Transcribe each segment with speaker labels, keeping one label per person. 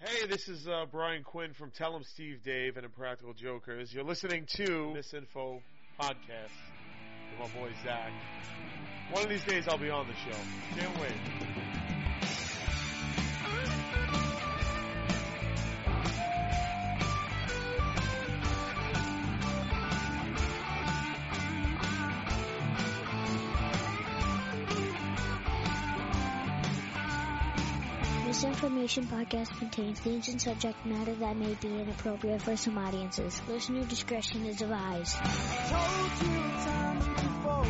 Speaker 1: Hey, this is uh, Brian Quinn from Tell 'em Steve Dave and Impractical Jokers. You're listening to Misinfo Podcast with my boy Zach. One of these days I'll be on the show. Can't wait.
Speaker 2: This information podcast contains themes and subject matter that may be inappropriate for some audiences. Listener discretion is advised.
Speaker 3: told you times before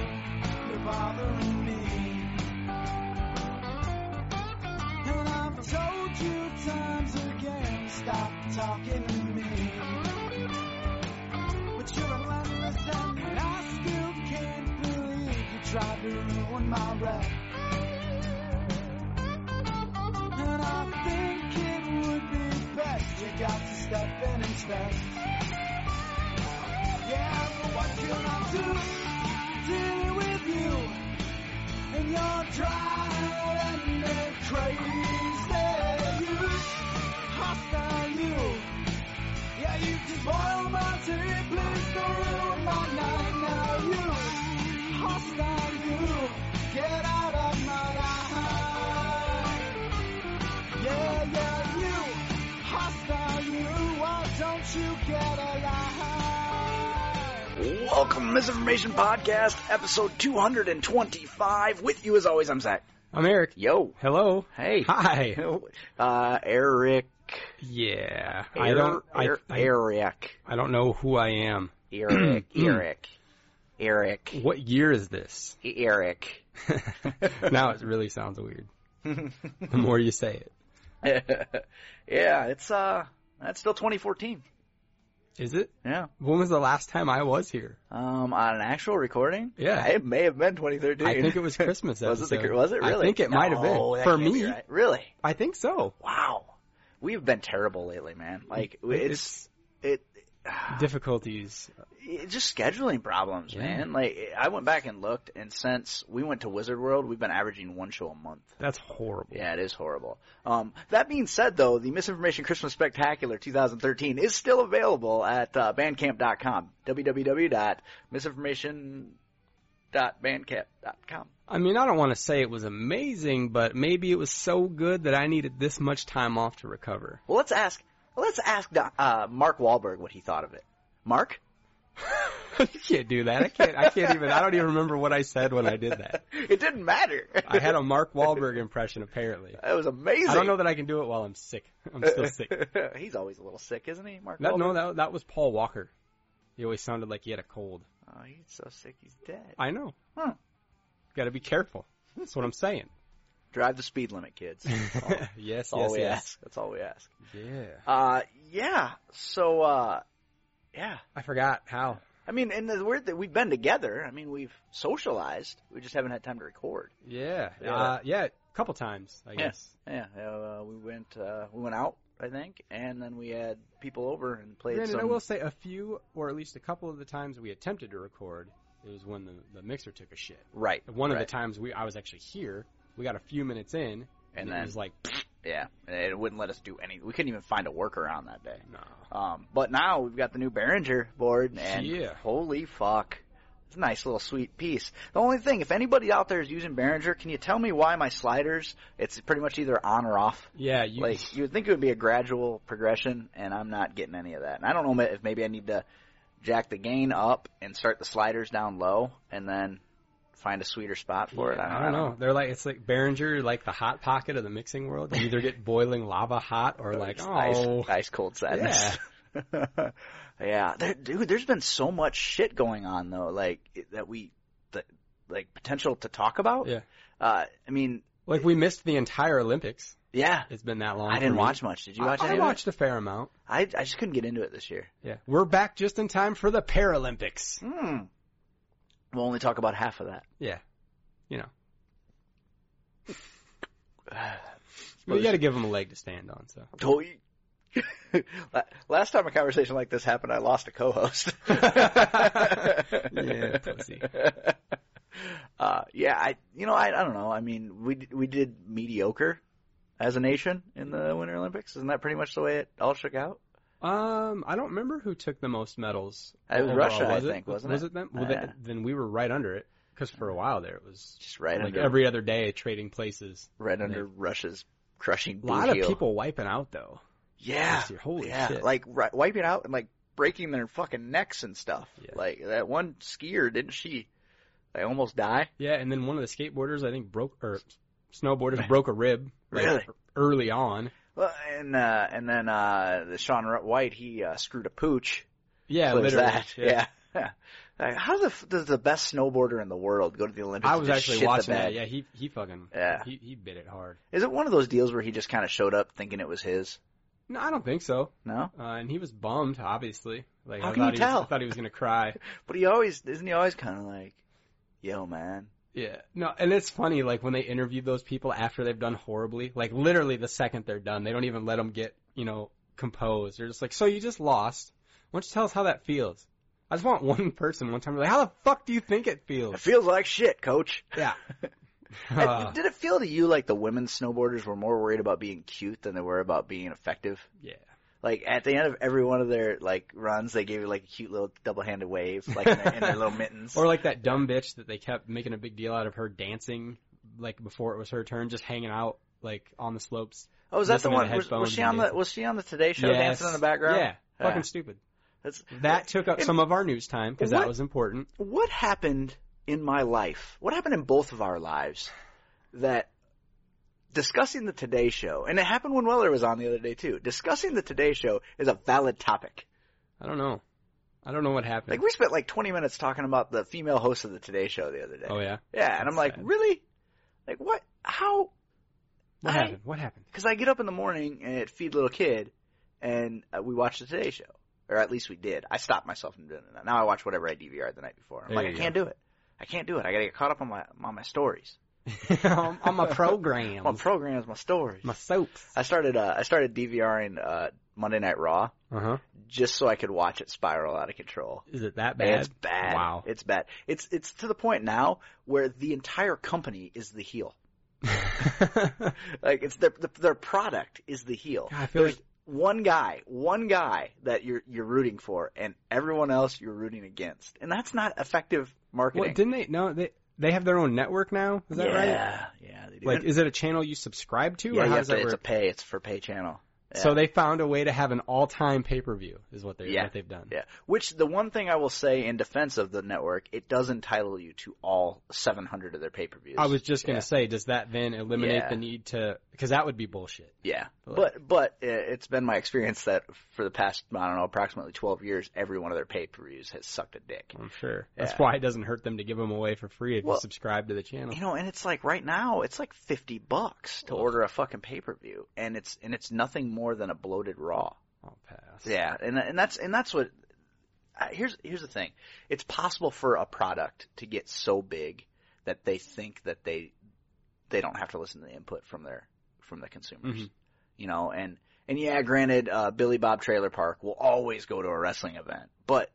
Speaker 3: you're bothering me. And I've told you times again, stop talking to me. But you're relentless and I still can't believe you tried to ruin my rep. And I think it would be best you got to step in and inspect. Yeah, but what can I do? Dealing with you and your driving me crazy. You hostile, you. Yeah, you just boil my tea. Please don't ruin my night now. You hostile, you. Get out of my life. Yeah, yeah, you hostile, you. Why don't you get alive?
Speaker 4: Welcome, Misinformation Podcast, episode 225. With you, as always, I'm Zach.
Speaker 5: I'm Eric.
Speaker 4: Yo.
Speaker 5: Hello.
Speaker 4: Hey.
Speaker 5: Hi.
Speaker 4: Uh, Eric.
Speaker 5: Yeah.
Speaker 4: Er,
Speaker 5: I don't. I,
Speaker 4: Er-
Speaker 5: I,
Speaker 4: Eric.
Speaker 5: I don't know who I am.
Speaker 4: Eric. Eric. Eric.
Speaker 5: What year is this?
Speaker 4: Eric.
Speaker 5: now it really sounds weird. the more you say it,
Speaker 4: yeah, it's, uh, that's still 2014.
Speaker 5: is it?
Speaker 4: Yeah.
Speaker 5: When was the last time I was here?
Speaker 4: Um, on an actual recording?
Speaker 5: Yeah.
Speaker 4: It may have been 2013.
Speaker 5: I think it was Christmas.
Speaker 4: was it the,
Speaker 5: episode.
Speaker 4: was it really?
Speaker 5: I think it might have been
Speaker 4: No, that
Speaker 5: for
Speaker 4: can't be
Speaker 5: me.
Speaker 4: right. Really?
Speaker 5: I think so.
Speaker 4: Wow. We've been terrible lately, man. Like, it's, it,
Speaker 5: Difficulties.
Speaker 4: it- just scheduling problems,
Speaker 5: Yeah.
Speaker 4: man. Like I went back and looked, and since we went to Wizard World, we've been averaging one show a month.
Speaker 5: That's horrible.
Speaker 4: Yeah, it is horrible. Um, that being said, though, the Misinformation Christmas Spectacular 2013 is still available at uh, Bandcamp.com. www.misinformation.bandcamp.com.
Speaker 5: I mean, I don't want to say it was amazing, but maybe it was so good that I needed this much time off to recover.
Speaker 4: Well, let's ask. Let's ask uh, Mark Wahlberg what he thought of it. Mark,
Speaker 5: you can't do that. I can't. I can't even. I don't even remember what I said when I did that.
Speaker 4: it didn't matter.
Speaker 5: I had a Mark Wahlberg impression, apparently.
Speaker 4: That was amazing.
Speaker 5: I don't know that I can do it while I'm sick. I'm still sick.
Speaker 4: He's always a little sick, isn't he, Mark?
Speaker 5: That,
Speaker 4: Wahlberg?
Speaker 5: no, that, that was Paul Walker. He always sounded like he had a cold.
Speaker 4: Oh, he's so sick, he's dead.
Speaker 5: I know.
Speaker 4: Huh.
Speaker 5: Got to be careful. That's what I'm saying.
Speaker 4: Drive the speed limit, kids. That's all, that's
Speaker 5: yes,
Speaker 4: all
Speaker 5: yes,
Speaker 4: we
Speaker 5: yes.
Speaker 4: ask. That's all we ask.
Speaker 5: Yeah.
Speaker 4: Uh, yeah. So, uh, yeah.
Speaker 5: I forgot how.
Speaker 4: I mean, and the weird that we've been together. I mean, we've socialized. We just haven't had time to record.
Speaker 5: Yeah.
Speaker 4: Yeah.
Speaker 5: Uh, yeah. A couple times, I
Speaker 4: Yeah.
Speaker 5: guess.
Speaker 4: Yeah. Uh, we went. Uh, we went out, I think, and then we had people over and played
Speaker 5: Granted,
Speaker 4: some.
Speaker 5: I will say a few, or at least a couple of the times we attempted to record, it was when the, the mixer took a shit.
Speaker 4: Right.
Speaker 5: One of
Speaker 4: right.
Speaker 5: the times we I was actually here, we got a few minutes in, and,
Speaker 4: then-
Speaker 5: it was like,
Speaker 4: Yeah. And It wouldn't let us do any. We couldn't even find a workaround that day.
Speaker 5: no.
Speaker 4: Um, but now we've got the new Behringer board, and
Speaker 5: Yeah.
Speaker 4: holy fuck, it's a nice little sweet piece. The only thing, if anybody out there is using Behringer, can you tell me why my sliders? It's pretty much either on or off.
Speaker 5: Yeah, you,
Speaker 4: like you would think it would be a gradual progression, and I'm not getting any of that. And I don't know ma- if maybe I need to jack the gain up and start the sliders down low, and then find a sweeter spot for it.
Speaker 5: I don't know. They're like it's like Behringer, like the hot pocket of the mixing world. You either get boiling lava hot or like
Speaker 4: It's
Speaker 5: oh,
Speaker 4: ice, ice cold sadness. Yeah, There, dude. There's been so much shit going on though, like it- that we, that, like potential to talk about.
Speaker 5: Yeah.
Speaker 4: Uh, I mean,
Speaker 5: like we missed the entire Olympics.
Speaker 4: yeah.
Speaker 5: It's been that long.
Speaker 4: I
Speaker 5: for
Speaker 4: didn't
Speaker 5: me.
Speaker 4: watch much. Did you watch
Speaker 5: I,
Speaker 4: any
Speaker 5: I
Speaker 4: of
Speaker 5: watched a fair amount.
Speaker 4: it? I I just couldn't get into it this year.
Speaker 5: Yeah, we're back just in time for the Paralympics.
Speaker 4: Hmm. We'll only talk about half of that.
Speaker 5: Yeah, you know. Well, you got to give them a leg to stand on. So
Speaker 4: Toy. La- Last time a conversation like this happened, I lost a co-host.
Speaker 5: Yeah, pussy.
Speaker 4: Uh, yeah, I, you know, I, I don't know. I mean, we d- we did mediocre as a nation in the Winter Olympics? Isn't that pretty much the way it all shook out?
Speaker 5: Um, I don't remember who took the most medals.
Speaker 4: It was
Speaker 5: overall,
Speaker 4: Russia,
Speaker 5: Oh, was
Speaker 4: I
Speaker 5: it?
Speaker 4: think, wasn't
Speaker 5: was
Speaker 4: it?
Speaker 5: it them? Well,
Speaker 4: Uh,
Speaker 5: then, then we were right under it because for a while there it was
Speaker 4: Just right
Speaker 5: like
Speaker 4: under
Speaker 5: every other day trading places.
Speaker 4: right under Russia's crushing
Speaker 5: A
Speaker 4: boot
Speaker 5: lot of
Speaker 4: heel.
Speaker 5: people wiping out though.
Speaker 4: yeah,
Speaker 5: this year. Holy
Speaker 4: yeah,
Speaker 5: shit.
Speaker 4: like ri- wiping out and like breaking their fucking necks and stuff.
Speaker 5: Yeah.
Speaker 4: Like that one skier, didn't she? Like almost die.
Speaker 5: Yeah, and then one of the skateboarders I think broke or snowboarders broke a rib. like,
Speaker 4: Really?
Speaker 5: Early on.
Speaker 4: Well, and uh, and then uh, the Sean Ru- White he uh, screwed a pooch.
Speaker 5: Yeah,
Speaker 4: So there's
Speaker 5: literally.
Speaker 4: that. Yeah. Like, How the f- does the best snowboarder in the world go to the Olympics?
Speaker 5: I
Speaker 4: and
Speaker 5: was
Speaker 4: just shit
Speaker 5: actually
Speaker 4: the
Speaker 5: watching that.
Speaker 4: bed?
Speaker 5: Yeah, he he fucking
Speaker 4: Yeah.
Speaker 5: he he bit it hard.
Speaker 4: Is it one of those deals where he just kind of showed up thinking it was his?
Speaker 5: No, I don't think so.
Speaker 4: No,
Speaker 5: Uh, and he was bummed, obviously. Like
Speaker 4: How
Speaker 5: I
Speaker 4: can you
Speaker 5: thought he was-
Speaker 4: tell?
Speaker 5: I thought he was gonna cry.
Speaker 4: but he always isn't he always kind of like, yo man,
Speaker 5: Yeah. No, and it's funny, like when they interview those people after they've done horribly, like literally the second they're done, they don't even let them get, you know, composed. They're just like, so you just lost. Why don't you tell us how that feels? I just want one person one time to be like, how the fuck do you think it
Speaker 4: it
Speaker 5: feels?
Speaker 4: feels like shit, coach.
Speaker 5: Yeah.
Speaker 4: Uh,
Speaker 5: Uh,
Speaker 4: Did it feel to you like the women snowboarders were more worried about being cute than they were about being effective?
Speaker 5: yeah.
Speaker 4: Like at the end of every one of their like runs, they gave you like a cute little double-handed wave, like in their, in their little mittens.
Speaker 5: Or like that dumb bitch that they kept making a big deal out of her dancing, like before it was her turn, just hanging out, like on the slopes.
Speaker 4: oh, was that the
Speaker 5: listening to
Speaker 4: one? Was,
Speaker 5: headphones
Speaker 4: was she
Speaker 5: and
Speaker 4: on the
Speaker 5: dancing.
Speaker 4: Was she on the Today Show dancing in the background?
Speaker 5: Yeah.
Speaker 4: Yeah.
Speaker 5: Fucking stupid.
Speaker 4: That's,
Speaker 5: That took up
Speaker 4: And-
Speaker 5: some of our news time because
Speaker 4: What?
Speaker 5: that was important.
Speaker 4: what happened in my life? What happened in both of our lives that discussing the Today Show, and it happened when Weller was on the other day too, discussing the Today Show is a valid topic.
Speaker 5: I don't know. I don't know what happened.
Speaker 4: Like we spent like 20 minutes talking about the female host of the Today Show the other day.
Speaker 5: oh yeah.
Speaker 4: yeah, and I'm
Speaker 5: that's
Speaker 4: like,
Speaker 5: sad.
Speaker 4: really? Like what? How?
Speaker 5: What
Speaker 4: I-
Speaker 5: happened? What happened?
Speaker 4: Because I get up in the morning and feed little kid, and uh, we watch the Today Show, or at least we did. I stopped myself from doing that. Now I watch whatever I DVR the night before. I'm
Speaker 5: There
Speaker 4: like,
Speaker 5: you
Speaker 4: I
Speaker 5: go.
Speaker 4: can't do it. I can't do it. I gotta get caught up on my on my stories.
Speaker 5: on, on my programs,
Speaker 4: My programs, my stories.
Speaker 5: my soaps.
Speaker 4: I started uh, I started DVRing uh, Monday Night Raw
Speaker 5: Uh huh.
Speaker 4: just so I could watch it spiral out of control.
Speaker 5: Is it that
Speaker 4: And
Speaker 5: bad?
Speaker 4: It's bad.
Speaker 5: Wow.
Speaker 4: It's bad. It's it's to the point now where the entire company is the heel. Like it's their the, their product is the heel.
Speaker 5: God, I feel
Speaker 4: There's
Speaker 5: like-
Speaker 4: one guy, one guy that you're you're rooting for, and everyone else you're rooting against, and that's not effective marketing.
Speaker 5: what didn't they? No, they they have their own network now. Is that right?
Speaker 4: yeah, yeah, they do.
Speaker 5: Like, is it a channel you subscribe to,
Speaker 4: yeah,
Speaker 5: or
Speaker 4: you
Speaker 5: how
Speaker 4: have
Speaker 5: does
Speaker 4: to,
Speaker 5: that
Speaker 4: it's a
Speaker 5: work?
Speaker 4: pay. It's for pay channel. yeah.
Speaker 5: So they found a way to have an all-time pay-per-view, is what they
Speaker 4: Yeah.
Speaker 5: what they've done.
Speaker 4: Yeah. Which the one thing I will say in defense of the network, it does entitle you to all 700 of their pay-per-views.
Speaker 5: I was just gonna
Speaker 4: Yeah.
Speaker 5: say, does that then eliminate
Speaker 4: Yeah.
Speaker 5: the need to? Because that would be bullshit.
Speaker 4: Yeah. But but uh, it's been my experience that for the past I don't know approximately 12 years, every one of their pay-per-views has sucked a dick.
Speaker 5: I'm sure. That's
Speaker 4: Yeah.
Speaker 5: why it doesn't hurt them to give them away for free if
Speaker 4: Well-
Speaker 5: you subscribe to the channel.
Speaker 4: You know, and it's like right now it's like 50 bucks to
Speaker 5: Ugh.
Speaker 4: order a fucking pay-per-view and it's and it's nothing more than a bloated raw.
Speaker 5: I'll Oh, pass.
Speaker 4: Yeah, and and that's and that's what. I- Here's here's the thing. It's possible for a product to get so big that they think that they they don't have to listen to the input from their from the consumers.
Speaker 5: Mhm.
Speaker 4: You know, and and yeah, granted, uh, Billy Bob Trailer Park will always go to a wrestling event, but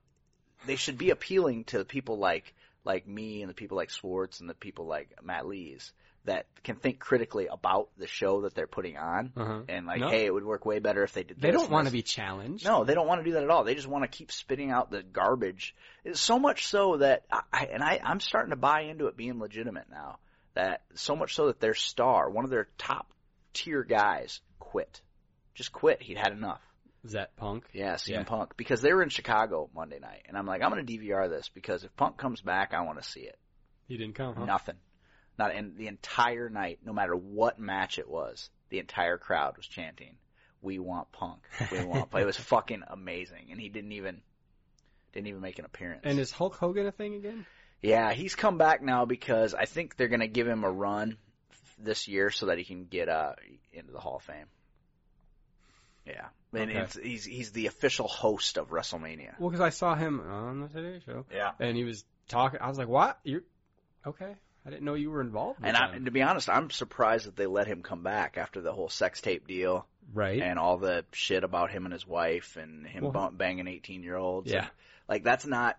Speaker 4: they should be appealing to the people like like me and the people like Swartz and the people like Matt Lees that can think critically about the show that they're putting on.
Speaker 5: Uh-huh.
Speaker 4: And like,
Speaker 5: No.
Speaker 4: hey, it would work way better if they did.
Speaker 5: They
Speaker 4: this
Speaker 5: don't
Speaker 4: and
Speaker 5: want to
Speaker 4: this.
Speaker 5: be challenged.
Speaker 4: No, they don't want to do that at all. They just want to keep spitting out the garbage. It's so much so that I- I and I I'm starting to buy into it being legitimate now. That so much so that their star, one of their top tier guys, quit. Just quit. He'd had enough.
Speaker 5: Is that punk?
Speaker 4: Yeah, CM
Speaker 5: Yeah.
Speaker 4: Punk because they were in Chicago Monday night, and I'm like, I'm gonna DVR this because if Punk comes back, I want to see it.
Speaker 5: He didn't come, huh?
Speaker 4: Nothing, not in the entire night, no matter what match it was, the entire crowd was chanting, "We want Punk, we want." Punk." It was fucking amazing, and he didn't even didn't even make an appearance.
Speaker 5: And is Hulk Hogan a thing again?
Speaker 4: yeah, he's come back now because I think they're gonna give him a run this year so that he can get uh into the Hall of Fame. Yeah, and
Speaker 5: Okay.
Speaker 4: it's, he's he's the official host of WrestleMania.
Speaker 5: Well, because I saw him on the Today Show,
Speaker 4: Yeah.
Speaker 5: and he was talking. I was like, "What? You're okay? I didn't know you were involved." With
Speaker 4: And, I,
Speaker 5: him.
Speaker 4: and to be honest, I'm surprised that they let him come back after the whole sex tape deal
Speaker 5: right?
Speaker 4: and all the shit about him and his wife and him
Speaker 5: Well-
Speaker 4: bump banging 18 year olds.
Speaker 5: yeah,
Speaker 4: Like that's not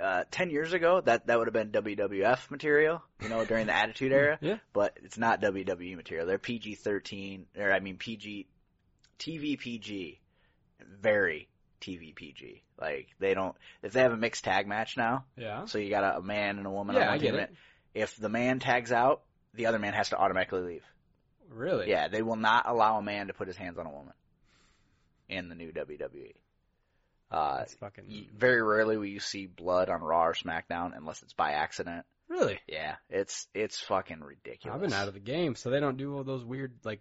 Speaker 4: uh, ten years ago, that that would have been WWF material, you know, during the Attitude Era.
Speaker 5: Yeah.
Speaker 4: But it's not WWE material. They're PG thirteen, or I mean PG, TV PG, very TV PG. Like they don't if they have a mixed tag match now,
Speaker 5: Yeah.
Speaker 4: so you got a, a man and a woman. on
Speaker 5: Yeah,
Speaker 4: one
Speaker 5: I get
Speaker 4: team,
Speaker 5: it.
Speaker 4: If the man tags out, the other man has to automatically leave.
Speaker 5: Really?
Speaker 4: Yeah, they will not allow a man to put his hands on a woman in the new WWE. Uh,
Speaker 5: That's fucking
Speaker 4: y- very rarely will you see blood on Raw or SmackDown unless it's by accident.
Speaker 5: really.
Speaker 4: Yeah, it's it's fucking ridiculous.
Speaker 5: I've been out of the game, so they don't do all those weird like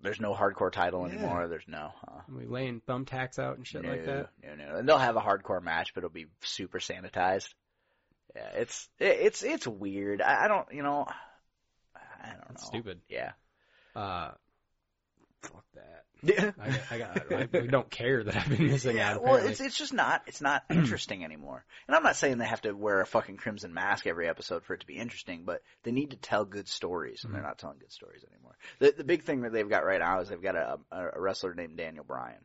Speaker 4: There's no hardcore title
Speaker 5: Yeah.
Speaker 4: anymore. There's no. Uh,
Speaker 5: we laying thumbtacks out and shit
Speaker 4: no,
Speaker 5: like that.
Speaker 4: No, no, and they'll have a hardcore match, but it'll be super sanitized. Yeah, it's it, it's it's weird. I, I don't, you know, I don't
Speaker 5: That's
Speaker 4: know.
Speaker 5: stupid.
Speaker 4: Yeah.
Speaker 5: Uh, fuck that.
Speaker 4: Yeah.
Speaker 5: I got, I got. I, we don't care that I've been missing
Speaker 4: Yeah,
Speaker 5: out.
Speaker 4: well,
Speaker 5: apparently.
Speaker 4: it's it's just not it's not interesting anymore. And I'm not saying they have to wear a fucking crimson mask every episode for it to be interesting, but they need to tell good stories, and they're not telling good stories anymore. The the big thing that they've got right now is they've got a a wrestler named Daniel Bryan,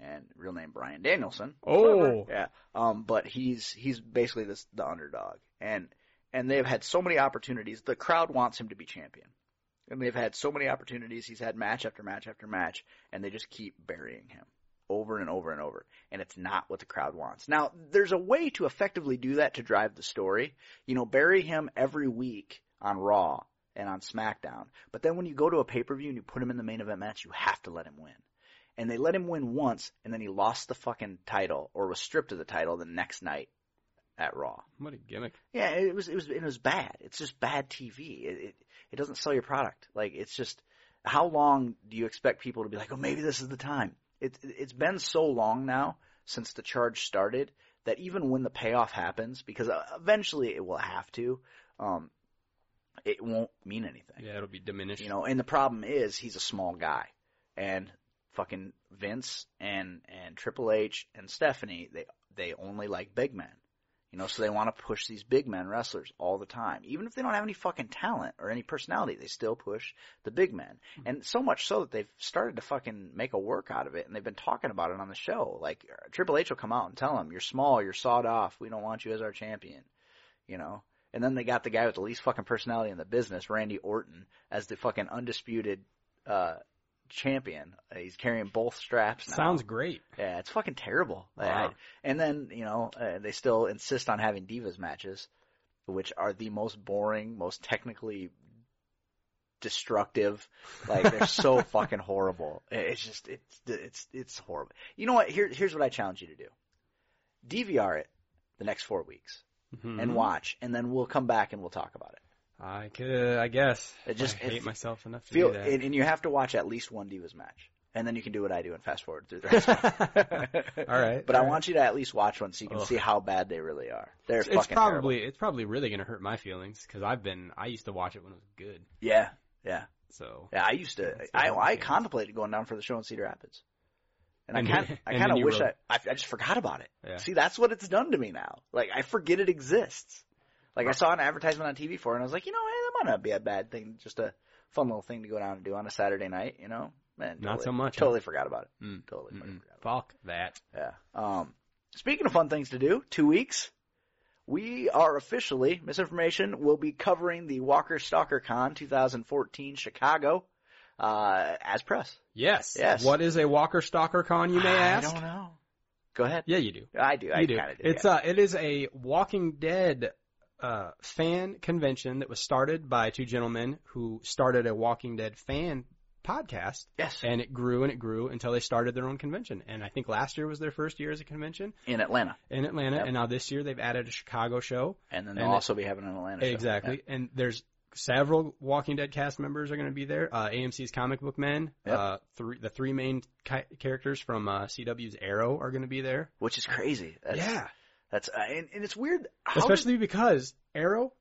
Speaker 4: and real name Bryan Danielson.
Speaker 5: oh,
Speaker 4: Yeah. Um, but he's he's basically this the underdog, and and they've had so many opportunities. The crowd wants him to be champion, and they've had so many opportunities. He's had match after match after match, and they just keep burying him over and over and over, and it's not what the crowd wants. Now, there's a way to effectively do that to drive the story. You know, bury him every week on Raw and on SmackDown, but then when you go to a pay per view and you put him in the main event match, you have to let him win and they let him win once, and then he lost the fucking title or was stripped of the title the next night at Raw.
Speaker 5: what a gimmick.
Speaker 4: Yeah, it was it was it was bad. It's just bad TV. It it, it doesn't sell your product. Like it's just how long do you expect people to be like, oh, maybe this is the time? It it's been so long now since the charge started that even when the payoff happens, because uh, eventually it will have to, um, it won't mean anything.
Speaker 5: Yeah, it'll be diminished.
Speaker 4: You know, and the problem is he's a small guy, and fucking Vince and and Triple H and Stephanie they they only like big men. You know, so they want to push these big men wrestlers all the time, even if they don't have any fucking talent or any personality. They still push the big men, and so much so that they've started to fucking make a work out of it, and they've been talking about it on the show. Like Triple H will come out and tell them, "You're small, you're sawed off. We don't want you as our champion." You know, and then they got the guy with the least fucking personality in the business, Randy Orton, as the fucking undisputed uh champion. Uh, He's carrying both straps. Now.
Speaker 5: Sounds great.
Speaker 4: yeah, it's fucking terrible. Like,
Speaker 5: Wow.
Speaker 4: I- and then you know uh, they still insist on having divas matches, which are the most boring, most technically destructive. Like they're so fucking horrible. It- It's just it's it's it's horrible. You know what? Here here's what I challenge you to do: DVR it the next four weeks and
Speaker 5: Mhm.
Speaker 4: watch, and then we'll come back and we'll talk about it.
Speaker 5: I could, I guess.
Speaker 4: It just-
Speaker 5: I hate
Speaker 4: it-
Speaker 5: myself enough to
Speaker 4: Feel
Speaker 5: do
Speaker 4: and, and you have to watch at least one Divas match, and then you can do what I do and fast forward through the rest. of
Speaker 5: that. all right.
Speaker 4: it. But I
Speaker 5: all right.
Speaker 4: want you to at least watch one so you can
Speaker 5: Ugh.
Speaker 4: see how bad they really are. They're
Speaker 5: It's,
Speaker 4: fucking
Speaker 5: probably it's probably really gonna hurt my feelings because I've been I used to watch it when it was good.
Speaker 4: terrible. yeah, yeah,
Speaker 5: So
Speaker 4: yeah. I used to.
Speaker 5: That's the
Speaker 4: I
Speaker 5: only
Speaker 4: I
Speaker 5: thing.
Speaker 4: contemplated going down for the show in Cedar Rapids, and I
Speaker 5: And
Speaker 4: kind
Speaker 5: you-
Speaker 4: I
Speaker 5: and
Speaker 4: kind
Speaker 5: then
Speaker 4: of
Speaker 5: you
Speaker 4: wish I,
Speaker 5: wrote-
Speaker 4: I I just forgot about it.
Speaker 5: Yeah.
Speaker 4: See, that's what it's done to me now. Like I forget it exists. Like I saw an advertisement on TV for, it and I was like, you know, hey, that might not be a bad thing. Just a fun little thing to go down and do on a Saturday night. You know, man,
Speaker 5: Not
Speaker 4: totally-
Speaker 5: so much, huh?
Speaker 4: Totally forgot about it.
Speaker 5: Mm.
Speaker 4: Totally fucking
Speaker 5: mm-mm.
Speaker 4: forgot. About it.
Speaker 5: fuck that.
Speaker 4: Yeah. Um, speaking of fun things to do, two weeks, we are officially, Misinformation will be covering the Walker Stalker Con 2014 Chicago, uh, as press.
Speaker 5: Yes.
Speaker 4: Yes.
Speaker 5: What is a Walker Stalker con? You may ask.
Speaker 4: I don't know. Go ahead.
Speaker 5: Yeah, you do.
Speaker 4: I do. I
Speaker 5: you do.
Speaker 4: kind of do.
Speaker 5: It's
Speaker 4: yeah.
Speaker 5: uh, it is a Walking Dead uh fan convention that was started by two gentlemen who started a Walking Dead fan podcast
Speaker 4: yes.
Speaker 5: and it grew and it grew until they started their own convention and I think last year was their first year as a convention
Speaker 4: In Atlanta.
Speaker 5: in Atlanta
Speaker 4: Yep.
Speaker 5: and now this year they've added a Chicago show
Speaker 4: And then they'll
Speaker 5: And it-
Speaker 4: also be having an Atlanta show.
Speaker 5: Exactly. And there's several Walking Dead cast members are going to be there. Uh, AMC's Comic Book Men,
Speaker 4: Yep.
Speaker 5: uh, three, the three main ki- characters from uh, CW's Arrow are going to be there.
Speaker 4: Yeah. Which is crazy. That's,
Speaker 5: yeah.
Speaker 4: That's, uh, and, and it's weird. How
Speaker 5: Especially because Arrow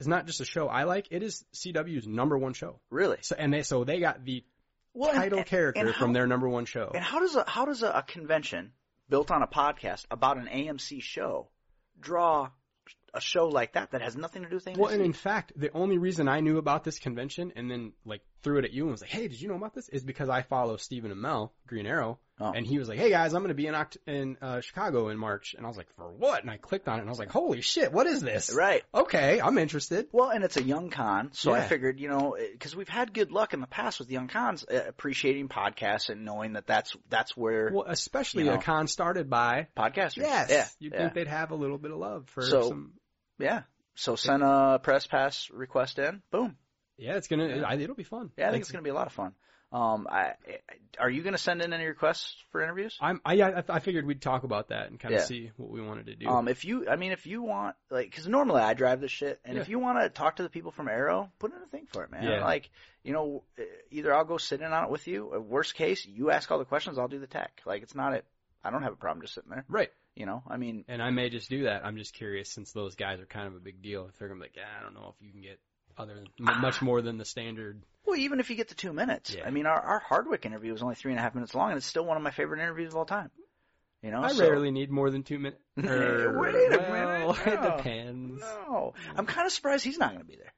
Speaker 5: is not just a show I like; it is CW's number one show.
Speaker 4: did- really.
Speaker 5: So and they so they got the
Speaker 4: Well, and-
Speaker 5: title
Speaker 4: and-
Speaker 5: character
Speaker 4: and
Speaker 5: from
Speaker 4: how-
Speaker 5: their number one show.
Speaker 4: And how does a how does a, a convention built on a podcast about an AMC show draw a show like that that has nothing to do with AMC?
Speaker 5: Well, and in fact, the only reason I knew about this convention and then like threw it at you and was like, "Hey, did you know about this?" is because I follow Stephen Amell, Green Arrow,
Speaker 4: Oh.
Speaker 5: and he was like, "Hey guys, I'm going to be in Oct- in uh, Chicago in March," and I was like, "For what?" and I clicked on it and I was like, "Holy shit, what is this?"
Speaker 4: Right.
Speaker 5: Okay, I'm interested.
Speaker 4: Well, and it's a young con, so I
Speaker 5: Yeah.
Speaker 4: figured, you know, because we've had good luck in the past with young cons, uh, appreciating podcasts and knowing that that's that's where
Speaker 5: Well, especially
Speaker 4: You know.
Speaker 5: a con started by
Speaker 4: podcasters.
Speaker 5: yes,
Speaker 4: yeah,
Speaker 5: you'd
Speaker 4: yeah,
Speaker 5: think they'd have a little bit of love for
Speaker 4: So-
Speaker 5: some.
Speaker 4: yeah. So send a press pass request in. Boom.
Speaker 5: Yeah, it's gonna.
Speaker 4: Yeah.
Speaker 5: I, it'll be fun.
Speaker 4: Yeah, I think it's going to be a lot of fun. Um, I, I- are you going to send in any requests for interviews?
Speaker 5: I'm, I, I I figured we'd talk about that and kind of
Speaker 4: Yeah.
Speaker 5: see what we wanted to do.
Speaker 4: Um, if you, I mean, if you want, like, because normally I drive this shit, and if you want to talk to the people from Arrow, put in a thing for it, man.
Speaker 5: Yeah.
Speaker 4: Like, you know, eh, either I'll go sit in on it with you. Or worst case, you ask all the questions, I'll do the tech. Like, it's not a, I don't have a problem just sitting there.
Speaker 5: right.
Speaker 4: You know, I mean,
Speaker 5: And I may just do that. I'm just curious since those guys are kind of a big deal. If they're gonna be like, "Ah, I don't know if you can get other than, m- much more than the standard.
Speaker 4: well, even if you get to two minutes,
Speaker 5: Yeah.
Speaker 4: I mean, our, our Hardwick interview was only three and a half minutes long, and it's still one of my favorite interviews of all time. You know,
Speaker 5: I
Speaker 4: so-
Speaker 5: rarely need more than two minutes.
Speaker 4: Wait a minute,
Speaker 5: well,
Speaker 4: no.
Speaker 5: It depends.
Speaker 4: No, I'm kind of surprised he's not going to be there.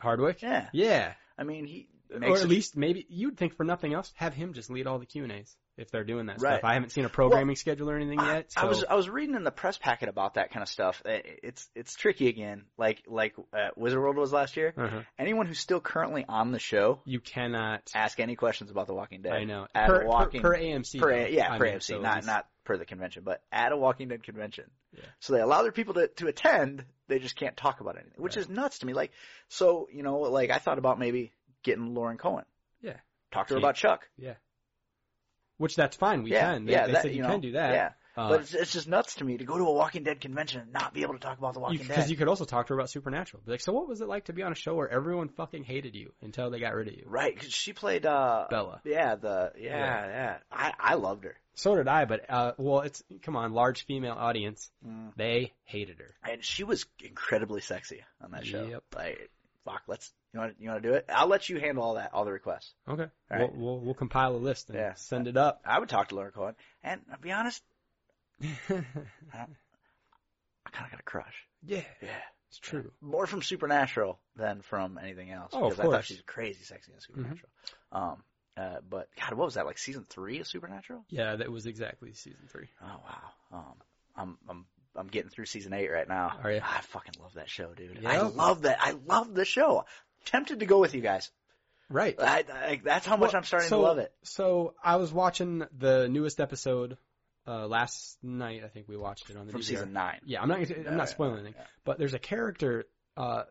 Speaker 5: Hardwick.
Speaker 4: Yeah,
Speaker 5: Yeah.
Speaker 4: I mean, he
Speaker 5: or
Speaker 4: makes
Speaker 5: at
Speaker 4: it-
Speaker 5: least maybe you'd think for nothing else, have him just lead all the Q and A's if they're doing that
Speaker 4: Right.
Speaker 5: stuff. I haven't seen a programming schedule or anything yet. So
Speaker 4: I was I was reading in the press packet about that kind of stuff. It- It's it's tricky again, like like uh, Wizard World was last year.
Speaker 5: Uh-huh.
Speaker 4: Anyone who's still currently on the show,
Speaker 5: you cannot.
Speaker 4: ask any questions about The Walking Dead.
Speaker 5: I know.
Speaker 4: At
Speaker 5: per,
Speaker 4: a
Speaker 5: per-
Speaker 4: walking
Speaker 5: per, AMC.
Speaker 4: per-
Speaker 5: though.
Speaker 4: yeah,
Speaker 5: I
Speaker 4: per
Speaker 5: mean,
Speaker 4: AMC,
Speaker 5: so
Speaker 4: not
Speaker 5: it's-
Speaker 4: not per the convention, but at a Walking Dead convention.
Speaker 5: Yeah.
Speaker 4: So they allow their people to to attend. They just can't talk about anything, which
Speaker 5: Right.
Speaker 4: is nuts to me. Like so, you know, like I thought about maybe getting Lauren Cohen.
Speaker 5: Yeah.
Speaker 4: Talk to her
Speaker 5: Can't-
Speaker 4: about Chuck.
Speaker 5: Which that's fine. We
Speaker 4: yeah,
Speaker 5: can. They,
Speaker 4: yeah,
Speaker 5: they
Speaker 4: that,
Speaker 5: said you,
Speaker 4: know,
Speaker 5: can do that.
Speaker 4: Yeah,
Speaker 5: Uh,
Speaker 4: but it's, it's just nuts to me to go to a Walking Dead convention and not be able to talk about The Walking Dead.
Speaker 5: because you, could also talk to her about Supernatural. Be like, so what was it like to be on a show where everyone fucking hated you until they got rid of you?
Speaker 4: Right, 'cause she played. uh
Speaker 5: Bella.
Speaker 4: Yeah, the yeah, yeah.
Speaker 5: Yeah.
Speaker 4: I I loved her,
Speaker 5: So did I, but uh, well, it's come on, large female audience.
Speaker 4: Mm.
Speaker 5: They hated her.
Speaker 4: and she was incredibly sexy on that show.
Speaker 5: Yep.
Speaker 4: Like, fuck, let's you want you want to do it? I'll let you handle all that, all the requests.
Speaker 5: Okay,
Speaker 4: All
Speaker 5: we'll,
Speaker 4: right.
Speaker 5: we'll we'll compile a list and
Speaker 4: Yeah.
Speaker 5: send it up.
Speaker 4: I would talk to Laura Cohen, and I'll be honest,
Speaker 5: yeah,
Speaker 4: I kind of got a crush. Yeah,
Speaker 5: it's true.
Speaker 4: more from Supernatural than from anything else.
Speaker 5: Oh, of
Speaker 4: because I thought
Speaker 5: course.
Speaker 4: she
Speaker 5: Mm-hmm.
Speaker 4: was crazy sexy in Supernatural. Um, uh, but God, what was that like? Season three of Supernatural?
Speaker 5: Yeah, that was exactly season three.
Speaker 4: Oh wow. Um, I'm I'm I'm getting through season eight right now.
Speaker 5: Are ya?
Speaker 4: I fucking love that show, dude. I
Speaker 5: Yeah?
Speaker 4: love that. I love the show. Tempted to go with you guys.
Speaker 5: Right.
Speaker 4: I, I, that's how much
Speaker 5: Well,
Speaker 4: I'm starting
Speaker 5: so-
Speaker 4: to love it.
Speaker 5: So I was watching the newest episode uh, last night. I think we watched it on the
Speaker 4: From
Speaker 5: DVR.
Speaker 4: season nine.
Speaker 5: Yeah, I'm not. gonna- I'm
Speaker 4: Yeah,
Speaker 5: not spoiling anything.
Speaker 4: yeah.
Speaker 5: But there's a character uh,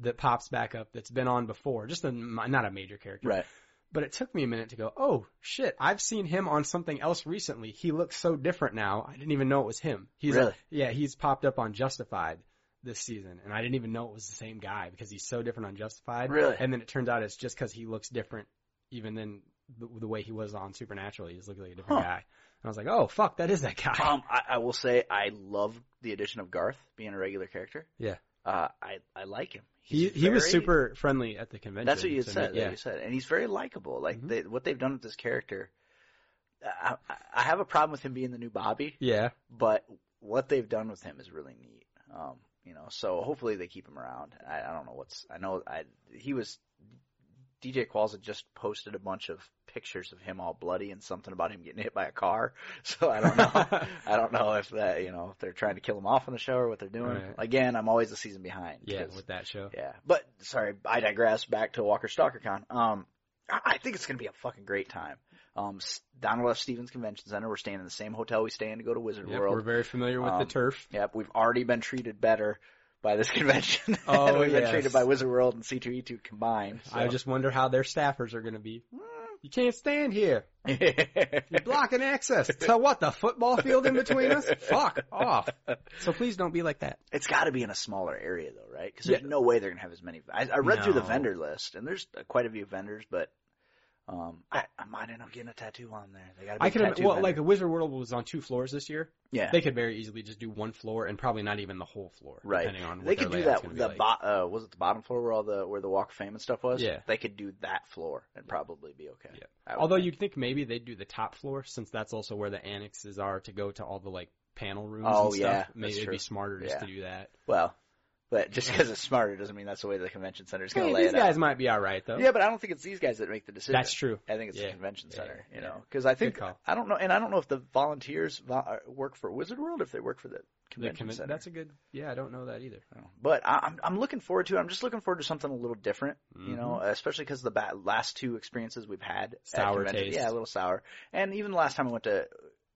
Speaker 5: that pops back up that's been on before. Just a not a major character,
Speaker 4: Right.
Speaker 5: but it took me a minute to go, oh shit, I've seen him on something else recently. He looks so different now. I didn't even know it was him. He's
Speaker 4: Really?
Speaker 5: yeah, he's popped up on Justified this season, and I didn't even know it was the same guy because he's so different on Justified.
Speaker 4: Really?
Speaker 5: And then it turns out it's just because he looks different, even than the, the way he was on Supernatural. He just looked like a different
Speaker 4: Huh.
Speaker 5: guy. And I was like, oh fuck, that is that guy.
Speaker 4: Um, I, I will say I love the addition of Garth being a regular character.
Speaker 5: Yeah.
Speaker 4: Uh, I I like him.
Speaker 5: he
Speaker 4: He's
Speaker 5: he was
Speaker 4: very-
Speaker 5: super friendly at the convention.
Speaker 4: That's what you
Speaker 5: to me.
Speaker 4: said. Yeah. Mm-hmm.
Speaker 5: Yeah.
Speaker 4: You said, and he's very likable. Like
Speaker 5: Mhm.
Speaker 4: they, what they've done with this character. I, I, I have a problem with him being the new Bobby.
Speaker 5: Yeah.
Speaker 4: but what they've done with him is really neat. Um, you know, so hopefully they keep him around. I, I don't know what's. I know I he was DJ Qualls had just posted a bunch of pictures of him all bloody and something about him getting hit by a car. So I don't know. I don't know if that you know if they're trying to kill him off on the show or what they're doing.
Speaker 5: Right.
Speaker 4: Again, I'm always a season behind.
Speaker 5: Yeah,
Speaker 4: 'cause-
Speaker 5: with that show.
Speaker 4: yeah. But sorry, I digress. Back to Walker Stalker Con. Um, I, I think it's gonna be a fucking great time. Um, S- Donald F. Stevens Convention Center. We're staying in the same hotel we stay in to go to Wizard
Speaker 5: Yep,
Speaker 4: World.
Speaker 5: we're very familiar with the
Speaker 4: Um,
Speaker 5: turf.
Speaker 4: Yep, we've already been treated better by this convention than
Speaker 5: Oh,
Speaker 4: we've been
Speaker 5: yes.
Speaker 4: treated by Wizard World and C2E2 combined. so-
Speaker 5: I just wonder how their staffers are going to be. Hmm, You can't stand here. You're blocking access to what the football field in between us? Fuck off. So please don't be like that.
Speaker 4: it's got to be in a smaller area though, right? Because there's
Speaker 5: Yeah.
Speaker 4: no way they're gonna have as many. I, I read through the
Speaker 5: No.
Speaker 4: vendor list, and there's uh, quite a few vendors, but um, I, I might end up getting a tattoo on there. They gotta be
Speaker 5: I could
Speaker 4: tattoo
Speaker 5: well,
Speaker 4: vendor.
Speaker 5: like a Wizard World was on two floors this year.
Speaker 4: yeah,
Speaker 5: They could very easily just do one floor and probably not even the whole floor,
Speaker 4: right.
Speaker 5: depending on what
Speaker 4: they
Speaker 5: their
Speaker 4: could do
Speaker 5: layout's
Speaker 4: that.
Speaker 5: gonna be
Speaker 4: The
Speaker 5: like.
Speaker 4: bo- uh, was it the bottom floor where all the where the Walk of Fame and stuff was?
Speaker 5: Yeah.
Speaker 4: they could do that floor and probably be okay.
Speaker 5: Yeah.
Speaker 4: I would
Speaker 5: Although
Speaker 4: think.
Speaker 5: you'd think maybe they'd do the top floor since that's also where the annexes are to go to all the like panel rooms
Speaker 4: Oh,
Speaker 5: and
Speaker 4: yeah,
Speaker 5: stuff.
Speaker 4: that's
Speaker 5: Maybe it'd
Speaker 4: true.
Speaker 5: be smarter just
Speaker 4: Yeah.
Speaker 5: to do that.
Speaker 4: Well, But just because it's smarter doesn't mean that's the way the convention center is going
Speaker 5: Hey,
Speaker 4: to lay
Speaker 5: these
Speaker 4: it out.
Speaker 5: guys might be all right though.
Speaker 4: Yeah, but I don't think it's these guys that make the decision.
Speaker 5: That's true.
Speaker 4: I think it's the
Speaker 5: Yeah.
Speaker 4: convention
Speaker 5: Yeah,
Speaker 4: center,
Speaker 5: yeah,
Speaker 4: you
Speaker 5: yeah.
Speaker 4: know, because I think
Speaker 5: call.
Speaker 4: I don't know, and I don't know if the volunteers vo- uh, work for Wizard World or if they work for the
Speaker 5: The
Speaker 4: convention
Speaker 5: conven-
Speaker 4: center.
Speaker 5: that's a good. Yeah, I don't know that either.
Speaker 4: But I, I'm I'm looking forward to it. I'm just looking forward to something a little different,
Speaker 5: Mm-hmm.
Speaker 4: you know, especially because the ba- last two experiences we've had at
Speaker 5: Sour
Speaker 4: convention-
Speaker 5: taste.
Speaker 4: yeah, a little sour. And even the last time I went to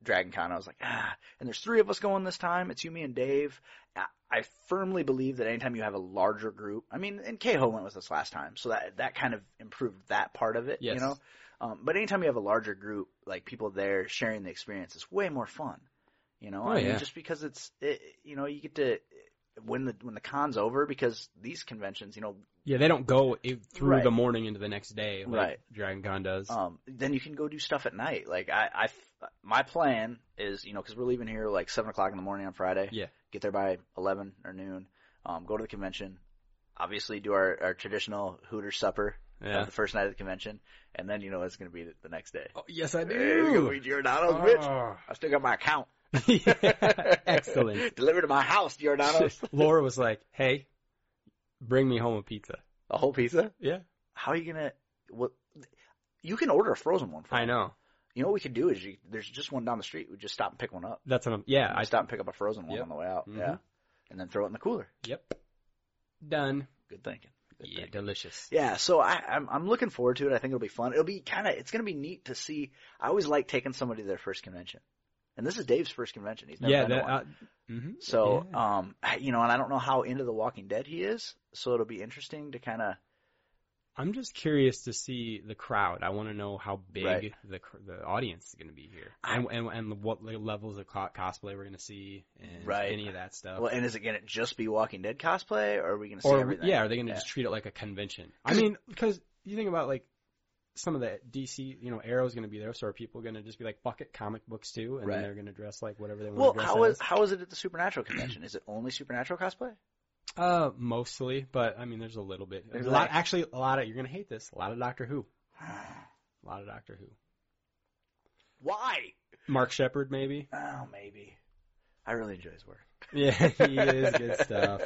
Speaker 4: Dragon Con, I was like, ah. And there's three of us going this time. It's you, me, and Dave. I, I firmly believe that anytime you have a larger group, I mean, and Keho went with us last time, so that that kind of improved that part of it, you
Speaker 5: Yes.
Speaker 4: know. Um, but anytime you have a larger group, like people there sharing the experience, it's way more fun. You know,
Speaker 5: Oh,
Speaker 4: I mean,
Speaker 5: yeah.
Speaker 4: just because it's it, you know you get to when the when the con's over because these conventions, you know,
Speaker 5: Yeah, they don't go i- through
Speaker 4: Right.
Speaker 5: the morning into the next day like
Speaker 4: Right.
Speaker 5: Dragon Con does.
Speaker 4: um, then you can go do stuff at night. Like I, I my plan is you know because we're leaving here like seven o'clock in the morning on Friday.
Speaker 5: Yeah.
Speaker 4: get there by eleven or noon. Um, go to the convention. Obviously, do our, our traditional Hooter supper
Speaker 5: yeah.
Speaker 4: of the first night of the convention, and then you know it's going to be the next day.
Speaker 5: Oh, yes, I
Speaker 4: Hey,
Speaker 5: do.
Speaker 4: we- you're not on rich.
Speaker 5: Oh.
Speaker 4: I still got my account.
Speaker 5: Yeah, Excellent.
Speaker 4: Delivered to my house, Giordano's.
Speaker 5: Laura was like, "Hey, bring me home a pizza."
Speaker 4: A whole pizza?
Speaker 5: Yeah,
Speaker 4: How are you gonna? What? You can order a frozen one. For
Speaker 5: I know.
Speaker 4: You know what we could do is you, there's just one down the street. We just stop and pick one up.
Speaker 5: That's what I'm. Yeah,
Speaker 4: I
Speaker 5: I.
Speaker 4: stop and pick up a frozen one
Speaker 5: Yep.
Speaker 4: on the way out.
Speaker 5: Mhm.
Speaker 4: Yeah, and then throw it in the cooler.
Speaker 5: Yep. Done.
Speaker 4: Good thinking. Good
Speaker 5: Yeah,
Speaker 4: thinking.
Speaker 5: delicious.
Speaker 4: Yeah, so I, I'm I'm looking forward to it. I think it'll be fun. It'll be kind of it's gonna be neat to see. I always like taking somebody to their first convention, and this is Dave's first convention. He's never
Speaker 5: yeah,
Speaker 4: been to
Speaker 5: that.
Speaker 4: one.
Speaker 5: Uh, mhm.
Speaker 4: So, um, you know, and I don't know how into The Walking Dead he is, so it'll be interesting to kind of
Speaker 5: I'm just curious to see the crowd. I want to know how big
Speaker 4: Right.
Speaker 5: the cr- the audience is going to be here, and, and and what le- levels of co- cosplay we're going to see, and
Speaker 4: Right.
Speaker 5: any of that stuff.
Speaker 4: Well, and is it going to just be Walking Dead cosplay, or are we going to see
Speaker 5: or
Speaker 4: everything?
Speaker 5: yeah, are they going to
Speaker 4: Yeah.
Speaker 5: just treat it like a convention? I mean, because you think about like some of the DC, you know, Arrow's going to be there, so are people going to just be like, "Fuck it, comic books too," and
Speaker 4: Right.
Speaker 5: then they're going to dress like whatever they want
Speaker 4: Well,
Speaker 5: to dress
Speaker 4: how
Speaker 5: as?
Speaker 4: is how is it at the Supernatural convention? Is it only Supernatural cosplay?
Speaker 5: Uh, mostly, but I mean, there's a little bit.
Speaker 4: There's
Speaker 5: a lot,
Speaker 4: like-
Speaker 5: actually, a lot of you're gonna hate this. A lot of Doctor Who. A lot of Doctor Who.
Speaker 4: Why?
Speaker 5: Mark Shepard, maybe.
Speaker 4: Oh, maybe. I really enjoy his work.
Speaker 5: Yeah, he is good stuff.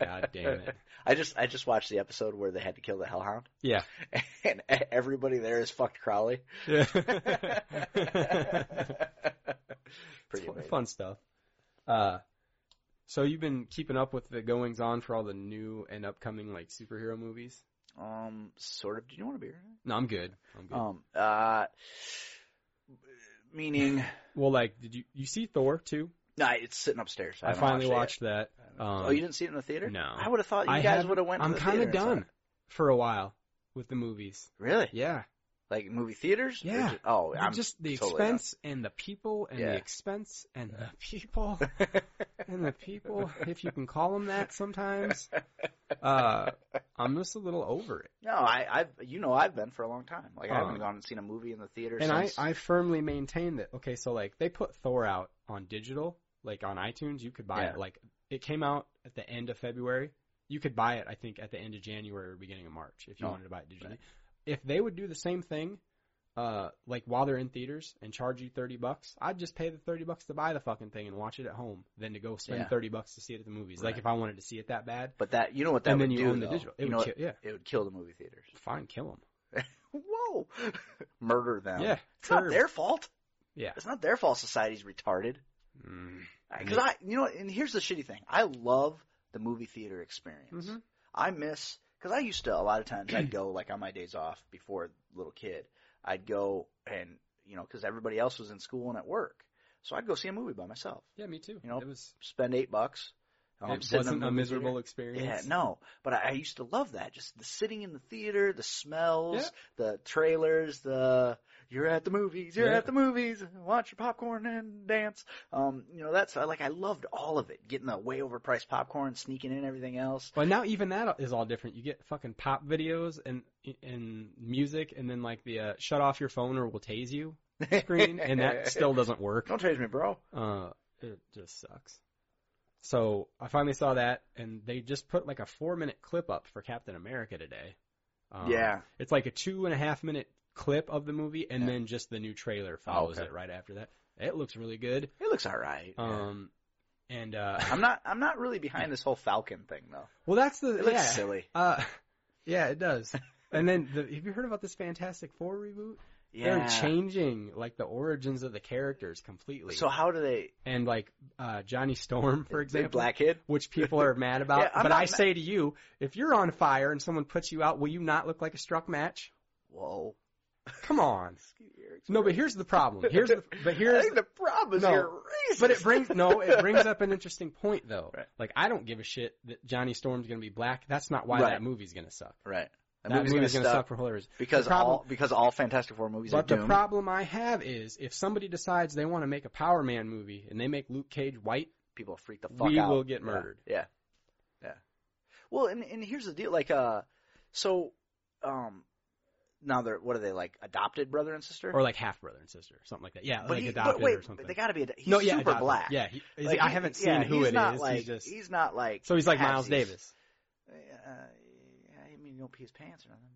Speaker 5: God damn it.
Speaker 4: I just I just watched the episode where they had to kill the Hellhound,
Speaker 5: Yeah.
Speaker 4: and e- everybody there is fucked Crowley.
Speaker 5: Yeah.
Speaker 4: Pretty amazing.
Speaker 5: Fun stuff. Uh, so you've been keeping up with the goings on for all the new and upcoming like superhero movies?
Speaker 4: Um, sort of. Do you want a beer?
Speaker 5: No, I'm good. I'm good.
Speaker 4: Um, uh, meaning,
Speaker 5: well, like, did you you see Thor too?
Speaker 4: nah, it's sitting upstairs.
Speaker 5: I,
Speaker 4: haven't
Speaker 5: finally
Speaker 4: watched it yet.
Speaker 5: watched that. Um,
Speaker 4: oh, you didn't see it in the theater?
Speaker 5: no.
Speaker 4: I would have thought you
Speaker 5: I
Speaker 4: guys
Speaker 5: haven't-
Speaker 4: would have went. To
Speaker 5: I'm
Speaker 4: the
Speaker 5: kind
Speaker 4: theater
Speaker 5: of
Speaker 4: and saw
Speaker 5: done
Speaker 4: it.
Speaker 5: for a while with the movies.
Speaker 4: Really?
Speaker 5: Yeah.
Speaker 4: Like movie theaters? Or
Speaker 5: Yeah.
Speaker 4: ju- oh,
Speaker 5: The-
Speaker 4: I'm
Speaker 5: just the
Speaker 4: totally
Speaker 5: expense and the people and
Speaker 4: Yeah.
Speaker 5: the expense and the people and the people, if you can call them that sometimes. Uh, I'm just a little over it.
Speaker 4: no, I, I've you know I've been for a long time. Like I haven't
Speaker 5: Um,
Speaker 4: gone and seen a movie in the theater
Speaker 5: And I,
Speaker 4: since.
Speaker 5: I firmly maintain that, okay, so like they put Thor out on digital, like on iTunes, you could buy
Speaker 4: Yeah.
Speaker 5: it. Like it came out at the end of February. You could buy it, I think, at the end of January or beginning of March if you
Speaker 4: Oh,
Speaker 5: wanted to buy it digitally.
Speaker 4: right.
Speaker 5: If they would do the same thing, uh, like while they're in theaters and charge you 30 bucks, I'd just pay the 30 bucks to buy the fucking thing and watch it at home than to go spend
Speaker 4: Yeah.
Speaker 5: 30 bucks to see it at the movies.
Speaker 4: Right.
Speaker 5: Like if I wanted to see it that bad.
Speaker 4: but that you know what that
Speaker 5: and
Speaker 4: would
Speaker 5: then you
Speaker 4: do
Speaker 5: own the
Speaker 4: though?
Speaker 5: digital. It
Speaker 4: you know
Speaker 5: would
Speaker 4: what?
Speaker 5: kill, yeah.
Speaker 4: it would kill the movie theaters.
Speaker 5: Fine, kill them.
Speaker 4: Whoa, murder them.
Speaker 5: yeah.
Speaker 4: it's not
Speaker 5: curb.
Speaker 4: their fault.
Speaker 5: Yeah.
Speaker 4: It's not their fault. Society's retarded.
Speaker 5: Mm.
Speaker 4: Because I, you know, and here's the shitty thing. I love the movie theater experience.
Speaker 5: Mhm.
Speaker 4: I miss because I used to a lot of times I'd go like on my days off before a little kid. I'd go and you know because everybody else was in school and at work, so I'd go see a movie by myself.
Speaker 5: Yeah, me too.
Speaker 4: You know,
Speaker 5: it was,
Speaker 4: Spend eight bucks. um,
Speaker 5: it
Speaker 4: sit in
Speaker 5: wasn't a
Speaker 4: movie
Speaker 5: miserable
Speaker 4: theater.
Speaker 5: experience.
Speaker 4: Yeah, no, but I, I used to love that. Just the sitting in the theater, the smells, the trailers, the you're at the movies, you're
Speaker 5: Yeah.
Speaker 4: at the movies, watch your popcorn and dance. Um, you know, that's I like I loved all of it. Getting the way overpriced popcorn, sneaking in everything else.
Speaker 5: But now even that is all different. You get fucking pop videos and and music, and then like the uh, shut off your phone or we'll tase you screen, and that still doesn't work.
Speaker 4: Don't tase me, bro.
Speaker 5: Uh, it just sucks. So I finally saw that, and they just put like a four minute clip up for Captain America today. Um,
Speaker 4: yeah.
Speaker 5: it's like a two and a half minute clip of the movie, and
Speaker 4: Yeah. Oh,
Speaker 5: then just the new trailer follows
Speaker 4: okay.
Speaker 5: it right after that. It looks really good.
Speaker 4: It looks alright.
Speaker 5: Um, And uh,
Speaker 4: I'm not. I'm not really behind this whole Falcon thing though.
Speaker 5: well, that's the
Speaker 4: It looks
Speaker 5: yeah.
Speaker 4: silly.
Speaker 5: Uh, yeah, it does. and then the, have you heard about this Fantastic Four reboot? They're changing like the origins of the characters completely.
Speaker 4: So how do they?
Speaker 5: and like uh, Johnny Storm, for
Speaker 4: they
Speaker 5: example,
Speaker 4: Black Kid.
Speaker 5: which people are mad about.
Speaker 4: Yeah, I'm
Speaker 5: but
Speaker 4: not
Speaker 5: I
Speaker 4: ma-
Speaker 5: say to you, if you're on fire and someone puts you out, will you not look like a struck match?
Speaker 4: Whoa.
Speaker 5: Come on. No, but here's the problem. Here's the, but
Speaker 4: I
Speaker 5: here's
Speaker 4: think the problem is
Speaker 5: no.
Speaker 4: you're racist.
Speaker 5: but it brings no, it brings up an interesting point though.
Speaker 4: Right.
Speaker 5: Like I don't give a shit that Johnny Storm's gonna be black. That's not why
Speaker 4: Right.
Speaker 5: that movie's gonna suck.
Speaker 4: right. That,
Speaker 5: That movie's, gonna,
Speaker 4: suck,
Speaker 5: suck for hilarious.
Speaker 4: because
Speaker 5: The problem-
Speaker 4: all because all Fantastic Four movies
Speaker 5: But
Speaker 4: are
Speaker 5: the
Speaker 4: doomed.
Speaker 5: problem I have is if somebody decides they want to make a Power Man movie and they make Luke Cage white,
Speaker 4: People freak the fuck
Speaker 5: we
Speaker 4: out.
Speaker 5: will get
Speaker 4: Yeah.
Speaker 5: murdered.
Speaker 4: Yeah. Yeah. Well, and and here's the deal. Like, uh, so, um, now they're what are they like adopted brother and sister?
Speaker 5: or like half brother and sister, something like that. Yeah,
Speaker 4: but
Speaker 5: like
Speaker 4: he,
Speaker 5: adopted
Speaker 4: but wait,
Speaker 5: or something.
Speaker 4: they gotta be. ad- He's
Speaker 5: no, yeah,
Speaker 4: super
Speaker 5: adopted.
Speaker 4: black.
Speaker 5: Yeah, he, is-
Speaker 4: Like,
Speaker 5: I
Speaker 4: he-
Speaker 5: haven't seen
Speaker 4: yeah,
Speaker 5: who
Speaker 4: he's
Speaker 5: it
Speaker 4: not
Speaker 5: is.
Speaker 4: Like,
Speaker 5: he's just
Speaker 4: he's not like.
Speaker 5: so he's like
Speaker 4: half-
Speaker 5: Miles Davis.
Speaker 4: Uh, I mean, you don't pee his pants or nothing, but.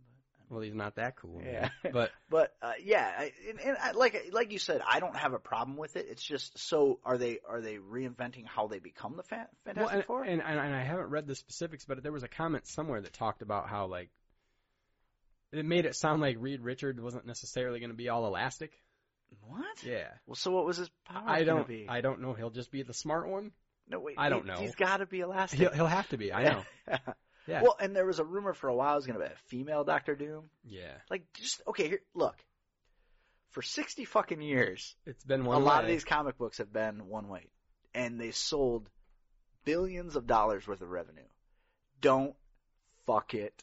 Speaker 5: Well, he's not that cool.
Speaker 4: Yeah.
Speaker 5: man. but
Speaker 4: But uh, yeah, I, and, and I, like like you said, I don't have a problem with it. It's just so are they are they reinventing how they become the fan, Fantastic
Speaker 5: well, and,
Speaker 4: Four?
Speaker 5: and and and I haven't read the specifics, but there was a comment somewhere that talked about how like it made it sound like Reed Richard wasn't necessarily going to be all elastic.
Speaker 4: what?
Speaker 5: Yeah,
Speaker 4: Well, so what was his power? gonna
Speaker 5: I don't.
Speaker 4: Be?
Speaker 5: I don't know. He'll just be the smart one.
Speaker 4: no wait.
Speaker 5: I don't
Speaker 4: he-
Speaker 5: know.
Speaker 4: He's got to be elastic.
Speaker 5: He'll he'll have to be. I know. Yeah.
Speaker 4: Well, and there was a rumor for a while it was going to be a female Doctor Doom.
Speaker 5: yeah,
Speaker 4: Like, just okay. Here, look. For sixty fucking years,
Speaker 5: it's been one.
Speaker 4: a lot of
Speaker 5: way.
Speaker 4: these comic books have been one way, and they sold billions of dollars worth of revenue. Don't fuck it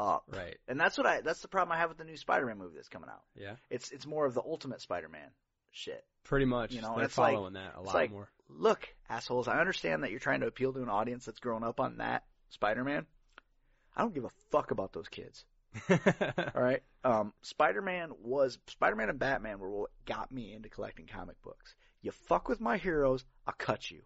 Speaker 4: up.
Speaker 5: Right.
Speaker 4: And that's what I that's the problem I have with the new Spider-Man movie that's coming out.
Speaker 5: Yeah.
Speaker 4: It's it's more of the ultimate Spider-Man shit.
Speaker 5: Pretty much.
Speaker 4: You know,
Speaker 5: They're
Speaker 4: it's like-
Speaker 5: following that a
Speaker 4: it's
Speaker 5: lot
Speaker 4: like-
Speaker 5: more.
Speaker 4: Look, assholes, I understand that you're trying to appeal to an audience that's grown up on that Spider-Man. I don't give a fuck about those kids. All right. Um, Spider-Man was Spider-Man and Batman were what got me into collecting comic books. You fuck with my heroes, I'll cut you.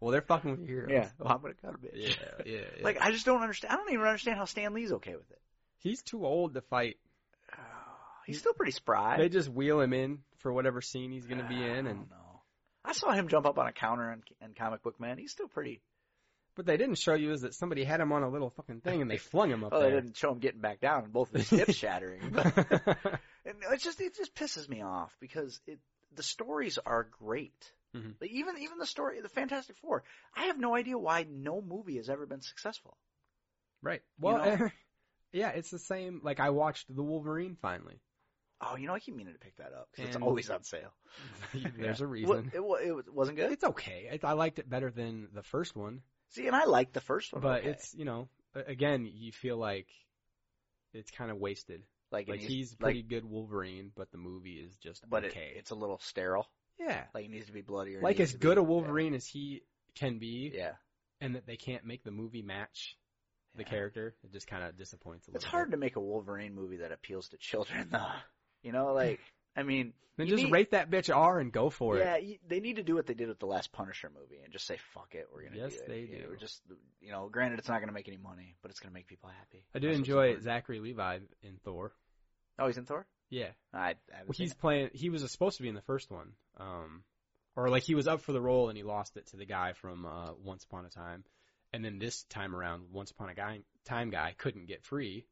Speaker 5: well, they're fucking with your heroes.
Speaker 4: Well, Oh, I'm gonna cut a bitch.
Speaker 5: Yeah, yeah, yeah.
Speaker 4: Like I just don't understand. I don't even understand how Stan Lee's okay with it.
Speaker 5: he's too old to fight.
Speaker 4: He's still pretty spry.
Speaker 5: They just wheel him in for whatever scene he's going to be
Speaker 4: I
Speaker 5: in, and
Speaker 4: don't know. I saw him jump up on a counter in, in Comic Book Man. He's still pretty.
Speaker 5: what they didn't show you is that somebody had him on a little fucking thing and they flung him up
Speaker 4: Well, Oh, they
Speaker 5: there.
Speaker 4: didn't show him getting back down, and both of his hips shattering. But and it just it just pisses me off because it the stories are great.
Speaker 5: Mhm.
Speaker 4: Like, even even the story, the Fantastic Four. I have no idea why no movie has ever been successful.
Speaker 5: right. Well,
Speaker 4: You know?
Speaker 5: yeah, it's the same. Like I watched The Wolverine finally.
Speaker 4: Oh, you know, I keep meaning to pick that up because it's
Speaker 5: And-
Speaker 4: always on sale.
Speaker 5: There's a
Speaker 4: What,
Speaker 5: reason.
Speaker 4: it, wa- it wasn't good.
Speaker 5: It's okay. It, I liked it better than the first one,
Speaker 4: See, and I liked the first one,
Speaker 5: but
Speaker 4: okay.
Speaker 5: it's you know a- again you feel like it's kind of wasted.
Speaker 4: like, it
Speaker 5: Like
Speaker 4: needs-
Speaker 5: he's
Speaker 4: like,
Speaker 5: pretty good Wolverine, but the movie is just
Speaker 4: but it,
Speaker 5: okay.
Speaker 4: it's a little sterile.
Speaker 5: yeah,
Speaker 4: Like it needs to be bloodier. it
Speaker 5: like
Speaker 4: needs
Speaker 5: as
Speaker 4: to
Speaker 5: good
Speaker 4: be,
Speaker 5: a Wolverine as he can be,
Speaker 4: Yeah. yeah.
Speaker 5: and that they can't make the movie match the
Speaker 4: Yeah.
Speaker 5: character, it just kind of disappoints a little.
Speaker 4: It's hard to make a Wolverine movie that appeals to children, though. You know, like I mean,
Speaker 5: Then
Speaker 4: You
Speaker 5: just
Speaker 4: need-
Speaker 5: rate that bitch R and go for
Speaker 4: yeah,
Speaker 5: it.
Speaker 4: you, they need to do what they did with the last Punisher movie and just say fuck it, we're gonna.
Speaker 5: Yes,
Speaker 4: do it.
Speaker 5: they
Speaker 4: You know,
Speaker 5: do.
Speaker 4: just you know, granted, it's not gonna make any money, but it's gonna make people happy.
Speaker 5: I
Speaker 4: That's
Speaker 5: did
Speaker 4: what's
Speaker 5: enjoy
Speaker 4: important.
Speaker 5: Zachary Levi in Thor.
Speaker 4: Oh, he's in Thor.
Speaker 5: Yeah,
Speaker 4: I, I haven't
Speaker 5: well,
Speaker 4: seen
Speaker 5: he's playing. He was supposed to be in the first one, um, or like he was up for the role and he lost it to the guy from uh, Once Upon a Time, and then this time around, Once Upon a guy, Time guy couldn't get free.
Speaker 4: it.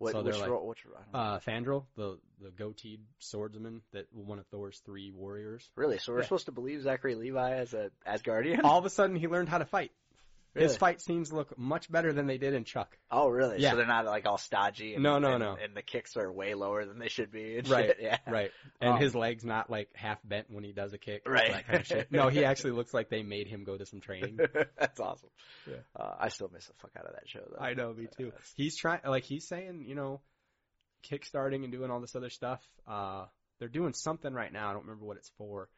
Speaker 4: What,
Speaker 5: so they're
Speaker 4: which
Speaker 5: like,
Speaker 4: role? Which role? I don't know.
Speaker 5: Uh, Fandral, the the goateed swordsman that one of Thor's three warriors.
Speaker 4: really? So we're
Speaker 5: yeah.
Speaker 4: supposed to believe Zachary Levi as a Asgardian?
Speaker 5: All of a sudden, he learned how to fight.
Speaker 4: really?
Speaker 5: His fight scenes look much better than they did in Chuck.
Speaker 4: Oh, really?
Speaker 5: Yeah.
Speaker 4: So they're not like all stodgy. And,
Speaker 5: No, no,
Speaker 4: and,
Speaker 5: no.
Speaker 4: And the kicks are way lower than they should be. And
Speaker 5: Right,
Speaker 4: Shit. Yeah.
Speaker 5: Right. And
Speaker 4: Oh.
Speaker 5: his leg's not like half bent when he does a kick.
Speaker 4: Right.
Speaker 5: That kind of shit. No, he actually looks like they made him go to some training.
Speaker 4: That's awesome.
Speaker 5: Yeah.
Speaker 4: Uh, I still miss the fuck out of that show though. Uh,
Speaker 5: I know, me too. He's trying, like he's saying, you know, kickstarting and doing all this other stuff. Uh, they're doing something right now. I don't remember what it's for.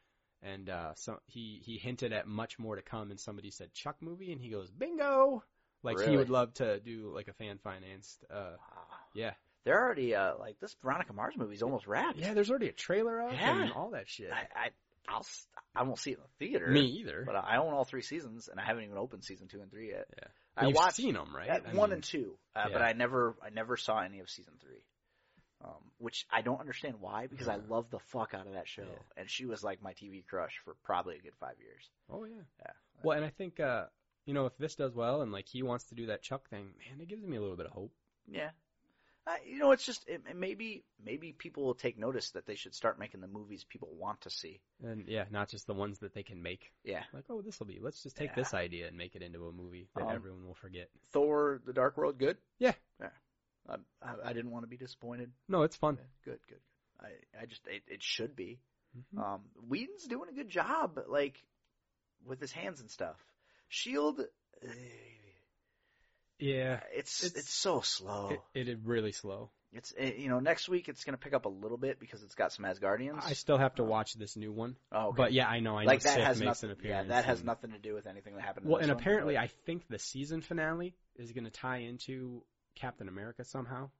Speaker 5: And, uh, so he, he hinted at much more to come and somebody said Chuck movie and he goes, bingo. Like he
Speaker 4: Really?
Speaker 5: would love to do like a fan financed, uh,
Speaker 4: Wow.
Speaker 5: yeah.
Speaker 4: They're already uh, like this Veronica Mars movie's almost wrapped.
Speaker 5: Yeah, there's already a trailer up and
Speaker 4: Yeah.
Speaker 5: all that shit.
Speaker 4: I, I I'll s- I won't see it in the theater.
Speaker 5: Me either.
Speaker 4: But I own all three seasons, and I haven't even opened season two and three yet.
Speaker 5: Yeah.
Speaker 4: I
Speaker 5: You've
Speaker 4: watched
Speaker 5: seen them, right?
Speaker 4: uh,
Speaker 5: I
Speaker 4: one
Speaker 5: mean-
Speaker 4: and two, uh,
Speaker 5: yeah.
Speaker 4: but I never I never saw any of season three. um, which I don't understand why because I
Speaker 5: Yeah.
Speaker 4: love the fuck out of that show.
Speaker 5: Yeah.
Speaker 4: And she was like my TV crush for probably a good five years.
Speaker 5: Oh yeah.
Speaker 4: Yeah.
Speaker 5: Well, and I think uh, you know if this does well and like he wants to do that Chuck thing, man, it gives me a little bit of hope.
Speaker 4: Yeah. Uh, you know, it's just it, it maybe maybe people will take notice that they should start making the movies people want to see.
Speaker 5: And yeah, not just the ones that they can make.
Speaker 4: Yeah,
Speaker 5: Like, oh, this will be. Let's just take
Speaker 4: Yeah.
Speaker 5: this idea and make it into a movie that
Speaker 4: Um,
Speaker 5: everyone will forget.
Speaker 4: Thor: The Dark World, good.
Speaker 5: Yeah.
Speaker 4: yeah. I, I, I didn't want to be disappointed.
Speaker 5: No, it's fun.
Speaker 4: Good, good, good. I I just it, it should be.
Speaker 5: Mhm.
Speaker 4: Um, Whedon's doing a good job, like with his hands and stuff. Shield, E eh,
Speaker 5: Yeah.
Speaker 4: it's it's,
Speaker 5: It's-
Speaker 4: so slow.
Speaker 5: It, it is really slow.
Speaker 4: it's eh, you know next week it's gonna pick up a little bit because it's got some Asgardians.
Speaker 5: I still have to watch this new one,
Speaker 4: oh, uh, okay.
Speaker 5: but yeah, I know. I know
Speaker 4: like that
Speaker 5: Sif
Speaker 4: has
Speaker 5: makes
Speaker 4: nothing.
Speaker 5: an
Speaker 4: Yeah,
Speaker 5: appearance.
Speaker 4: that has
Speaker 5: and-
Speaker 4: nothing to do with anything that happened. in
Speaker 5: Well,
Speaker 4: this
Speaker 5: and
Speaker 4: one,
Speaker 5: apparently,
Speaker 4: but-
Speaker 5: I think the season finale is going to tie into Captain America somehow.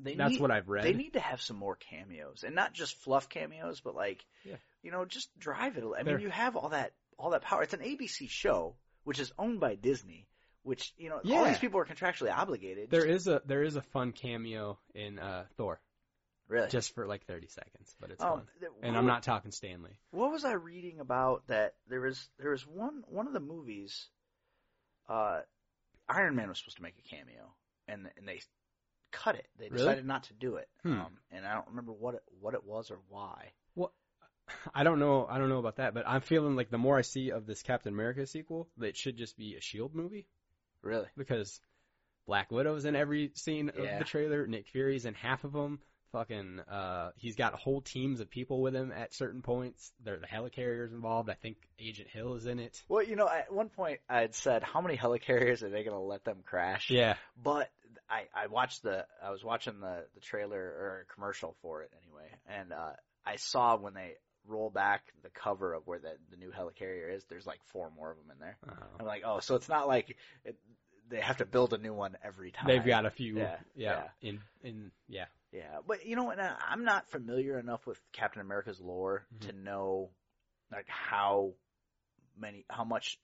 Speaker 4: they
Speaker 5: That's
Speaker 4: need,
Speaker 5: what I've read.
Speaker 4: They need to have some more cameos, and not just fluff cameos, but like,
Speaker 5: Yeah.
Speaker 4: you know, just drive it. a li- I
Speaker 5: They're-
Speaker 4: mean, you have all that all that power. It's an ABC show, which is owned by Disney, which you know, all
Speaker 5: Yeah.
Speaker 4: these people are contractually obligated.
Speaker 5: There is a there is a fun cameo in uh, Thor,
Speaker 4: really.
Speaker 5: just for like thirty seconds, but it's
Speaker 4: um,
Speaker 5: fun.
Speaker 4: th-
Speaker 5: And
Speaker 4: what-
Speaker 5: I'm not talking Stanley.
Speaker 4: What was I reading about that there was there was one one of the movies, uh, Iron Man was supposed to make a cameo, and and they cut it. They
Speaker 5: Really?
Speaker 4: decided not to do it,
Speaker 5: Hmm.
Speaker 4: um, and I don't remember what it, what it was or why.
Speaker 5: I don't know. I don't know about that, but I'm feeling like the more I see of this Captain America sequel, that it should just be a Shield E movie
Speaker 4: Really.
Speaker 5: because Black Widow's in every scene of
Speaker 4: Yeah.
Speaker 5: the trailer. Nick Fury's in half of them. Fucking, uh, he's got whole teams of people with him at certain points. There are the helicarriers involved. I think Agent Hill is in it.
Speaker 4: Well, you know, at one point I had said, "How many helicarriers are they going to let them crash?"
Speaker 5: Yeah.
Speaker 4: But I, I watched the, I was watching the the trailer or commercial for it anyway, and uh, I saw when they roll back the cover of where the the new helicarrier is. There's like four more of them in there.
Speaker 5: Uh,
Speaker 4: I'm like, oh, so it's not like it, they have to build a new one every time.
Speaker 5: they've got a few.
Speaker 4: Yeah,
Speaker 5: yeah. In in yeah.
Speaker 4: Yeah, but you know, and I- I'm not familiar enough with Captain America's lore
Speaker 5: Mhm.
Speaker 4: to know like how many, how much,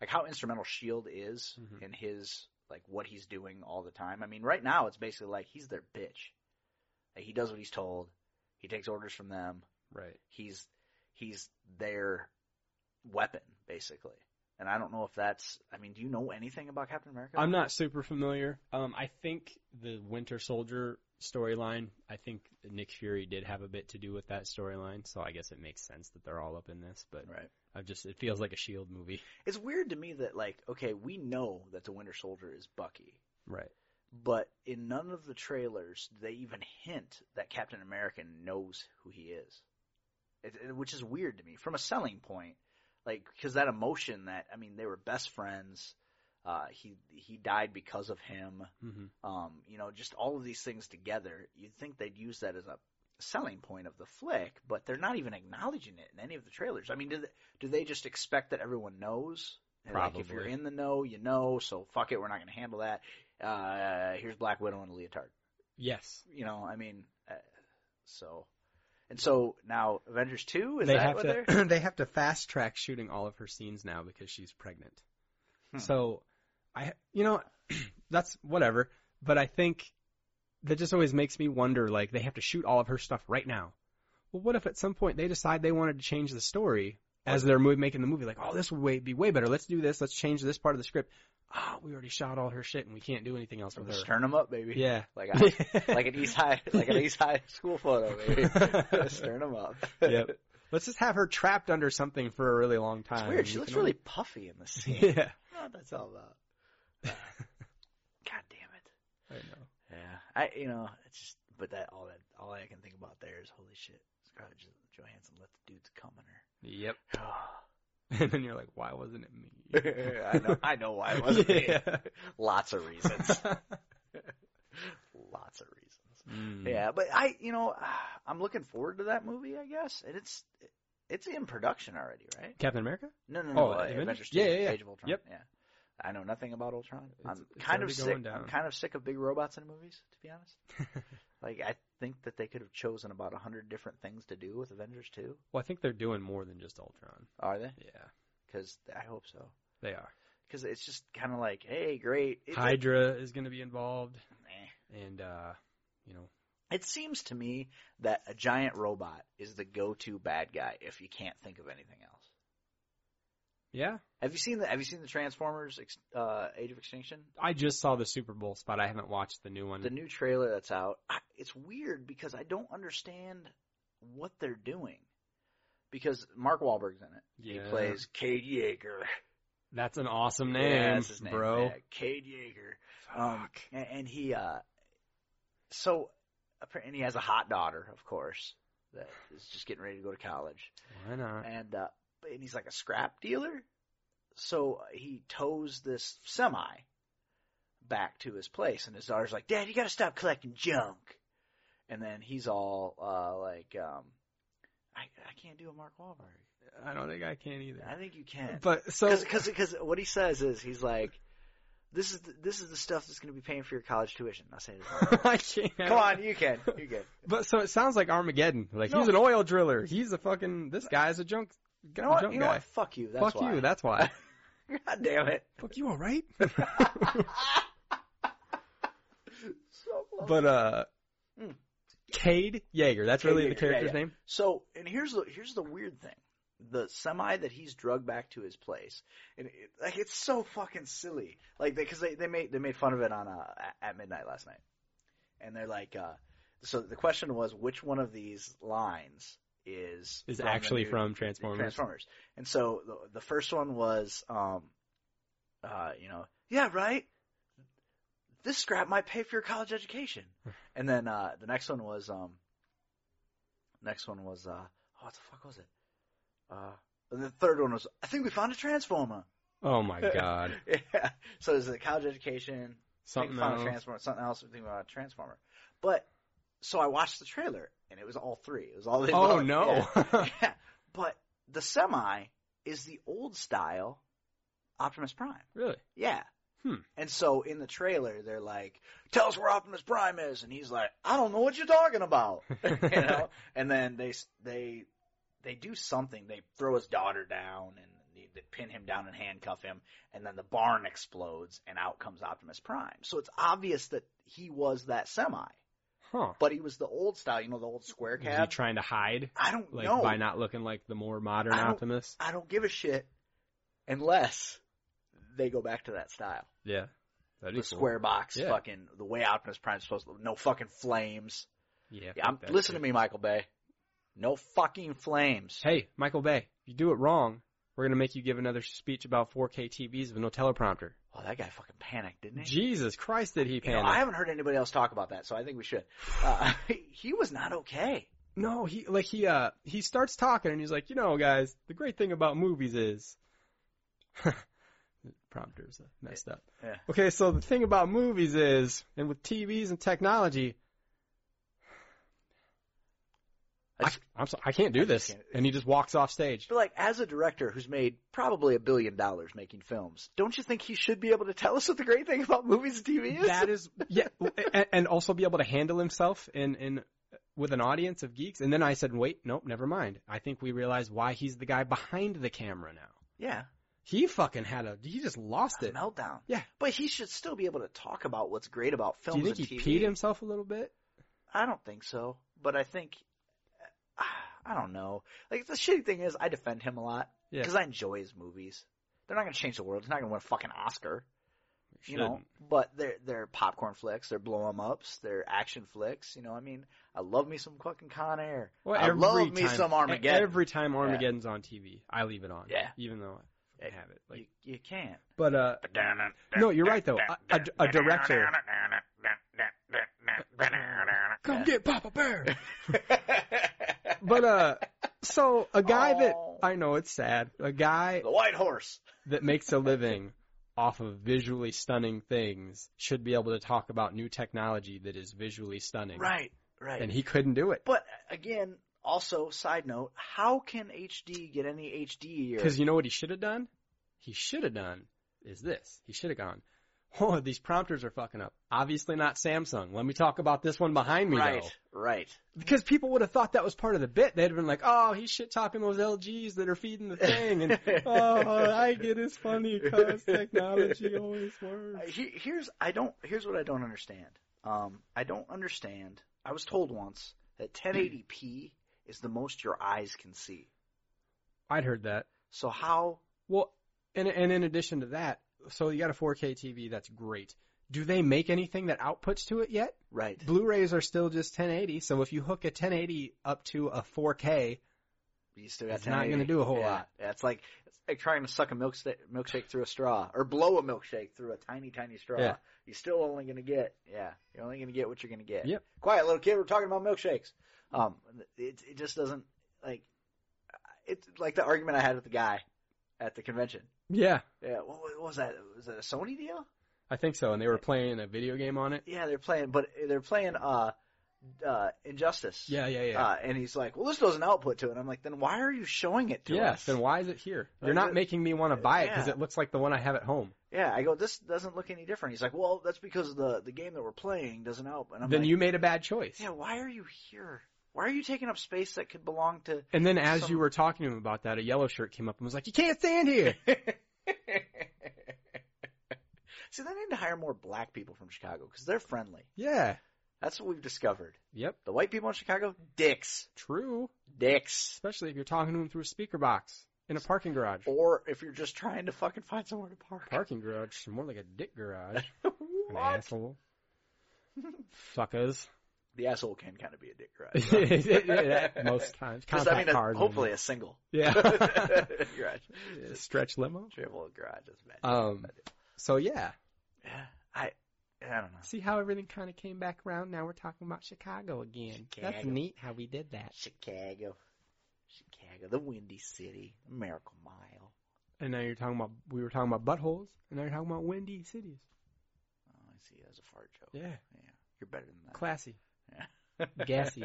Speaker 4: like how instrumental Shield E is
Speaker 5: Mhm.
Speaker 4: in his like what he's doing all the time. I mean, right now it's basically like he's their bitch. Like, he does what he's told. He takes orders from them.
Speaker 5: Right.
Speaker 4: He's he's their weapon basically. And I don't know if that's. I mean, do you know anything about Captain America?
Speaker 5: I'm not super familiar. Um, I think the Winter Soldier storyline. I think Nick Fury did have a bit to do with that storyline, so I guess it makes sense that they're all up in this. But
Speaker 4: right.
Speaker 5: I just it feels like a Shield movie.
Speaker 4: It's weird to me that like, okay, we know that the Winter Soldier is Bucky,
Speaker 5: Right.
Speaker 4: but in none of the trailers do they even hint that Captain America knows who he is, it, it- which is weird to me from a selling point. Like, because that emotion that I mean, they were best friends. Uh, he he died because of him.
Speaker 5: hmm
Speaker 4: Um, you know, just all of these things together. You'd think they'd use that as a selling point of the flick, but they're not even acknowledging it in any of the trailers. I mean, do they, do they just expect that everyone knows? And, Like, if you're
Speaker 5: Probably.
Speaker 4: in the know, you know. So fuck it, we're not going to handle that. Uh, here's Black Widow in a leotard.
Speaker 5: Yes.
Speaker 4: You know, I mean, uh, so and so now Avengers two is
Speaker 5: they
Speaker 4: that
Speaker 5: have
Speaker 4: what
Speaker 5: to
Speaker 4: they're?
Speaker 5: they have to fast track shooting all of her scenes now because she's pregnant.
Speaker 4: Hmm.
Speaker 5: So I you know that's whatever, but I think that just always makes me wonder like they have to shoot all of her stuff right now. Well, what if at some point they decide they wanted to change the story as they're mo- making the movie like, "Oh, this would way, be way better. Let's do this. Let's change this part of the script." Ah, we already shot all her shit and we can't do anything else
Speaker 4: From
Speaker 5: with
Speaker 4: the
Speaker 5: her.
Speaker 4: sternum up, baby.
Speaker 5: Yeah.
Speaker 4: Like I, like an East High, like an East High school photo, baby. sternum up.
Speaker 5: Yep. Let's just have her trapped under something for a really long time.
Speaker 4: It's weird.
Speaker 5: and
Speaker 4: She
Speaker 5: we
Speaker 4: looks
Speaker 5: can only-
Speaker 4: really puffy in this scene. know
Speaker 5: Yeah.
Speaker 4: what Oh, that's all about. God damn
Speaker 5: I know.
Speaker 4: it. Yeah. I you know, it's just but that all that all I can think about there is holy shit, Scarlett Jo- Johansson let the dudes come on
Speaker 5: Yep.
Speaker 4: her.
Speaker 5: And then you're like, why wasn't it me?
Speaker 4: I know I know why it wasn't me.
Speaker 5: Yeah.
Speaker 4: Lots of reasons. Lots of reasons.
Speaker 5: Mm.
Speaker 4: Yeah, but I you know, I'm looking forward to that movie, I guess. And it's it's in production already, right?
Speaker 5: Captain America?
Speaker 4: No, no, no.
Speaker 5: Oh,
Speaker 4: uh,
Speaker 5: Avengers?
Speaker 4: Avengers
Speaker 5: Yeah,
Speaker 4: 2,
Speaker 5: yeah, yeah.
Speaker 4: Age of Ultron.
Speaker 5: Yep.
Speaker 4: Yeah. I know nothing about Ultron. I'm
Speaker 5: It's- it's
Speaker 4: kind of
Speaker 5: already
Speaker 4: sick.
Speaker 5: going down.
Speaker 4: I'm kind of sick of big robots in movies, to be honest. like I think that they could have chosen about a hundred different things to do with Avengers 2.
Speaker 5: Well, I think they're doing more than just Ultron.
Speaker 4: Are they?
Speaker 5: Yeah,
Speaker 4: Because I hope so.
Speaker 5: they are.
Speaker 4: Because it's just kind of like, hey, great. It's
Speaker 5: Hydra is going to be involved,
Speaker 4: eh.
Speaker 5: and uh you know.
Speaker 4: It seems to me that a giant robot is the go-to bad guy if you can't think of anything else.
Speaker 5: Yeah.
Speaker 4: Have you seen the Have you seen the Transformers ex- uh, Age of Extinction?
Speaker 5: I just saw the Super Bowl spot. I haven't watched the new one.
Speaker 4: The new trailer that's out. I, it's weird because I don't understand what they're doing. Because Mark Wahlberg's in it.
Speaker 5: yeah.
Speaker 4: He plays Cade Yeager.
Speaker 5: That's an awesome name,
Speaker 4: yeah, that's his name.
Speaker 5: bro.
Speaker 4: Yeah, Cade Yeager. Um, and, and he, uh, so, appar- and he has a hot daughter, of course, that is just getting ready to go to college.
Speaker 5: Why not?
Speaker 4: And, uh, and he's like a scrap dealer. So uh, he tows this semi back to his place and his daughter's like, Dad, you gotta stop collecting junk. And then he's all, uh, like, um, I, I can't do a Mark Wahlberg.
Speaker 5: I don't think I can either.
Speaker 4: I think you can.
Speaker 5: But so
Speaker 4: Because because what he says is he's like, this is the, this is the stuff that's going to be paying for your college tuition. I'll say this.
Speaker 5: I can't.
Speaker 4: Come on, you can, you can.
Speaker 5: But so it sounds like Armageddon. Like
Speaker 4: No.
Speaker 5: he's an oil driller. He's a fucking. This guy's a junk.
Speaker 4: You
Speaker 5: Got
Speaker 4: know what?
Speaker 5: junk
Speaker 4: You know
Speaker 5: guy.
Speaker 4: what? Fuck you. That's
Speaker 5: Fuck
Speaker 4: why.
Speaker 5: you. That's why.
Speaker 4: God damn it.
Speaker 5: Fuck you. All right.
Speaker 4: So close.
Speaker 5: but uh,
Speaker 4: Hmm.
Speaker 5: Cade Yeager. That's
Speaker 4: Cade Yeager,
Speaker 5: really the
Speaker 4: yeah,
Speaker 5: character's
Speaker 4: yeah.
Speaker 5: name.
Speaker 4: So, and here's the here's the weird thing: the semi that he's drugged back to his place, and it, like it's so fucking silly. Like because they, they made they made fun of it on uh, at- at midnight last night, and they're like, uh, so the question was which one of these lines is
Speaker 5: Is
Speaker 4: the
Speaker 5: actually
Speaker 4: new
Speaker 5: from Transformers.
Speaker 4: Transformers. And so the, the first one was, um, uh, you know, yeah, right. This scrap might pay for your college education. and then uh, the next one was, um, next one was, uh, oh, what the fuck was it? Uh, and the third one was, I think we found a transformer.
Speaker 5: Oh my god.
Speaker 4: yeah. So there's the college education,
Speaker 5: Something
Speaker 4: think Final
Speaker 5: else.
Speaker 4: Transformer, something else, think about a Transformer. But so I watched the trailer, and it was all three. It was all. they
Speaker 5: Oh
Speaker 4: both-
Speaker 5: no.
Speaker 4: Yeah. yeah. But the semi is the old style Optimus Prime.
Speaker 5: really?
Speaker 4: Yeah.
Speaker 5: Hmm.
Speaker 4: And so in the trailer, they're like, "Tell us where Optimus Prime is," and he's like, "I don't know what you're talking about." you know. And then they s- they they do something. They throw his daughter down and they, they pin him down and handcuff him. And then the barn explodes and out comes Optimus Prime. So it's obvious that he was that semi,
Speaker 5: Huh.
Speaker 4: but he was the old style. You know, the old square
Speaker 5: Is he
Speaker 4: cab.
Speaker 5: trying to hide,
Speaker 4: I don't
Speaker 5: like
Speaker 4: know.
Speaker 5: by not looking like the more modern
Speaker 4: I don't-
Speaker 5: Optimus?
Speaker 4: I don't give a shit unless they go back to that style.
Speaker 5: Yeah. That'd be
Speaker 4: The
Speaker 5: cool.
Speaker 4: square box,
Speaker 5: Yeah.
Speaker 4: fucking the way Optimus Prime's supposed to. No fucking flames.
Speaker 5: Yeah.
Speaker 4: Yeah, I'm,
Speaker 5: fuck that
Speaker 4: listen
Speaker 5: shit.
Speaker 4: to me, Michael Bay. No fucking flames.
Speaker 5: Hey, Michael Bay, if you do it wrong, we're gonna make you give another speech about 4K TVs with no teleprompter.
Speaker 4: Oh, that guy fucking panicked, didn't he?
Speaker 5: Jesus Christ, did he
Speaker 4: You know,
Speaker 5: panic?
Speaker 4: I haven't heard anybody else talk about that, so I think we should. Uh, he was not okay.
Speaker 5: No, he like he uh he starts talking and he's like, you know, guys, the great thing about movies is prompters uh, messed up.
Speaker 4: Yeah.
Speaker 5: Okay, so the thing about movies is, and with TVs and technology,
Speaker 4: I
Speaker 5: I,
Speaker 4: just-
Speaker 5: am so, I can't do
Speaker 4: I just
Speaker 5: this,
Speaker 4: can't-
Speaker 5: and he just walks off stage.
Speaker 4: But like, as a director who's made probably a billion dollars making films, don't you think he should be able to tell us what the great thing about movies and TV is?
Speaker 5: That is, yeah, and, and also be able to handle himself in in with an audience of geeks. And then I said, wait, nope, never mind. I think we realize why he's the guy behind the camera now.
Speaker 4: yeah,
Speaker 5: He fucking had a, he just lost
Speaker 4: a
Speaker 5: it.
Speaker 4: meltdown.
Speaker 5: Yeah.
Speaker 4: but he should still be able to talk about what's great about
Speaker 5: Do
Speaker 4: films
Speaker 5: you think
Speaker 4: and
Speaker 5: he
Speaker 4: TV.
Speaker 5: peed himself a little bit?
Speaker 4: I don't think so, but I think I don't know. Like the shitty thing is, I defend him a lot
Speaker 5: Yeah.
Speaker 4: because I enjoy his movies. They're not going to change the world. He's not going to win a fucking Oscar, you know.
Speaker 5: Shouldn't.
Speaker 4: But they're they're popcorn flicks, they're blow 'em ups, they're action flicks. You know, I mean, I love me some fucking Con Air.
Speaker 5: Well,
Speaker 4: I
Speaker 5: every
Speaker 4: love me
Speaker 5: time- e-,
Speaker 4: some Armageddon.
Speaker 5: Every time Armageddon's on TV, I leave it on.
Speaker 4: Yeah.
Speaker 5: Even though I
Speaker 4: Yeah.
Speaker 5: fucking have it. Like,
Speaker 4: you, you can't.
Speaker 5: but uh, no, you're right though. A- A, a director. Come
Speaker 4: Yeah.
Speaker 5: get Papa Bear. But uh, so a guy that
Speaker 4: Oh.
Speaker 5: I know it's sad. A guy
Speaker 4: the White Horse.
Speaker 5: that makes a living off of visually stunning things should be able to talk about new technology that is visually stunning.
Speaker 4: Right, right.
Speaker 5: And he couldn't do it
Speaker 4: But again, also side note, how can HD get any HD? Or,
Speaker 5: because you know what he should have done. He should have done is this. He should have gone. Oh, these prompters are fucking up. Obviously not Samsung. Let me talk about this one behind me
Speaker 4: right,
Speaker 5: though.
Speaker 4: right.
Speaker 5: because people would have thought that was part of the bit. They'd have been like, "Oh, he's shit talking those LGs that are feeding the thing," and "Oh, I get it's funny because technology always works."
Speaker 4: Uh, He- Here's I don't. Here's what I don't understand. Um, I don't understand. I was told once that 1080p is the most your eyes can see.
Speaker 5: I'd heard that.
Speaker 4: So how?
Speaker 5: Well, and and in addition to that, so you got a 4K TV. That's great. Do they make anything that outputs to it yet?
Speaker 4: Right.
Speaker 5: Blu-rays are still just 1080. So if you hook a 1080 up to a 4K,
Speaker 4: You still got
Speaker 5: It's not
Speaker 4: 1080p.
Speaker 5: gonna do a whole
Speaker 4: Yeah.
Speaker 5: lot.
Speaker 4: Yeah, it's like it's like trying to suck a milkshake, milkshake through a straw, or blow a milkshake through a tiny, tiny straw.
Speaker 5: Yeah.
Speaker 4: You're still only gonna get yeah. You're only gonna get what you're gonna get.
Speaker 5: Yep.
Speaker 4: Quiet little kid. We're talking about milkshakes. Um, it it just doesn't like it's like the argument I had with the guy at the convention.
Speaker 5: yeah,
Speaker 4: Yeah. What, what was that? Was that a Sony deal?
Speaker 5: I think so. And they were playing a video game on it.
Speaker 4: Yeah, they're playing, but they're playing uh, uh, Injustice.
Speaker 5: Yeah, yeah, yeah.
Speaker 4: Uh, and he's like, well, this doesn't output to it. I'm like, then why are you showing it to
Speaker 5: yes.
Speaker 4: us?
Speaker 5: Then why is it here?
Speaker 4: Like,
Speaker 5: You're
Speaker 4: uh,
Speaker 5: not making me want to buy it because
Speaker 4: yeah.
Speaker 5: it looks like the one I have at home.
Speaker 4: Yeah, I go, this doesn't look any different. He's like, well, that's because the the game that we're playing doesn't help. And I'm
Speaker 5: then
Speaker 4: like,
Speaker 5: you made a bad choice.
Speaker 4: yeah, why are you here? Why are you taking up space that could belong to?
Speaker 5: And then as
Speaker 4: Some-
Speaker 5: you were talking to him about that, a yellow shirt came up and was like, "You can't stand here."
Speaker 4: See, they need to hire more black people from Chicago because they're friendly.
Speaker 5: yeah.
Speaker 4: That's what we've discovered.
Speaker 5: Yep.
Speaker 4: The white people in Chicago, dicks,
Speaker 5: True.
Speaker 4: dicks.
Speaker 5: Especially if you're talking to him through a speaker box in a parking garage.
Speaker 4: Or if you're just trying to fucking find somewhere to park.
Speaker 5: Parking garage, more like a dick garage. An
Speaker 4: what?
Speaker 5: asshole. Fuckers.
Speaker 4: The asshole can kind of be a dick, right?
Speaker 5: Yeah, Most times.
Speaker 4: Because
Speaker 5: Compact
Speaker 4: I mean, a-
Speaker 5: cars.
Speaker 4: hopefully a single
Speaker 5: Yeah.
Speaker 4: garage,
Speaker 5: Stretch limo.
Speaker 4: triple garage is bad.
Speaker 5: Um. So yeah,
Speaker 4: Yeah, I, I don't know.
Speaker 5: see how everything kind of came back around. Now we're talking about Chicago again. That's
Speaker 4: Chicago.
Speaker 5: neat how we did that.
Speaker 4: Chicago, Chicago, the Windy City, Miracle Mile.
Speaker 5: And now you're talking about we were talking about buttholes, and now you're talking about windy cities.
Speaker 4: Oh, I see. That was a fart joke.
Speaker 5: Yeah,
Speaker 4: You're better than that.
Speaker 5: classy. gassy.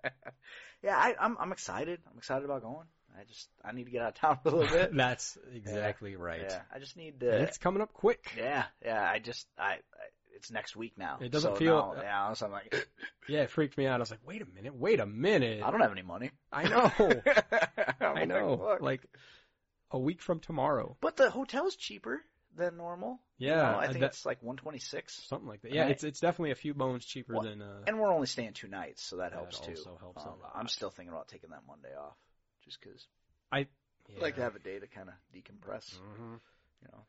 Speaker 4: yeah, I, I'm I'm excited. I'm excited about going. I just I need to get out of town a little bit.
Speaker 5: That's exactly right.
Speaker 4: Yeah, I just need
Speaker 5: And
Speaker 4: to.
Speaker 5: it's coming up quick.
Speaker 4: Yeah, yeah. I just I, I it's next week now.
Speaker 5: It doesn't
Speaker 4: so
Speaker 5: feel-
Speaker 4: Now, now so I'm like
Speaker 5: Yeah, it freaked me out. I was like, wait a minute, wait a minute.
Speaker 4: I don't have any money.
Speaker 5: I know.
Speaker 4: I'm
Speaker 5: I know.
Speaker 4: fuck.
Speaker 5: Like a week from tomorrow.
Speaker 4: but the hotel's cheaper than normal.
Speaker 5: Yeah,
Speaker 4: No, I
Speaker 5: uh,
Speaker 4: think
Speaker 5: that-
Speaker 4: it's like 126.
Speaker 5: something like that. Yeah,
Speaker 4: Right.
Speaker 5: it's it's definitely a few bones cheaper
Speaker 4: What?
Speaker 5: than uh.
Speaker 4: And we're only staying two nights, so that
Speaker 5: That
Speaker 4: helps too. Oh,
Speaker 5: also helps a lot.
Speaker 4: Um, I'm still thinking about taking that Monday off, just 'cause
Speaker 5: yeah.
Speaker 4: I like to have a day to kind of decompress,
Speaker 5: Mhm.
Speaker 4: you know.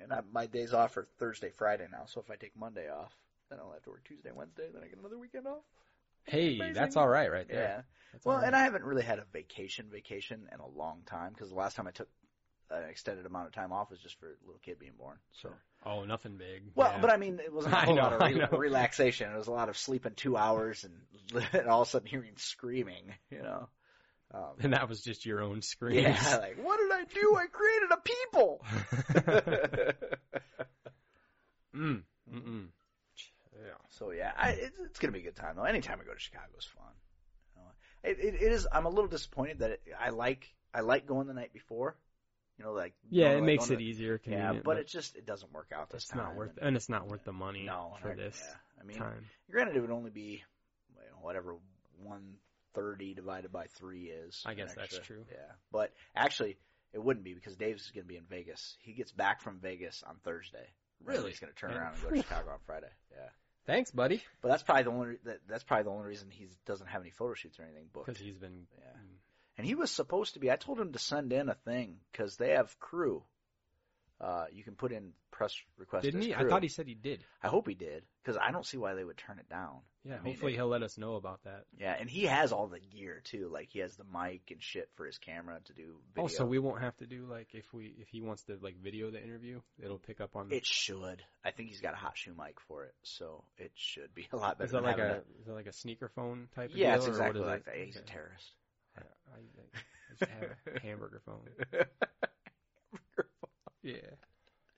Speaker 4: And I, my days off are Thursday, Friday now, so if I take Monday off, then I'll have to work Tuesday, Wednesday, then I get another weekend off.
Speaker 5: Hey,
Speaker 4: Amazing.
Speaker 5: that's all right, right
Speaker 4: Yeah.
Speaker 5: there. That's
Speaker 4: Well,
Speaker 5: all right.
Speaker 4: and I haven't really had a vacation vacation in a long time, 'cause the last time I took an extended amount of time off was just for a little kid being born. So.
Speaker 5: Oh, nothing big.
Speaker 4: Well,
Speaker 5: yeah.
Speaker 4: but I mean, it wasn't a
Speaker 5: I
Speaker 4: whole
Speaker 5: know,
Speaker 4: lot of
Speaker 5: I
Speaker 4: re-
Speaker 5: know.
Speaker 4: relaxation. It was a lot of sleeping two hours and, and all of a sudden hearing screaming, you know. Um,
Speaker 5: and that was just your own screams.
Speaker 4: yeah, like, what did I do? I created a people!
Speaker 5: mm. Mm-mm. Yeah.
Speaker 4: so yeah, I, it's, it's gonna be a good time though. Anytime I go to Chicago is fun. You know, It, it, it is, I'm a little disappointed that it, I like, I like going the night before. You know, like.
Speaker 5: Yeah,
Speaker 4: going-
Speaker 5: it makes
Speaker 4: going
Speaker 5: it
Speaker 4: to-
Speaker 5: easier.
Speaker 4: Yeah,
Speaker 5: Convenient,
Speaker 4: but it just, it doesn't work out this
Speaker 5: it's
Speaker 4: time.
Speaker 5: not worth,
Speaker 4: and-
Speaker 5: and it's not worth the money
Speaker 4: No,
Speaker 5: for
Speaker 4: I-
Speaker 5: this
Speaker 4: yeah. I mean,
Speaker 5: time.
Speaker 4: Granted, it would only be you know, whatever one thirty divided by three is.
Speaker 5: I
Speaker 4: an
Speaker 5: guess that's
Speaker 4: extra-
Speaker 5: true.
Speaker 4: Yeah, but actually, it wouldn't be because Dave's going to be in Vegas. He gets back from Vegas on Thursday. And
Speaker 5: Really?
Speaker 4: He's going to turn
Speaker 5: Yeah.
Speaker 4: around and go to Chicago on Friday. Yeah,
Speaker 5: Thanks, buddy,
Speaker 4: but that's probably the only that, that's probably the only reason he doesn't have any photo shoots or anything booked.
Speaker 5: because he's been.
Speaker 4: Yeah. And he was supposed to be. I told him to send in a thing because they have crew. Uh, you can put in press requests.
Speaker 5: Didn't
Speaker 4: as
Speaker 5: he? I
Speaker 4: crew.
Speaker 5: thought he said he did.
Speaker 4: I hope he did because I don't see why they would turn it down.
Speaker 5: Yeah,
Speaker 4: I mean,
Speaker 5: hopefully
Speaker 4: it-
Speaker 5: he'll let us know about that.
Speaker 4: Yeah, and he has all the gear too. Like he has the mic and shit for his camera to do video.
Speaker 5: Also, we won't have to do like if we if he wants to like video the interview, it'll pick up on.
Speaker 4: it should. I think he's got a hot shoe mic for it, so it should be a lot better.
Speaker 5: is that
Speaker 4: than
Speaker 5: like
Speaker 4: having
Speaker 5: a is that like a sneaker phone type? Of
Speaker 4: Yeah,
Speaker 5: deal,
Speaker 4: it's
Speaker 5: or what
Speaker 4: exactly
Speaker 5: is
Speaker 4: like
Speaker 5: it?
Speaker 4: that. He's a
Speaker 5: Okay.
Speaker 4: terrorist.
Speaker 5: I, I, I just have a hamburger phone. Yeah,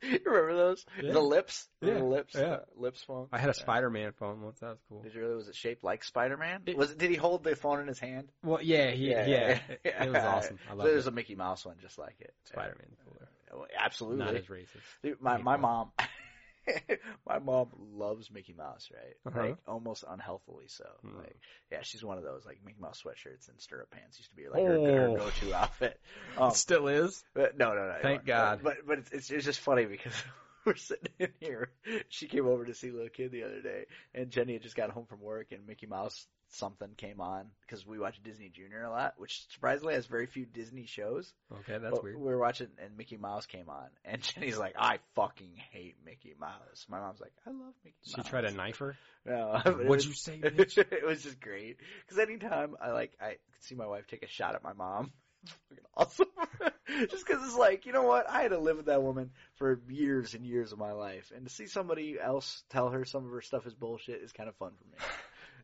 Speaker 4: you remember those?
Speaker 5: Yeah.
Speaker 4: The lips,
Speaker 5: Yeah,
Speaker 4: the lips,
Speaker 5: yeah.
Speaker 4: the lips phone.
Speaker 5: I had a
Speaker 4: Yeah.
Speaker 5: Spider Man phone once. That was cool.
Speaker 4: Did you really? Was it shaped like Spider Man?
Speaker 5: It-
Speaker 4: Was it? Did he hold the phone in his hand?
Speaker 5: Well, yeah, he, yeah, It, it was awesome. I love
Speaker 4: There's
Speaker 5: it.
Speaker 4: a Mickey Mouse one just like it.
Speaker 5: Spider Man's cooler.
Speaker 4: Oh, Absolutely.
Speaker 5: Not as racist.
Speaker 4: Dude, my my
Speaker 5: People.
Speaker 4: mom, my mom loves Mickey Mouse, right?
Speaker 5: Uh-huh.
Speaker 4: Like almost unhealthily so.
Speaker 5: Hmm.
Speaker 4: Like, yeah, she's one of those like Mickey Mouse sweatshirts and stirrup pants used to be like her, her
Speaker 5: Oh.
Speaker 4: go-to outfit. Um,
Speaker 5: Still is.
Speaker 4: but no, no, no. it wasn't.
Speaker 5: Thank God.
Speaker 4: But but it's it's, it's just funny because we're sitting in here. She came over to see little kid the other day, and Jenny had just got home from work, and Mickey Mouse something came on because we watch Disney Junior a lot, which surprisingly has very few Disney shows.
Speaker 5: Okay, that's
Speaker 4: But
Speaker 5: weird.
Speaker 4: We were watching, and Mickey Mouse came on, and Jenny's like, "I fucking hate Mickey Mouse." My mom's like, "I love Mickey."
Speaker 5: She
Speaker 4: Mouse.
Speaker 5: tried to knife her.
Speaker 4: No, but it
Speaker 5: What'd
Speaker 4: was-
Speaker 5: you say, bitch?
Speaker 4: it was just great because anytime I like I could see my wife take a shot at my mom, it's fucking awesome. just because it's like you know what I had to live with that woman for years and years of my life, and to see somebody else tell her some of her stuff is bullshit is kind of fun for me.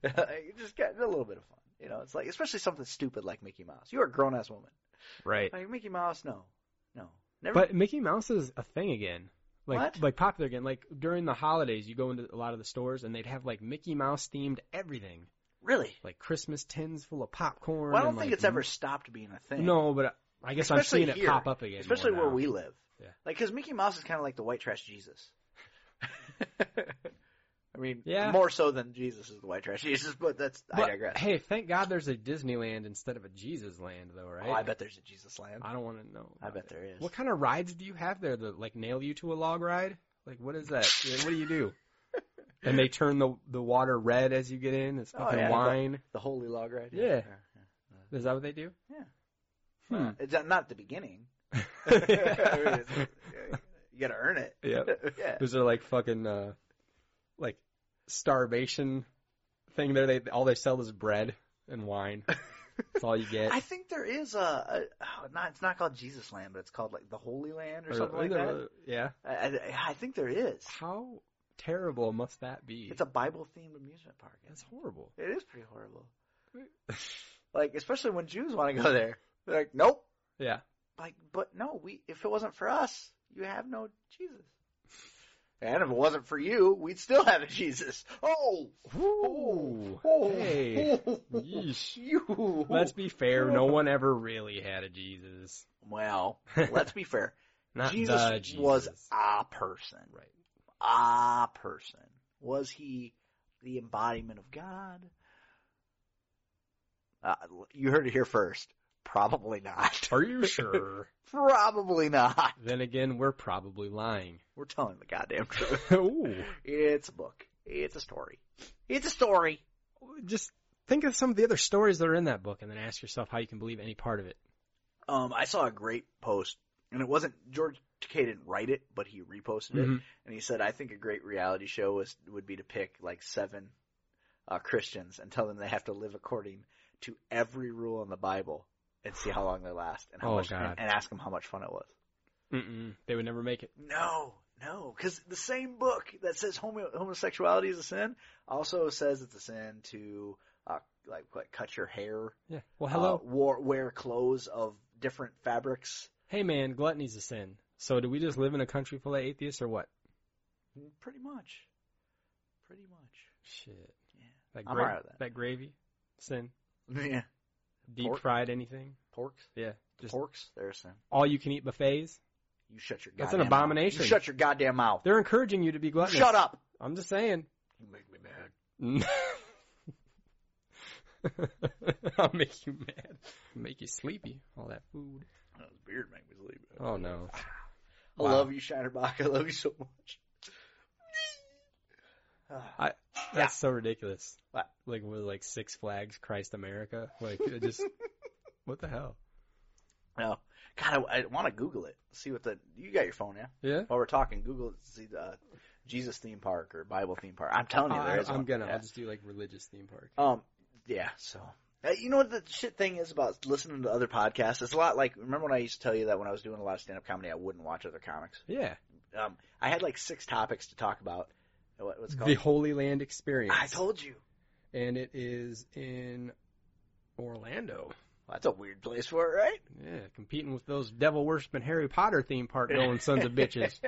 Speaker 4: it just got a little bit of fun, you know. It's like especially something stupid like Mickey Mouse. You're a grown ass woman.
Speaker 5: Right.
Speaker 4: Like Mickey Mouse, no, no, never.
Speaker 5: But Mickey Mouse is a thing again. Like
Speaker 4: What?
Speaker 5: like popular again. Like during the holidays you go into a lot of the stores and they'd have like Mickey Mouse themed everything.
Speaker 4: really,
Speaker 5: Like Christmas tins full of popcorn.
Speaker 4: well, I don't
Speaker 5: and,
Speaker 4: think
Speaker 5: like,
Speaker 4: it's ever stopped being a thing.
Speaker 5: No, but I guess I'm
Speaker 4: Especially
Speaker 5: seeing it
Speaker 4: here.
Speaker 5: pop up again.
Speaker 4: especially
Speaker 5: more
Speaker 4: where
Speaker 5: now.
Speaker 4: we live.
Speaker 5: Yeah.
Speaker 4: Like, because Mickey Mouse is kind of like the white trash Jesus. I mean,
Speaker 5: Yeah.
Speaker 4: more so than Jesus is the white trash Jesus, but that's I
Speaker 5: But,
Speaker 4: digress.
Speaker 5: Hey, thank God there's a Disneyland instead of a Jesus land though, right?
Speaker 4: Oh, I bet there's a Jesus land.
Speaker 5: I don't want to know.
Speaker 4: I
Speaker 5: about
Speaker 4: bet
Speaker 5: that.
Speaker 4: there is.
Speaker 5: What kind of rides do you have there that like nail you to a log ride? Like what is that? Yeah, what do you do? And they turn the the water red as you get in. It's
Speaker 4: Oh,
Speaker 5: fucking
Speaker 4: yeah, the-
Speaker 5: wine.
Speaker 4: The holy log right?
Speaker 5: Yeah. Is that what they do?
Speaker 4: Yeah.
Speaker 5: Hmm.
Speaker 4: It's not, not the beginning. I mean, it's- you gotta earn it.
Speaker 5: yeah.
Speaker 4: yeah.
Speaker 5: Is there like fucking uh like starvation thing there? They all they sell is bread and wine. That's all you get.
Speaker 4: I think there is a, a oh, not it's not called Jesus Land, but it's called like the Holy Land or,
Speaker 5: Or- uh,
Speaker 4: something like that.
Speaker 5: Yeah.
Speaker 4: I, I, I think there is.
Speaker 5: How terrible must that be?
Speaker 4: It's a Bible themed amusement park.
Speaker 5: That's horrible.
Speaker 4: It is pretty horrible. Like, especially when Jews want to go there. They're like, nope.
Speaker 5: Yeah.
Speaker 4: Like, but no, we, if it wasn't for us, you have no Jesus. And if it wasn't for you, we'd still have a Jesus. Oh!
Speaker 5: Ooh.
Speaker 4: Oh! Oh!
Speaker 5: Hey.
Speaker 4: Oh!
Speaker 5: Yeesh.
Speaker 4: You!
Speaker 5: Let's be fair. No one ever really had a Jesus.
Speaker 4: well, let's be fair.
Speaker 5: Not
Speaker 4: Jesus,
Speaker 5: the Jesus.
Speaker 4: was a person.
Speaker 5: Right.
Speaker 4: A person. Was he the embodiment of God? Uh, you heard it here first. Probably not.
Speaker 5: Are you sure?
Speaker 4: Probably not.
Speaker 5: then again, we're probably lying.
Speaker 4: We're telling the goddamn truth.
Speaker 5: Ooh.
Speaker 4: It's a book. It's a story. It's a story.
Speaker 5: just think of some of the other stories that are in that book and then ask yourself how you can believe any part of it.
Speaker 4: Um, I saw a great post, and it wasn't George Takei didn't write it, but he reposted it,
Speaker 5: Mhm.
Speaker 4: and he said, "I think a great reality show was, would be to pick like seven uh, Christians and tell them they have to live according to every rule in the Bible, and see how long they last, and how
Speaker 5: Oh,
Speaker 4: much,
Speaker 5: God.
Speaker 4: and, and ask them how much fun it was."
Speaker 5: Mm-mm. They would never make it.
Speaker 4: No, no, because the same book that says homo- homosexuality is a sin also says it's a sin to uh, like what, cut your hair,
Speaker 5: Yeah. Well,
Speaker 4: uh,
Speaker 5: hello.
Speaker 4: wore, wear clothes of different fabrics.
Speaker 5: hey, man, gluttony's a sin. So do we just live in a country full of atheists or what?
Speaker 4: Pretty much, pretty much.
Speaker 5: Shit.
Speaker 4: Yeah.
Speaker 5: That,
Speaker 4: I'm
Speaker 5: gra-
Speaker 4: alright with that.
Speaker 5: gravy? Sin?
Speaker 4: Yeah,
Speaker 5: Deep
Speaker 4: Pork?
Speaker 5: fried anything?
Speaker 4: porks.
Speaker 5: Yeah. Just
Speaker 4: porks. They're a sin.
Speaker 5: all you can eat buffets?
Speaker 4: You shut your.
Speaker 5: That's an
Speaker 4: goddamn
Speaker 5: abomination.
Speaker 4: Mouth. You shut your goddamn mouth.
Speaker 5: They're encouraging you to be gluttonous.
Speaker 4: Shut up.
Speaker 5: I'm just saying.
Speaker 4: You make me mad.
Speaker 5: I'll make you mad. Make you sleepy. All that food.
Speaker 4: Oh, his beard make me sleep.
Speaker 5: Oh no.
Speaker 4: I
Speaker 5: Wow.
Speaker 4: love you, Shinerbach. I love you so much. Ah. Yeah.
Speaker 5: That's so ridiculous.
Speaker 4: What?
Speaker 5: Like with like Six Flags, Christ America. Like it just what the hell?
Speaker 4: No. God, I, I want to Google it. See what the you got your phone, yeah?
Speaker 5: Yeah.
Speaker 4: While we're talking, Google it. See the uh, Jesus theme park or Bible theme park. I'm telling you,
Speaker 5: I,
Speaker 4: there is
Speaker 5: am
Speaker 4: one.
Speaker 5: gonna.
Speaker 4: Yeah.
Speaker 5: I'll just do like religious theme park.
Speaker 4: Um, yeah. So Uh, you know what the shit thing is about listening to other podcasts? It's a lot like remember when I used to tell you that when I was doing a lot of stand up comedy, I wouldn't watch other comics.
Speaker 5: Yeah.
Speaker 4: Um, I had like six topics to talk about. What, what's it
Speaker 5: The
Speaker 4: called?
Speaker 5: Holy Land Experience.
Speaker 4: I told you.
Speaker 5: and it is in Orlando.
Speaker 4: Well, that's a weird place for it, right?
Speaker 5: Yeah, competing with those devil worshipping Harry Potter theme park going sons of bitches.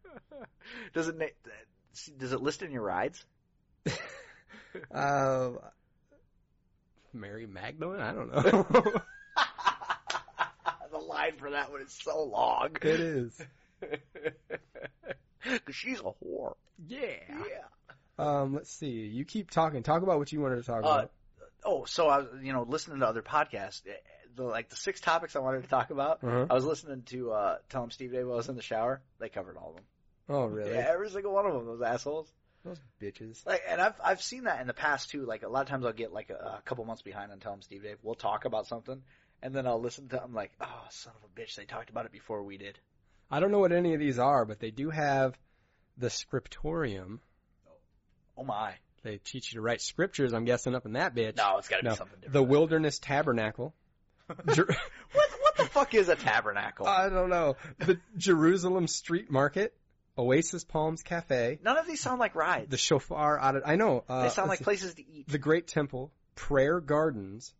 Speaker 4: does it na- see, does it list in your rides?
Speaker 5: Uh, Mary Magdalene? I don't know.
Speaker 4: the line for that one is so long.
Speaker 5: it is.
Speaker 4: Cause she's a whore.
Speaker 5: Yeah. Um, let's see. You keep talking. Talk about what you wanted to talk
Speaker 4: Uh,
Speaker 5: about.
Speaker 4: Oh, so I was, you know, listening to other podcasts, eh, the, like the six topics I wanted to talk about.
Speaker 5: Uh-huh.
Speaker 4: I was listening to uh, Tell 'em Steve Dave while I was in the shower. They covered all of them.
Speaker 5: Oh, really?
Speaker 4: Yeah, every single one of them, those assholes.
Speaker 5: Those bitches.
Speaker 4: Like, and I've I've seen that in the past too. Like a lot of times I'll get like a, a couple months behind on Tell 'em Steve Dave. We'll talk about something, and then I'll listen to. I'm like, oh son of a bitch, they talked about it before we did.
Speaker 5: I don't know what any of these are, but they do have the scriptorium.
Speaker 4: Oh my,
Speaker 5: They teach you to write scriptures, I'm guessing, up in that bitch.
Speaker 4: no, it's got to
Speaker 5: No,
Speaker 4: be something different.
Speaker 5: The Wilderness Tabernacle. Jer- Uh,
Speaker 4: what what the fuck is a tabernacle?
Speaker 5: I don't know. The Jerusalem Street Market. Oasis Palms Cafe.
Speaker 4: None of these sound like rides.
Speaker 5: The Shofar Audit. I know. Uh,
Speaker 4: they sound like
Speaker 5: let's
Speaker 4: places to eat.
Speaker 5: see, The Great Temple. Prayer Gardens.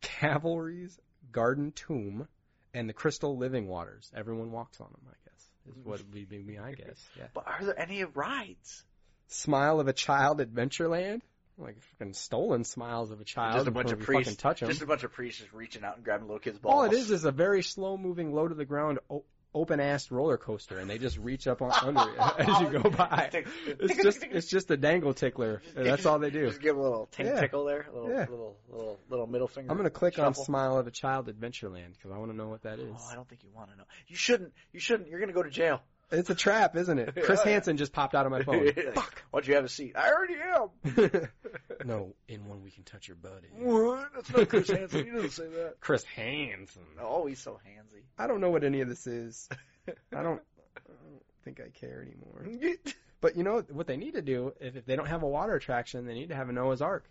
Speaker 5: Cavalry's Garden Tomb. And the Crystal Living Waters. Everyone walks on them, I guess. Is what would be me, I guess. Yeah.
Speaker 4: But are there any rides?
Speaker 5: Smile of a Child Adventureland. Like fucking stolen smiles of a child.
Speaker 4: Just a bunch
Speaker 5: before
Speaker 4: of
Speaker 5: we
Speaker 4: priests.
Speaker 5: Fucking touch 'em.
Speaker 4: Just a bunch of priests just reaching out and grabbing little kids' balls.
Speaker 5: All it is is a very slow moving, low to the ground, o- open assed roller coaster, and they just reach up on, under you as you go by. It's just it's just a dangle tickler. That's all they do.
Speaker 4: Just give a little tink
Speaker 5: Yeah.
Speaker 4: tickle there, a little,
Speaker 5: Yeah.
Speaker 4: little, little, little middle finger.
Speaker 5: I'm gonna click on
Speaker 4: shuffle.
Speaker 5: Smile of a Child Adventureland because I want to know what that is.
Speaker 4: Oh, I don't think you want to know. You shouldn't. You shouldn't. You're gonna go to jail.
Speaker 5: It's a trap, isn't it?
Speaker 4: Yeah.
Speaker 5: Chris Hansen just popped out of my phone.
Speaker 4: Like, Why don't you have a seat? I already am.
Speaker 5: no, in one we can touch your buddy.
Speaker 4: What? That's not Chris Hansen. You didn't say that.
Speaker 5: Chris Hansen.
Speaker 4: Oh, he's so handsy.
Speaker 5: I don't know what any of this is. I don't, I don't think I care anymore. But you know what they need to do? If, if they don't have a water attraction, they need to have a Noah's Ark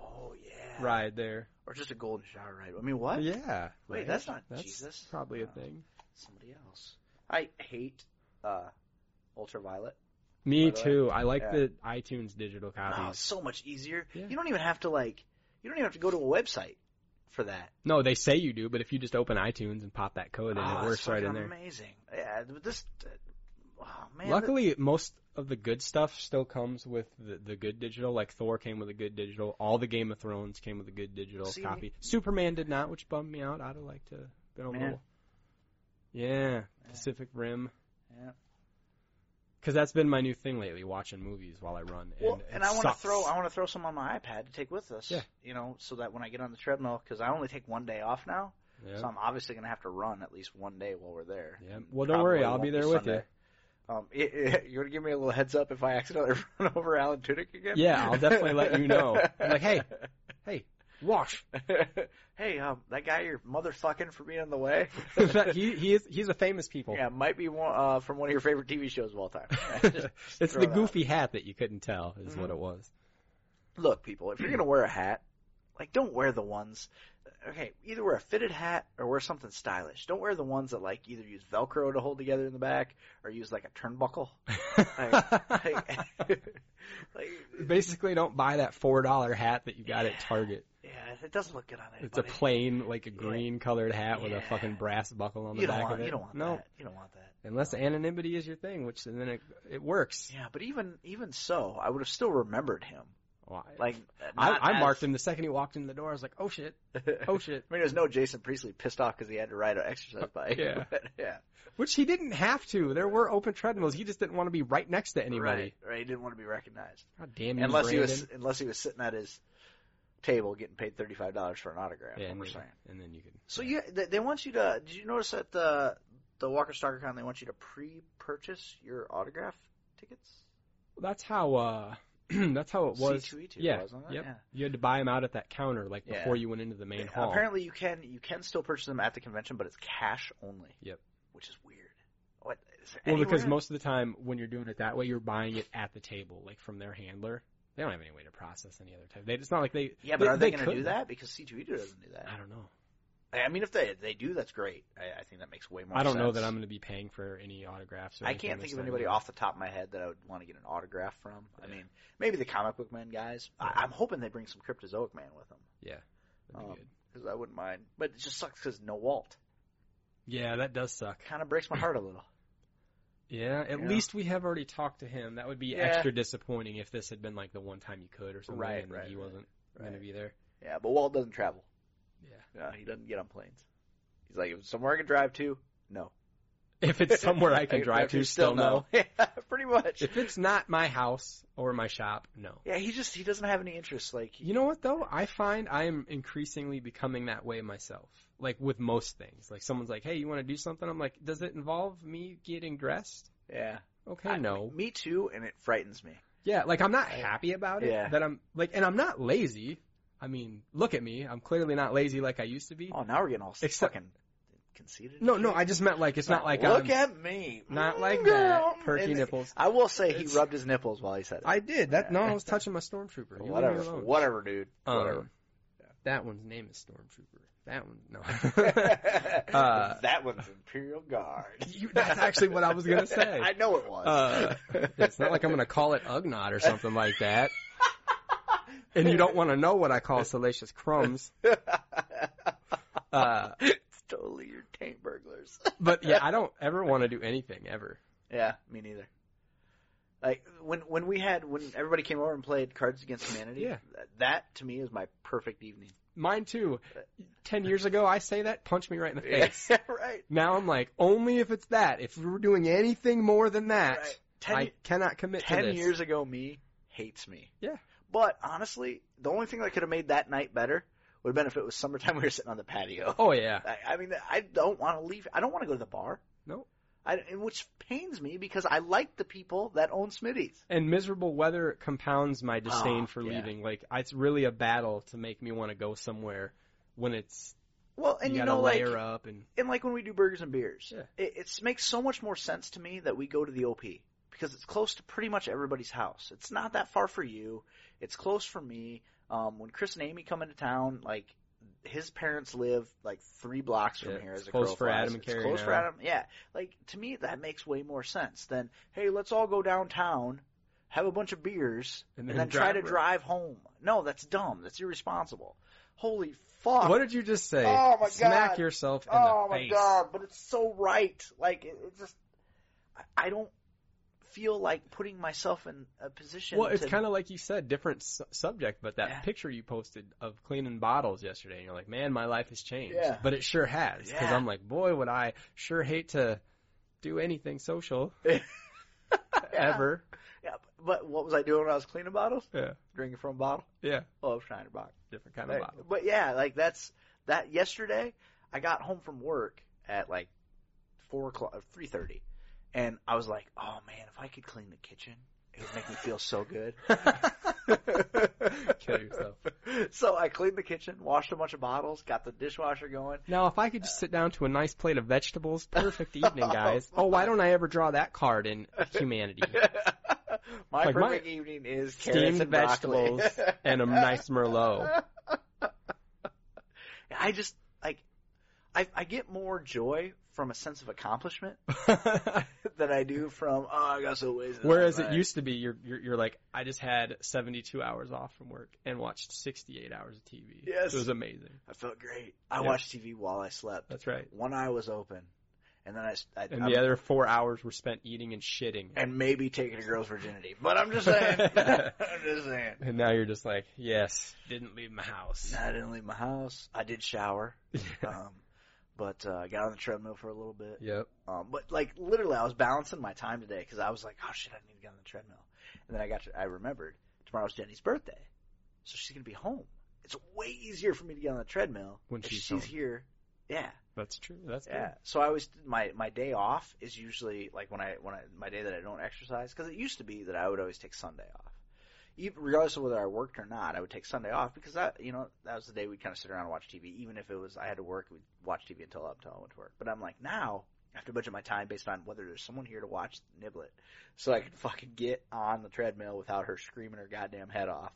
Speaker 4: Oh yeah.
Speaker 5: ride there.
Speaker 4: Or just a golden shower ride. I mean, what?
Speaker 5: Yeah.
Speaker 4: Wait,
Speaker 5: right?
Speaker 4: that's not
Speaker 5: That's
Speaker 4: Jesus.
Speaker 5: Probably a
Speaker 4: No,
Speaker 5: thing.
Speaker 4: Somebody else. I hate uh, ultraviolet. By
Speaker 5: Me
Speaker 4: the way,
Speaker 5: too. I like
Speaker 4: yeah.
Speaker 5: the iTunes digital
Speaker 4: Oh, it's
Speaker 5: copies.
Speaker 4: so much easier.
Speaker 5: Yeah.
Speaker 4: You don't even have to like. You don't even have to go to a website for that.
Speaker 5: No, they say you do, but if you just open iTunes and pop that code, then
Speaker 4: Oh,
Speaker 5: it
Speaker 4: that's
Speaker 5: works right in
Speaker 4: fucking
Speaker 5: there.
Speaker 4: Amazing. Yeah, but this. uh, Oh, man,
Speaker 5: Luckily, most of the good stuff still comes with the, the good digital. Like Thor came with a good digital. All the Game of Thrones came with a good digital
Speaker 4: See?
Speaker 5: copy. Superman did not, which bummed me out. I'd have liked to been a
Speaker 4: Man.
Speaker 5: little. Yeah, Pacific Rim.
Speaker 4: Yeah.
Speaker 5: Because that's been my new thing lately, watching movies while I run.
Speaker 4: Well, and,
Speaker 5: and, it
Speaker 4: I want to
Speaker 5: sucks.
Speaker 4: throw I want to throw some on my iPad to take with us.
Speaker 5: Yeah.
Speaker 4: You know, so that when I get on the treadmill, because I only take one day off now,
Speaker 5: Yeah.
Speaker 4: so I'm obviously gonna have to run at least one day while we're there.
Speaker 5: Yeah.
Speaker 4: And
Speaker 5: Well, don't worry,
Speaker 4: probably
Speaker 5: I'll
Speaker 4: won't
Speaker 5: be there with
Speaker 4: Sunday. Um, i i you want to give me a little heads up if I accidentally run over Alan Tudyk again?
Speaker 5: Yeah, I'll definitely let you know. I'm like, hey. you. Wash.
Speaker 4: hey, um, that guy you're motherfucking for being in the way.
Speaker 5: he he is he's a famous people.
Speaker 4: yeah, might be one, uh, from one of your favorite TV shows of all time.
Speaker 5: it's
Speaker 4: throw it out.
Speaker 5: the
Speaker 4: Mm-hmm.
Speaker 5: goofy hat that you couldn't tell is what it was.
Speaker 4: look, people, if you're gonna wear a hat, like don't wear the ones. Okay, either wear a fitted hat or wear something stylish. Don't wear the ones that like either use Velcro to hold together in the back or use like a turnbuckle. Like, like,
Speaker 5: Basically, don't buy that four dollar hat that you got at
Speaker 4: Yeah.
Speaker 5: Target.
Speaker 4: yeah, it doesn't look good on anybody.
Speaker 5: It's a plain, like a green colored hat with a
Speaker 4: Yeah.
Speaker 5: fucking brass buckle on the
Speaker 4: you don't
Speaker 5: back
Speaker 4: want
Speaker 5: of it.
Speaker 4: you don't want
Speaker 5: no,
Speaker 4: that. You don't want that.
Speaker 5: unless anonymity is your thing, which then it it works.
Speaker 4: Yeah, but even even so, I would have still remembered him.
Speaker 5: Well, I-
Speaker 4: Like
Speaker 5: I,
Speaker 4: not
Speaker 5: I
Speaker 4: as-
Speaker 5: marked him the second he walked in the door. I was like, oh shit, oh shit.
Speaker 4: I mean, there's no Jason Priestley pissed off because he had to ride an exercise bike.
Speaker 5: Yeah.
Speaker 4: but, yeah.
Speaker 5: Which he didn't have to. There were open treadmills. He just didn't want to be right next to anybody.
Speaker 4: Right, right. He didn't want to be recognized.
Speaker 5: God damn you,
Speaker 4: unless
Speaker 5: Brandon.
Speaker 4: he was unless he was sitting at his table getting paid thirty five dollars for an autograph.
Speaker 5: Yeah,
Speaker 4: what
Speaker 5: and,
Speaker 4: we're
Speaker 5: then,
Speaker 4: saying.
Speaker 5: and then you could.
Speaker 4: So you they, they want you to. Did you notice at the the Walker Stalker Con they want you to pre purchase your autograph tickets?
Speaker 5: That's how. uh That's how it was.
Speaker 4: C2E2,
Speaker 5: yeah.
Speaker 4: E wasn't it?
Speaker 5: Yep.
Speaker 4: Yeah.
Speaker 5: You had to buy them out at that counter, like
Speaker 4: Yeah.
Speaker 5: before you went into the main
Speaker 4: Yeah,
Speaker 5: hall.
Speaker 4: Apparently you can you can still purchase them at the convention, but it's cash only.
Speaker 5: Yep.
Speaker 4: Which is weird. What? Is there
Speaker 5: well, because
Speaker 4: anywhere-
Speaker 5: most of the time when you're doing it that way, you're buying it at the table, like from their handler. They don't have any way to process any other type. They, it's not like they.
Speaker 4: yeah, but are they, going
Speaker 5: could.
Speaker 4: to do that? Because C two E two doesn't do
Speaker 5: I
Speaker 4: that.
Speaker 5: don't know.
Speaker 4: I, I mean, if they they do, that's great. I, I think that makes way more.
Speaker 5: I don't know
Speaker 4: sense.
Speaker 5: that I'm going to be paying for any autographs. Or
Speaker 4: I
Speaker 5: anything
Speaker 4: can't think
Speaker 5: that's
Speaker 4: of
Speaker 5: not
Speaker 4: anybody
Speaker 5: gonna-
Speaker 4: off the top of my head that I would want to get an autograph from. I mean, maybe the comic book man guys.
Speaker 5: Yeah.
Speaker 4: I, I'm hoping they bring some Cryptozoic man with them
Speaker 5: That'd be
Speaker 4: um,
Speaker 5: good.
Speaker 4: because I wouldn't mind. But it just sucks because no Walt.
Speaker 5: Yeah, that does suck.
Speaker 4: Kind of breaks my heart a little.
Speaker 5: Yeah, at
Speaker 4: Yeah.
Speaker 5: least we have already talked to him. That would be
Speaker 4: Yeah.
Speaker 5: extra disappointing if this had been like the one time you could or something,
Speaker 4: Right,
Speaker 5: and
Speaker 4: right,
Speaker 5: he
Speaker 4: right,
Speaker 5: wasn't going
Speaker 4: right.
Speaker 5: to be there.
Speaker 4: Yeah, but Walt doesn't travel.
Speaker 5: Yeah.
Speaker 4: No, he doesn't get on planes. He's like, if it's somewhere I can drive to, no.
Speaker 5: If it's somewhere I can drive to, still no.
Speaker 4: Yeah, pretty much.
Speaker 5: If it's not my house or my shop, no.
Speaker 4: Yeah, he just he doesn't have any interest. Like, he,
Speaker 5: You know what though? I find I am increasingly becoming that way myself. Like with most things. Like someone's like, "Hey, you want to do something?" I'm like, "Does it involve me getting dressed?"
Speaker 4: yeah,
Speaker 5: Okay,
Speaker 4: I-
Speaker 5: no.
Speaker 4: Me too, and it frightens me.
Speaker 5: Yeah, like I'm not happy about it.
Speaker 4: Yeah.
Speaker 5: That I'm like, and I'm not lazy. I mean, look at me. I'm clearly not lazy like I used to be.
Speaker 4: Oh, now we're getting all
Speaker 5: Except-
Speaker 4: fucking conceited.
Speaker 5: No, no, I just meant like it's not like
Speaker 4: Uh, look
Speaker 5: I'm
Speaker 4: at me,
Speaker 5: not like
Speaker 4: Mm, girl.
Speaker 5: that. Perky
Speaker 4: And
Speaker 5: nipples.
Speaker 4: I will say he
Speaker 5: It's-
Speaker 4: rubbed his nipples while he said it.
Speaker 5: I did that. No, I was touching my stormtrooper. You leave me
Speaker 4: whatever,
Speaker 5: alone.
Speaker 4: whatever, dude.
Speaker 5: Um,
Speaker 4: Whatever.
Speaker 5: That one's name is Stormtrooper. That one, no. Uh,
Speaker 4: that one's Imperial Guard.
Speaker 5: You- that's actually what I was gonna say.
Speaker 4: I know it was.
Speaker 5: Uh, it's not like I'm gonna call it Ugnaught or something like that. And you don't want to know what I call salacious crumbs. Uh,
Speaker 4: it's totally your taint burglars.
Speaker 5: but yeah, I don't ever want to do anything ever.
Speaker 4: Yeah, me neither. Like when when we had when everybody came over and played Cards Against Humanity.
Speaker 5: Yeah.
Speaker 4: th- that to me is my perfect evening.
Speaker 5: Mine too. Ten years ago, I say that, punch me right in the face.
Speaker 4: right.
Speaker 5: Now I'm like, only if it's that. If we're doing anything more than that,
Speaker 4: Right. Ten,
Speaker 5: I cannot commit to
Speaker 4: ten
Speaker 5: this.
Speaker 4: years ago, me hates me.
Speaker 5: Yeah.
Speaker 4: But honestly, the only thing that could have made that night better would have been if it was summertime. We were sitting on the patio.
Speaker 5: Oh yeah,
Speaker 4: I, I mean, I don't want to leave. I don't want to go to the bar.
Speaker 5: No.
Speaker 4: I, and which pains me because I like the people that own Smitty's.
Speaker 5: and miserable weather compounds my disdain
Speaker 4: Oh,
Speaker 5: for
Speaker 4: yeah.
Speaker 5: leaving. Like it's really a battle to make me want to go somewhere when it's
Speaker 4: Well, and
Speaker 5: you
Speaker 4: you,
Speaker 5: gotta
Speaker 4: know, like,
Speaker 5: layer up and
Speaker 4: and like when we do burgers and beers,
Speaker 5: Yeah.
Speaker 4: it, it makes so much more sense to me that we go to the OP because it's close to pretty much everybody's house. It's not that far for you. It's close for me. Um, when Chris and Amy come into town, like his parents live like three blocks from
Speaker 5: Yeah,
Speaker 4: here.
Speaker 5: it's
Speaker 4: as a
Speaker 5: close
Speaker 4: crow
Speaker 5: for
Speaker 4: flies.
Speaker 5: Adam and
Speaker 4: It's
Speaker 5: Carrie
Speaker 4: Close for
Speaker 5: now.
Speaker 4: Adam. Yeah. Like to me, that makes way more sense than hey, let's all go downtown, have a bunch of beers,
Speaker 5: and
Speaker 4: and, then,
Speaker 5: then,
Speaker 4: try to
Speaker 5: drive.
Speaker 4: drive home. No, that's dumb. That's irresponsible. Holy fuck!
Speaker 5: What did you just say?
Speaker 4: Oh, my
Speaker 5: Smack
Speaker 4: God.
Speaker 5: yourself in
Speaker 4: Oh
Speaker 5: the
Speaker 4: my
Speaker 5: face.
Speaker 4: god, but it's so right. Like it, it just, I- I don't feel like putting myself in a position.
Speaker 5: Well, it's
Speaker 4: to-
Speaker 5: kind of like you said, different su- subject, but that
Speaker 4: Yeah.
Speaker 5: picture you posted of cleaning bottles yesterday, and you're like, man, my life has changed.
Speaker 4: Yeah.
Speaker 5: But it sure has, because
Speaker 4: Yeah.
Speaker 5: I'm like, boy, would I sure hate to do anything social ever.
Speaker 4: Yeah, but what was I doing when I was cleaning bottles?
Speaker 5: Yeah.
Speaker 4: Drinking from a bottle. Oh,
Speaker 5: Yeah.
Speaker 4: Love Shiner Bock.
Speaker 5: Different kind
Speaker 4: Like,
Speaker 5: of bottle.
Speaker 4: But yeah, like that's that. Yesterday, I got home from work at like four o'clock, three thirty, and I was like, oh man, if I could clean the kitchen, it would make me feel so good.
Speaker 5: Kill yourself.
Speaker 4: So I cleaned the kitchen, washed a bunch of bottles, got the dishwasher going.
Speaker 5: Now, if I could just sit down to a nice plate of vegetables, perfect evening, guys. Oh, why don't I ever draw that card in humanity?
Speaker 4: my
Speaker 5: Like, my-
Speaker 4: perfect evening is carrots
Speaker 5: Steamed
Speaker 4: and broccoli.
Speaker 5: vegetables and a nice Merlot.
Speaker 4: I just like I I get more joy from a sense of accomplishment than I do from oh I got so wasted.
Speaker 5: Whereas it
Speaker 4: Right.
Speaker 5: used to be, you're, you're you're like, I just had 72 hours off from work and watched 68 hours of TV.
Speaker 4: Yes.
Speaker 5: it was amazing.
Speaker 4: I felt great. I
Speaker 5: Yeah.
Speaker 4: watched TV while I slept.
Speaker 5: That's right.
Speaker 4: One eye was open, and then I, s- I-
Speaker 5: And
Speaker 4: I'm-
Speaker 5: the other four hours were spent eating and shitting.
Speaker 4: and maybe taking a girl's virginity. But I'm just saying, I'm just saying.
Speaker 5: And now you're just like, yes, didn't leave my house.
Speaker 4: I didn't leave my house. I did shower, um, but uh, I got on the treadmill for a little bit.
Speaker 5: yep.
Speaker 4: Um, but like literally, I was balancing my time today because I was like, "Oh shit, I need to get on the treadmill." And then I got, to, I remembered tomorrow's Jenny's birthday, so she's gonna be home. It's way easier for me to get on the treadmill
Speaker 5: When
Speaker 4: if
Speaker 5: she's
Speaker 4: she's
Speaker 5: home.
Speaker 4: here. Yeah,
Speaker 5: That's true. That's
Speaker 4: yeah. So I always my my day off is usually like when I when I my day that I don't exercise because it used to be that I would always take Sunday off, even, regardless of whether I worked or not. I would take Sunday off because that you know that was the day we'd kind of sit around and watch TV. Even if it was I had to work, we'd watch TV until up until I went to work. But I'm like now I have to budget my time based on whether there's someone here to watch Niblet, so I can fucking get on the treadmill without her screaming her goddamn head off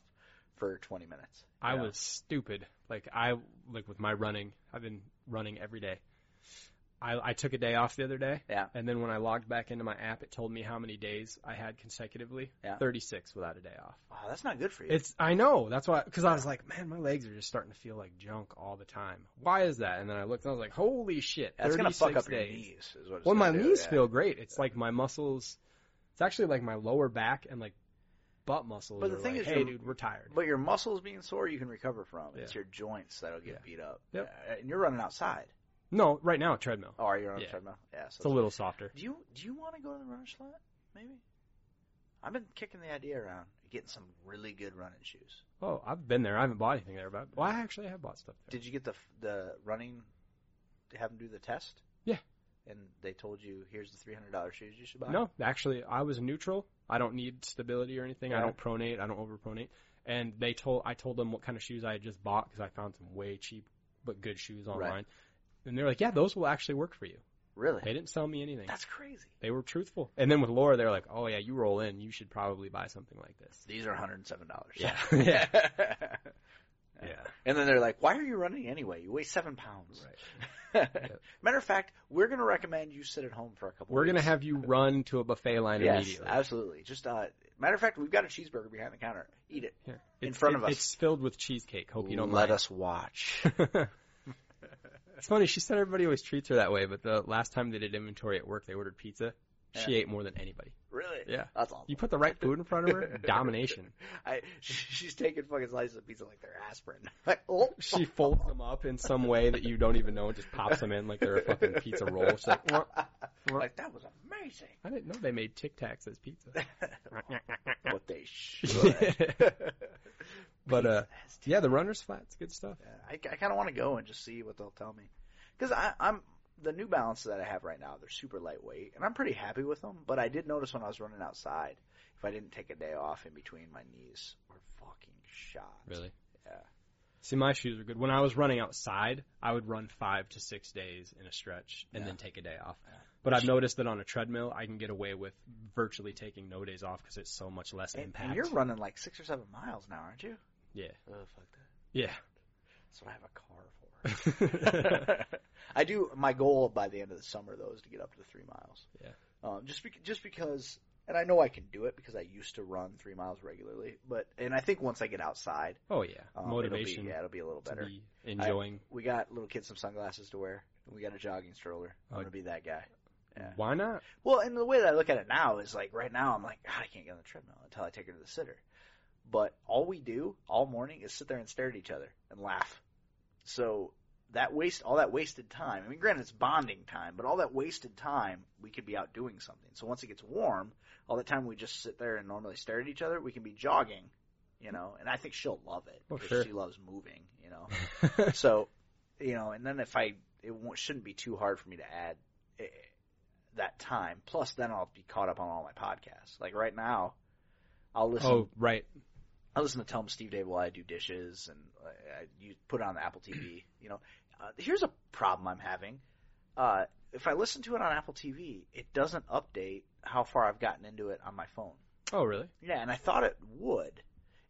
Speaker 4: for 20 minutes.
Speaker 5: I
Speaker 4: Yeah.
Speaker 5: was stupid. Like I like with my running, I've been running every day. I I took a day off the other day.
Speaker 4: Yeah.
Speaker 5: And then when I logged back into my app, it told me how many days I had consecutively.
Speaker 4: Yeah.
Speaker 5: 36 without a day off.
Speaker 4: Wow, that's not good for you.
Speaker 5: It's I know. That's why cuz I was like, man, my legs are just starting to feel like junk all the time. Why is that? And then I looked and I was like, holy shit.
Speaker 4: that's gonna fuck
Speaker 5: 36
Speaker 4: up your
Speaker 5: days.
Speaker 4: knees. Is what it's
Speaker 5: Well, my
Speaker 4: gonna do,
Speaker 5: knees
Speaker 4: yeah.
Speaker 5: feel great. It's like my muscles It's actually like my lower back and like butt muscles.
Speaker 4: But the
Speaker 5: are
Speaker 4: thing
Speaker 5: like,
Speaker 4: is
Speaker 5: hey
Speaker 4: your-
Speaker 5: dude, we're tired.
Speaker 4: But your muscles being sore, you can recover from. It's
Speaker 5: Yeah.
Speaker 4: your joints that'll get
Speaker 5: Yeah.
Speaker 4: beat up.
Speaker 5: Yep.
Speaker 4: Uh, And you're running outside.
Speaker 5: No, right now treadmill.
Speaker 4: Oh, are you on a
Speaker 5: Yeah.
Speaker 4: treadmill? Yeah. So
Speaker 5: It's a little softer.
Speaker 4: do you do you want to go to the runner's flat? Maybe. I've been kicking the idea around, getting some really good running shoes.
Speaker 5: Oh, I've been there. I haven't bought anything there, but well, I actually have bought stuff there.
Speaker 4: Did you get the the running? Have them do the test.
Speaker 5: Yeah.
Speaker 4: and they told you, here's the three hundred dollars shoes you should buy?
Speaker 5: No, actually, I was neutral. I don't need stability or anything. I
Speaker 4: Yeah.
Speaker 5: don't pronate. I don't overpronate. And they told I told them what kind of shoes I had just bought because I found some way cheap but good shoes online. And they're like, yeah, those will actually work for you.
Speaker 4: really?
Speaker 5: They didn't sell me anything.
Speaker 4: That's crazy.
Speaker 5: They were truthful. And then with Laura, they were like, oh yeah, you roll in. You should probably buy something like this.
Speaker 4: These are one hundred and seven dollars.
Speaker 5: yeah.
Speaker 4: Yeah. And then they're like, "Why are you running anyway? You weigh seven pounds." Right.
Speaker 5: Yeah.
Speaker 4: Matter of fact, we're gonna recommend you sit at home for a couple.
Speaker 5: We're gonna
Speaker 4: weeks.
Speaker 5: have you run to a buffet line
Speaker 4: yes,
Speaker 5: immediately.
Speaker 4: absolutely. Just uh, matter of fact, we've got a cheeseburger behind the counter. Eat it.
Speaker 5: Here.
Speaker 4: in
Speaker 5: It's-
Speaker 4: front
Speaker 5: it-
Speaker 4: of us.
Speaker 5: It's filled with cheesecake. Hope you don't
Speaker 4: let
Speaker 5: mind.
Speaker 4: us watch.
Speaker 5: it's funny. She said everybody always treats her that way, but the last time they did inventory at work, they ordered pizza. She ate more than anybody.
Speaker 4: really?
Speaker 5: Yeah.
Speaker 4: That's awesome.
Speaker 5: You put the right food in front of her, domination.
Speaker 4: I, she's taking fucking slices of pizza like they're aspirin. Like, oh,
Speaker 5: She folds them up in some way that you don't even know and just pops them in like they're a fucking pizza roll. She's like, "Mwah."
Speaker 4: like that was amazing.
Speaker 5: I didn't know they made Tic Tacs as pizza.
Speaker 4: what they should.
Speaker 5: but uh,
Speaker 4: That's
Speaker 5: yeah, the runner's flat's good stuff.
Speaker 4: Yeah, I, I kind of want to go and just see what they'll tell me. Because I'm the New Balance that I have right now. They're super lightweight, and I'm pretty happy with them. But I did notice when I was running outside, if I didn't take a day off in between, my knees were fucking shot.
Speaker 5: Really?
Speaker 4: Yeah.
Speaker 5: See, my shoes were good. When I was running outside, I would run five to six days in a stretch and then take a day off. But I've noticed that on a treadmill, I can get away with virtually taking no days off because it's so much less
Speaker 4: And,
Speaker 5: impact.
Speaker 4: and you're running like six or seven miles now, aren't you?
Speaker 5: Yeah.
Speaker 4: Oh fuck that.
Speaker 5: Yeah.
Speaker 4: That's what I have a car for. I do. My goal by the end of the summer though is to get up to three miles.
Speaker 5: Yeah.
Speaker 4: Um, just bec just because, and I know I can do it because I used to run three miles regularly. But and I think once I get outside,
Speaker 5: oh yeah.
Speaker 4: um,
Speaker 5: Motivation
Speaker 4: It'll be, yeah, it'll be a little
Speaker 5: to
Speaker 4: better.
Speaker 5: be enjoying.
Speaker 4: We got little kids some sunglasses to wear. And we got a jogging stroller. I'm
Speaker 5: Oh.
Speaker 4: gonna be that guy. yeah.
Speaker 5: Why not?
Speaker 4: Well, and the way that I look at it now is like right now I'm like, God, I can't get on the treadmill until I take her to the sitter. But all we do all morning is sit there and stare at each other and laugh. So that waste, all that wasted time. I mean, granted, it's bonding time, but all that wasted time, we could be out doing something. So once it gets warm, all the time we just sit there and normally stare at each other, we can be jogging, you know. And I think she'll love it
Speaker 5: Well,
Speaker 4: because
Speaker 5: sure.
Speaker 4: she loves moving, you know so, you know, and then if I, it won't, shouldn't be too hard for me to add eh, that time. Plus, then I'll be caught up on all my podcasts. Like right now, I'll listen.
Speaker 5: oh right.
Speaker 4: I listen to Tell 'em Steve Dave while I do dishes, and uh, I, you put it on the Apple TV. You know, uh, here's a problem I'm having. Uh, if I listen to it on Apple TV, it doesn't update how far I've gotten into it on my phone.
Speaker 5: Oh really?
Speaker 4: Yeah, and I thought it would.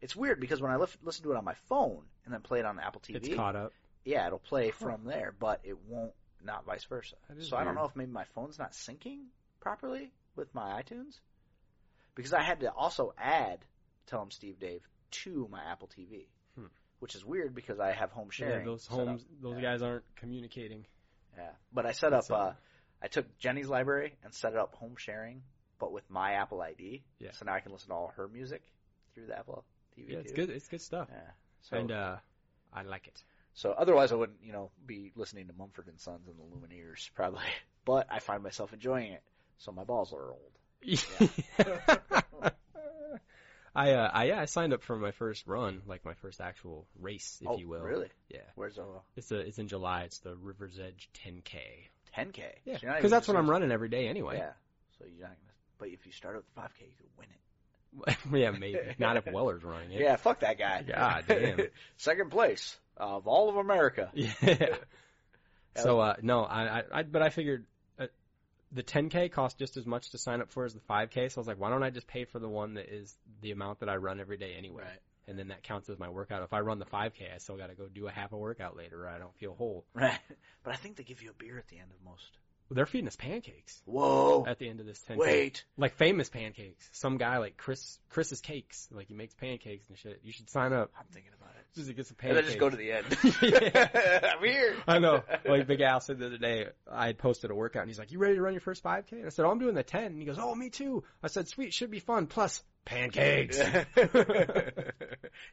Speaker 4: It's weird because when I lif- listen to it on my phone and then play it on Apple TV,
Speaker 5: It's caught up.
Speaker 4: yeah, it'll play from there, but it won't not vice versa.
Speaker 5: That is
Speaker 4: So I don't
Speaker 5: weird.
Speaker 4: know if maybe my phone's not syncing properly with my iTunes because I had to also add Tell 'em Steve Dave to my Apple TV,
Speaker 5: Hmm.
Speaker 4: which is weird because I have home
Speaker 5: Yeah,
Speaker 4: sharing.
Speaker 5: those
Speaker 4: set up.
Speaker 5: homes, those
Speaker 4: Yeah.
Speaker 5: guys aren't communicating.
Speaker 4: Yeah, but I set up.
Speaker 5: That's all.
Speaker 4: Uh, I took Jenny's library and set up home sharing, but with my Apple ID.
Speaker 5: Yeah.
Speaker 4: So now I can listen to all her music through the Apple TV.
Speaker 5: Yeah, it's
Speaker 4: too.
Speaker 5: good. It's good stuff.
Speaker 4: Yeah. So
Speaker 5: And uh, I like it.
Speaker 4: So otherwise, I wouldn't, you know, be listening to Mumford and Sons and the Lumineers probably. But I find myself enjoying it, so my balls are old.
Speaker 5: I uh, I yeah, I signed up for my first run, like my first actual race, if
Speaker 4: oh,
Speaker 5: you will.
Speaker 4: really?
Speaker 5: Yeah.
Speaker 4: Where's uh, the
Speaker 5: It's a it's in July. It's the Rivers Edge 10K.
Speaker 4: 10k?
Speaker 5: Yeah,
Speaker 4: So you're not
Speaker 5: because
Speaker 4: even
Speaker 5: that's what
Speaker 4: just-
Speaker 5: I'm running every day anyway.
Speaker 4: Yeah. So you're not gonna. But if you start out with 5k, you could win it.
Speaker 5: Yeah, maybe not if Weller's running
Speaker 4: Yeah,
Speaker 5: it.
Speaker 4: fuck that guy.
Speaker 5: God damn.
Speaker 4: Second place of all of America.
Speaker 5: Yeah. So uh, no, I, I I but I figured uh, the 10K cost just as much to sign up for as the 5K. So I was like, why don't I just pay for the one that is the amount that I run every day anyway?
Speaker 4: Right.
Speaker 5: And then that counts as my workout. If I run the 5K, I still got to go do a half a workout later, or I don't feel whole.
Speaker 4: Right. But I think they give you a beer at the end of most.
Speaker 5: They're feeding us pancakes
Speaker 4: Whoa.
Speaker 5: at the end of this 10K.
Speaker 4: Oh, Wait.
Speaker 5: Like famous pancakes. Some guy like Chris Chris's cakes. Like he makes pancakes and shit. You should sign up
Speaker 4: I'm thinking about it.
Speaker 5: just to get some
Speaker 4: And then
Speaker 5: pancakes.
Speaker 4: just go to the end.
Speaker 5: Yeah.
Speaker 4: I'm here.
Speaker 5: I know. Like the gal said the other day, I had posted a workout and he's like, "You ready to run your first 5K?" And I said, "Oh, I'm doing the 10." And he goes, "Oh, me too." I said, "Sweet, should be fun. Plus pancakes."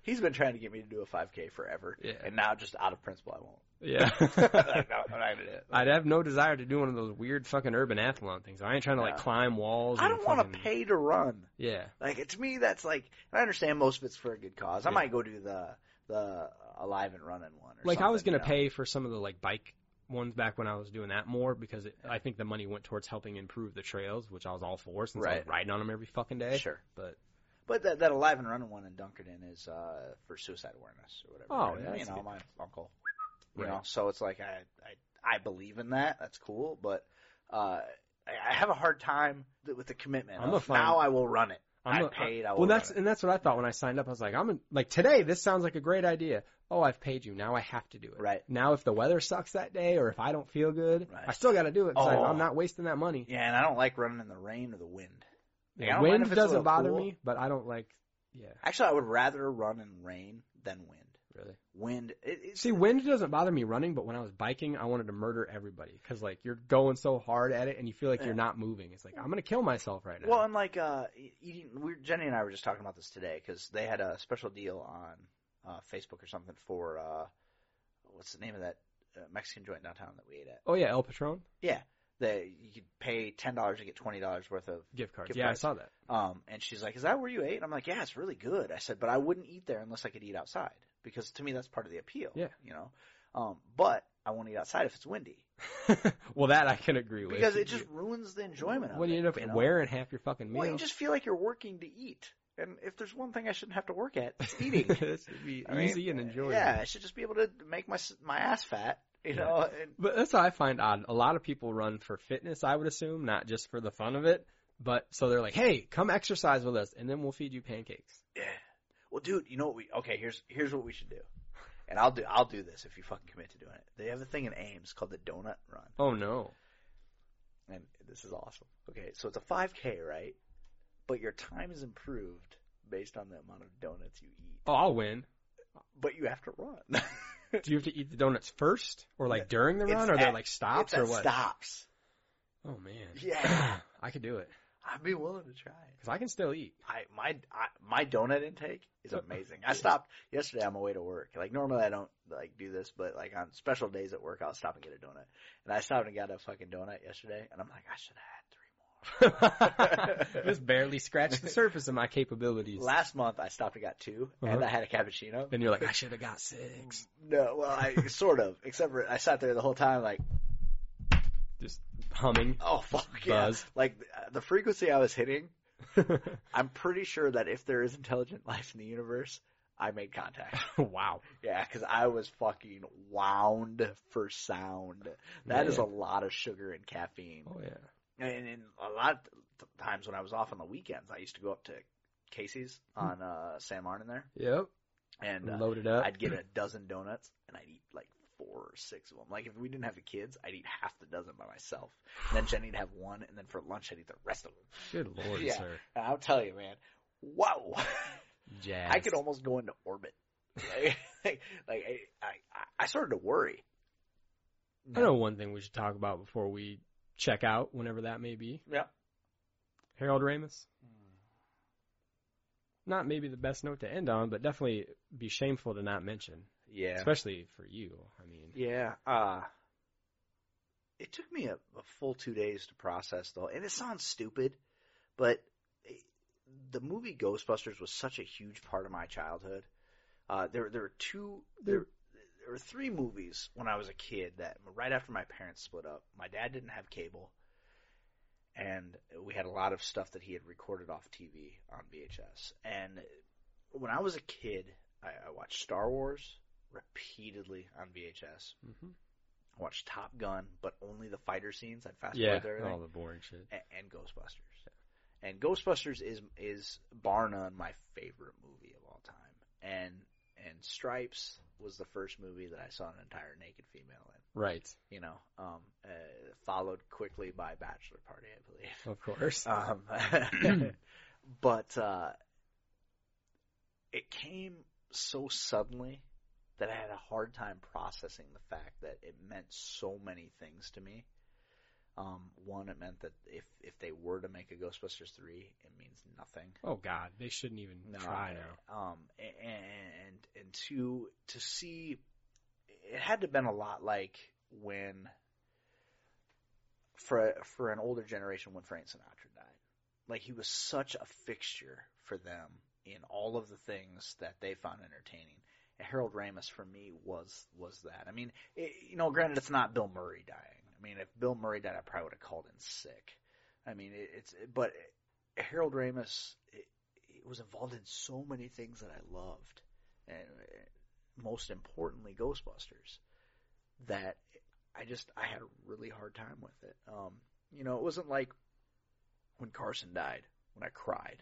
Speaker 4: He's been trying to get me to do a 5K forever,
Speaker 5: Yeah.
Speaker 4: and now just out of principle, I won't.
Speaker 5: yeah.
Speaker 4: Like, no, I'm not gonna do it.
Speaker 5: I'd have no desire to do one of those weird fucking urban athlon things. I ain't trying to like
Speaker 4: No.
Speaker 5: climb walls.
Speaker 4: I
Speaker 5: and
Speaker 4: don't want to
Speaker 5: fucking-
Speaker 4: pay to run.
Speaker 5: Yeah.
Speaker 4: Like to me, that's like I understand most of it's for a good cause. I
Speaker 5: Yeah.
Speaker 4: might go do the the alive and running one. Or
Speaker 5: Like I was
Speaker 4: something,
Speaker 5: gonna
Speaker 4: you know?
Speaker 5: pay for some of the like bike ones back when I was doing that more because it, I think the money went towards helping improve the trails, which I was all for since I was
Speaker 4: Right.
Speaker 5: riding on them every fucking day.
Speaker 4: Sure.
Speaker 5: But
Speaker 4: But that, that Alive and Running one in Dunkerton is uh, for suicide awareness or whatever.
Speaker 5: Oh,
Speaker 4: And,
Speaker 5: yeah,
Speaker 4: You
Speaker 5: that's
Speaker 4: know,
Speaker 5: good.
Speaker 4: my uncle. You
Speaker 5: Right.
Speaker 4: know, so it's like I, I I believe in that. That's cool, but uh, I, I have a hard time th- with the commitment.
Speaker 5: I'm
Speaker 4: of,
Speaker 5: a fine-
Speaker 4: now I will run it.
Speaker 5: I'm
Speaker 4: I
Speaker 5: a-
Speaker 4: paid. I will
Speaker 5: well, that's
Speaker 4: run it.
Speaker 5: and that's what I thought when I signed up. I was like, I'm a, like today. This sounds like a great idea. Oh, I've paid you. Now I have to do it.
Speaker 4: right.
Speaker 5: Now, if the weather sucks that day, or if I don't feel good,
Speaker 4: Right.
Speaker 5: I still got to do it. 'cause I-
Speaker 4: Oh.
Speaker 5: I'm not wasting that money.
Speaker 4: Yeah, and I don't like running in the rain or the wind. Yeah, I
Speaker 5: The
Speaker 4: don't mind
Speaker 5: wind
Speaker 4: if it's a
Speaker 5: doesn't
Speaker 4: little
Speaker 5: bother
Speaker 4: cool.
Speaker 5: me, but I don't like. Yeah,
Speaker 4: Actually, I would rather run in rain than wind.
Speaker 5: really.
Speaker 4: Wind. It, it's,
Speaker 5: See, wind doesn't bother me running, but when I was biking, I wanted to murder everybody because like you're going so hard at it and you feel like
Speaker 4: Yeah.
Speaker 5: you're not moving. It's like I'm gonna kill myself right now.
Speaker 4: Well, and like uh, y- you didn't, we Jenny and I were just talking about this today because they had a special deal on uh, Facebook or something for uh, what's the name of that uh, Mexican joint downtown that we ate at?
Speaker 5: oh yeah, El Patron
Speaker 4: That you could pay ten dollars to get twenty dollars worth of.
Speaker 5: gift cards.
Speaker 4: Gift
Speaker 5: yeah,
Speaker 4: cards.
Speaker 5: I saw that.
Speaker 4: Um, and she's like, "Is that where you ate?" And I'm like, "Yeah, it's really good." I said, "But I wouldn't eat there unless I could eat outside because to me that's part of the appeal."
Speaker 5: Yeah.
Speaker 4: you know. Um, but I won't eat outside if it's windy
Speaker 5: well, that I can agree with
Speaker 4: because it just ruins the enjoyment of
Speaker 5: when
Speaker 4: it.
Speaker 5: you end up
Speaker 4: know?
Speaker 5: wearing half your fucking meal.
Speaker 4: Well, you just feel like you're working to eat. And if there's one thing I shouldn't have to work at, it's eating.
Speaker 5: This would be
Speaker 4: I mean,
Speaker 5: easy and enjoyable.
Speaker 4: Yeah, I should just be able to make my s- my ass fat, you
Speaker 5: Yeah.
Speaker 4: know. And,
Speaker 5: But that's what I find odd. A lot of people run for fitness, I would assume, not just for the fun of it. But so they're like, hey, come exercise with us and then we'll feed you pancakes.
Speaker 4: yeah. Well, dude, you know what we? Okay, here's here's what we should do. And I'll do I'll do this if you fucking commit to doing it. They have a thing in Ames called the Donut Run,
Speaker 5: Oh no.
Speaker 4: and this is awesome. Okay, so it's a 5K, right? But your time is improved based on the amount of donuts you eat.
Speaker 5: Oh, I'll win.
Speaker 4: But you have to run.
Speaker 5: Do you have to eat the donuts first or like during the
Speaker 4: It's
Speaker 5: run or they're
Speaker 4: at-
Speaker 5: like stops
Speaker 4: It's
Speaker 5: or
Speaker 4: at
Speaker 5: what?
Speaker 4: Stops.
Speaker 5: Oh man.
Speaker 4: Yeah.
Speaker 5: I could do it
Speaker 4: I'd be willing to try it.
Speaker 5: cuz I can still eat.
Speaker 4: I my I, my donut intake is amazing. I stopped yesterday on my way to work. Like normally I don't like do this, but like on special days at work I'll stop and get a donut. And I stopped and got a fucking donut yesterday, and I'm like I should have
Speaker 5: Just barely scratched the surface of my
Speaker 4: had three
Speaker 5: capabilities.
Speaker 4: more. Last month I stopped and got 2 and
Speaker 5: Uh-huh.
Speaker 4: I had a cappuccino.
Speaker 5: Then you're like, I should have got six.
Speaker 4: No, well I sort of, except for I sat there the whole time like
Speaker 5: Just humming.
Speaker 4: oh fuck yeah,
Speaker 5: Buzz.
Speaker 4: like the, the frequency I was hitting. I'm pretty sure that if there is intelligent life in the universe, I made contact.
Speaker 5: wow.
Speaker 4: Yeah, because I was fucking wound for sound. That is a lot of sugar and caffeine.
Speaker 5: Oh yeah.
Speaker 4: And, and a lot of th- times when I was off on the weekends, I used to go up to Casey's on uh, San Martin there,
Speaker 5: Yep.
Speaker 4: and uh,
Speaker 5: Loaded up.
Speaker 4: I'd get a dozen donuts, and I'd eat like four or six of them. Like if we didn't have the kids, I'd eat half the dozen by myself. And then Jenny'd have one, and then for lunch, I'd eat the rest of them.
Speaker 5: Good lord,
Speaker 4: Yeah.
Speaker 5: sir.
Speaker 4: And I'll tell you, man, whoa.
Speaker 5: Jazz.
Speaker 4: I could almost go into orbit. like, like I, I, I started to worry.
Speaker 5: I know one thing we should talk about before we check out, whenever that may be.
Speaker 4: Yeah.
Speaker 5: Harold Ramis. Not maybe the best note to end on, but definitely be shameful to not mention,
Speaker 4: Yeah.
Speaker 5: especially for you. I mean,
Speaker 4: Yeah. Uh, it took me a, a full two days to process though, and it sounds stupid, but it, the movie Ghostbusters was such a huge part of my childhood. Uh, there, there were two, there, there were three movies when I was a kid that right after my parents split up, my dad didn't have cable, and we had a lot of stuff that he had recorded off TV on VHS. And when I was a kid, I, I watched Star Wars repeatedly on VHS.
Speaker 5: mhm.
Speaker 4: I watched Top Gun, but only the fighter scenes. I'd fast
Speaker 5: yeah,
Speaker 4: forward through everything
Speaker 5: all the boring shit.
Speaker 4: and, and Ghostbusters. And Ghostbusters is is bar none my favorite movie of all time. And and Stripes was the first movie that I saw an entire naked female in.
Speaker 5: Right,
Speaker 4: You know, um, uh, followed quickly by Bachelor Party, I believe.
Speaker 5: of course.
Speaker 4: Um, but uh, it came so suddenly that I had a hard time processing the fact that it meant so many things to me. Um, one, it meant that if if they were to make a Ghostbusters three, it means nothing.
Speaker 5: oh God, they shouldn't even try now.
Speaker 4: Um, a- and and to to see, it had to have been a lot like when for for an older generation when Frank Sinatra died. Like he was such a fixture for them in all of the things that they found entertaining, Harold Ramis for me was was that. I mean, it, you know, granted it's not Bill Murray dying. I mean, if Bill Murray died, I probably would have called in sick. I mean, it, it's but Harold Ramis it, it was involved in so many things that I loved, and eh, most importantly, Ghostbusters. That I just I had a really hard time with it. Um, you know, it wasn't like when Carson died when I cried,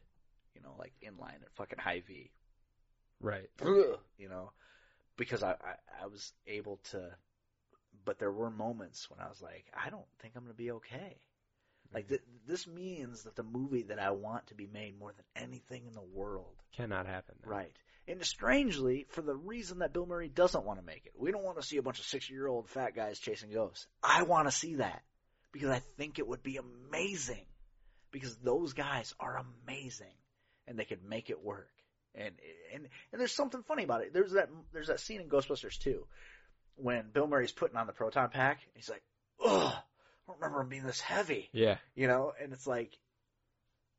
Speaker 4: you know, like in line at fucking High V,
Speaker 5: Right.
Speaker 4: you know, because I, I I was able to, but there were moments when I was like, I don't think I'm gonna be okay. Like th- this means that the movie that I want to be made more than anything in the world
Speaker 5: Cannot happen. then.
Speaker 4: Right. And strangely, for the reason that Bill Murray doesn't want to make it. We don't want to see a bunch of 60-year-old fat guys chasing ghosts. I want to see that because I think it would be amazing because those guys are amazing and they could make it work. And and and there's something funny about it. There's that there's that scene in Ghostbusters 2 when Bill Murray's putting on the proton pack. And he's like, "Ugh, I don't remember him being this heavy."
Speaker 5: Yeah.
Speaker 4: You know, and it's like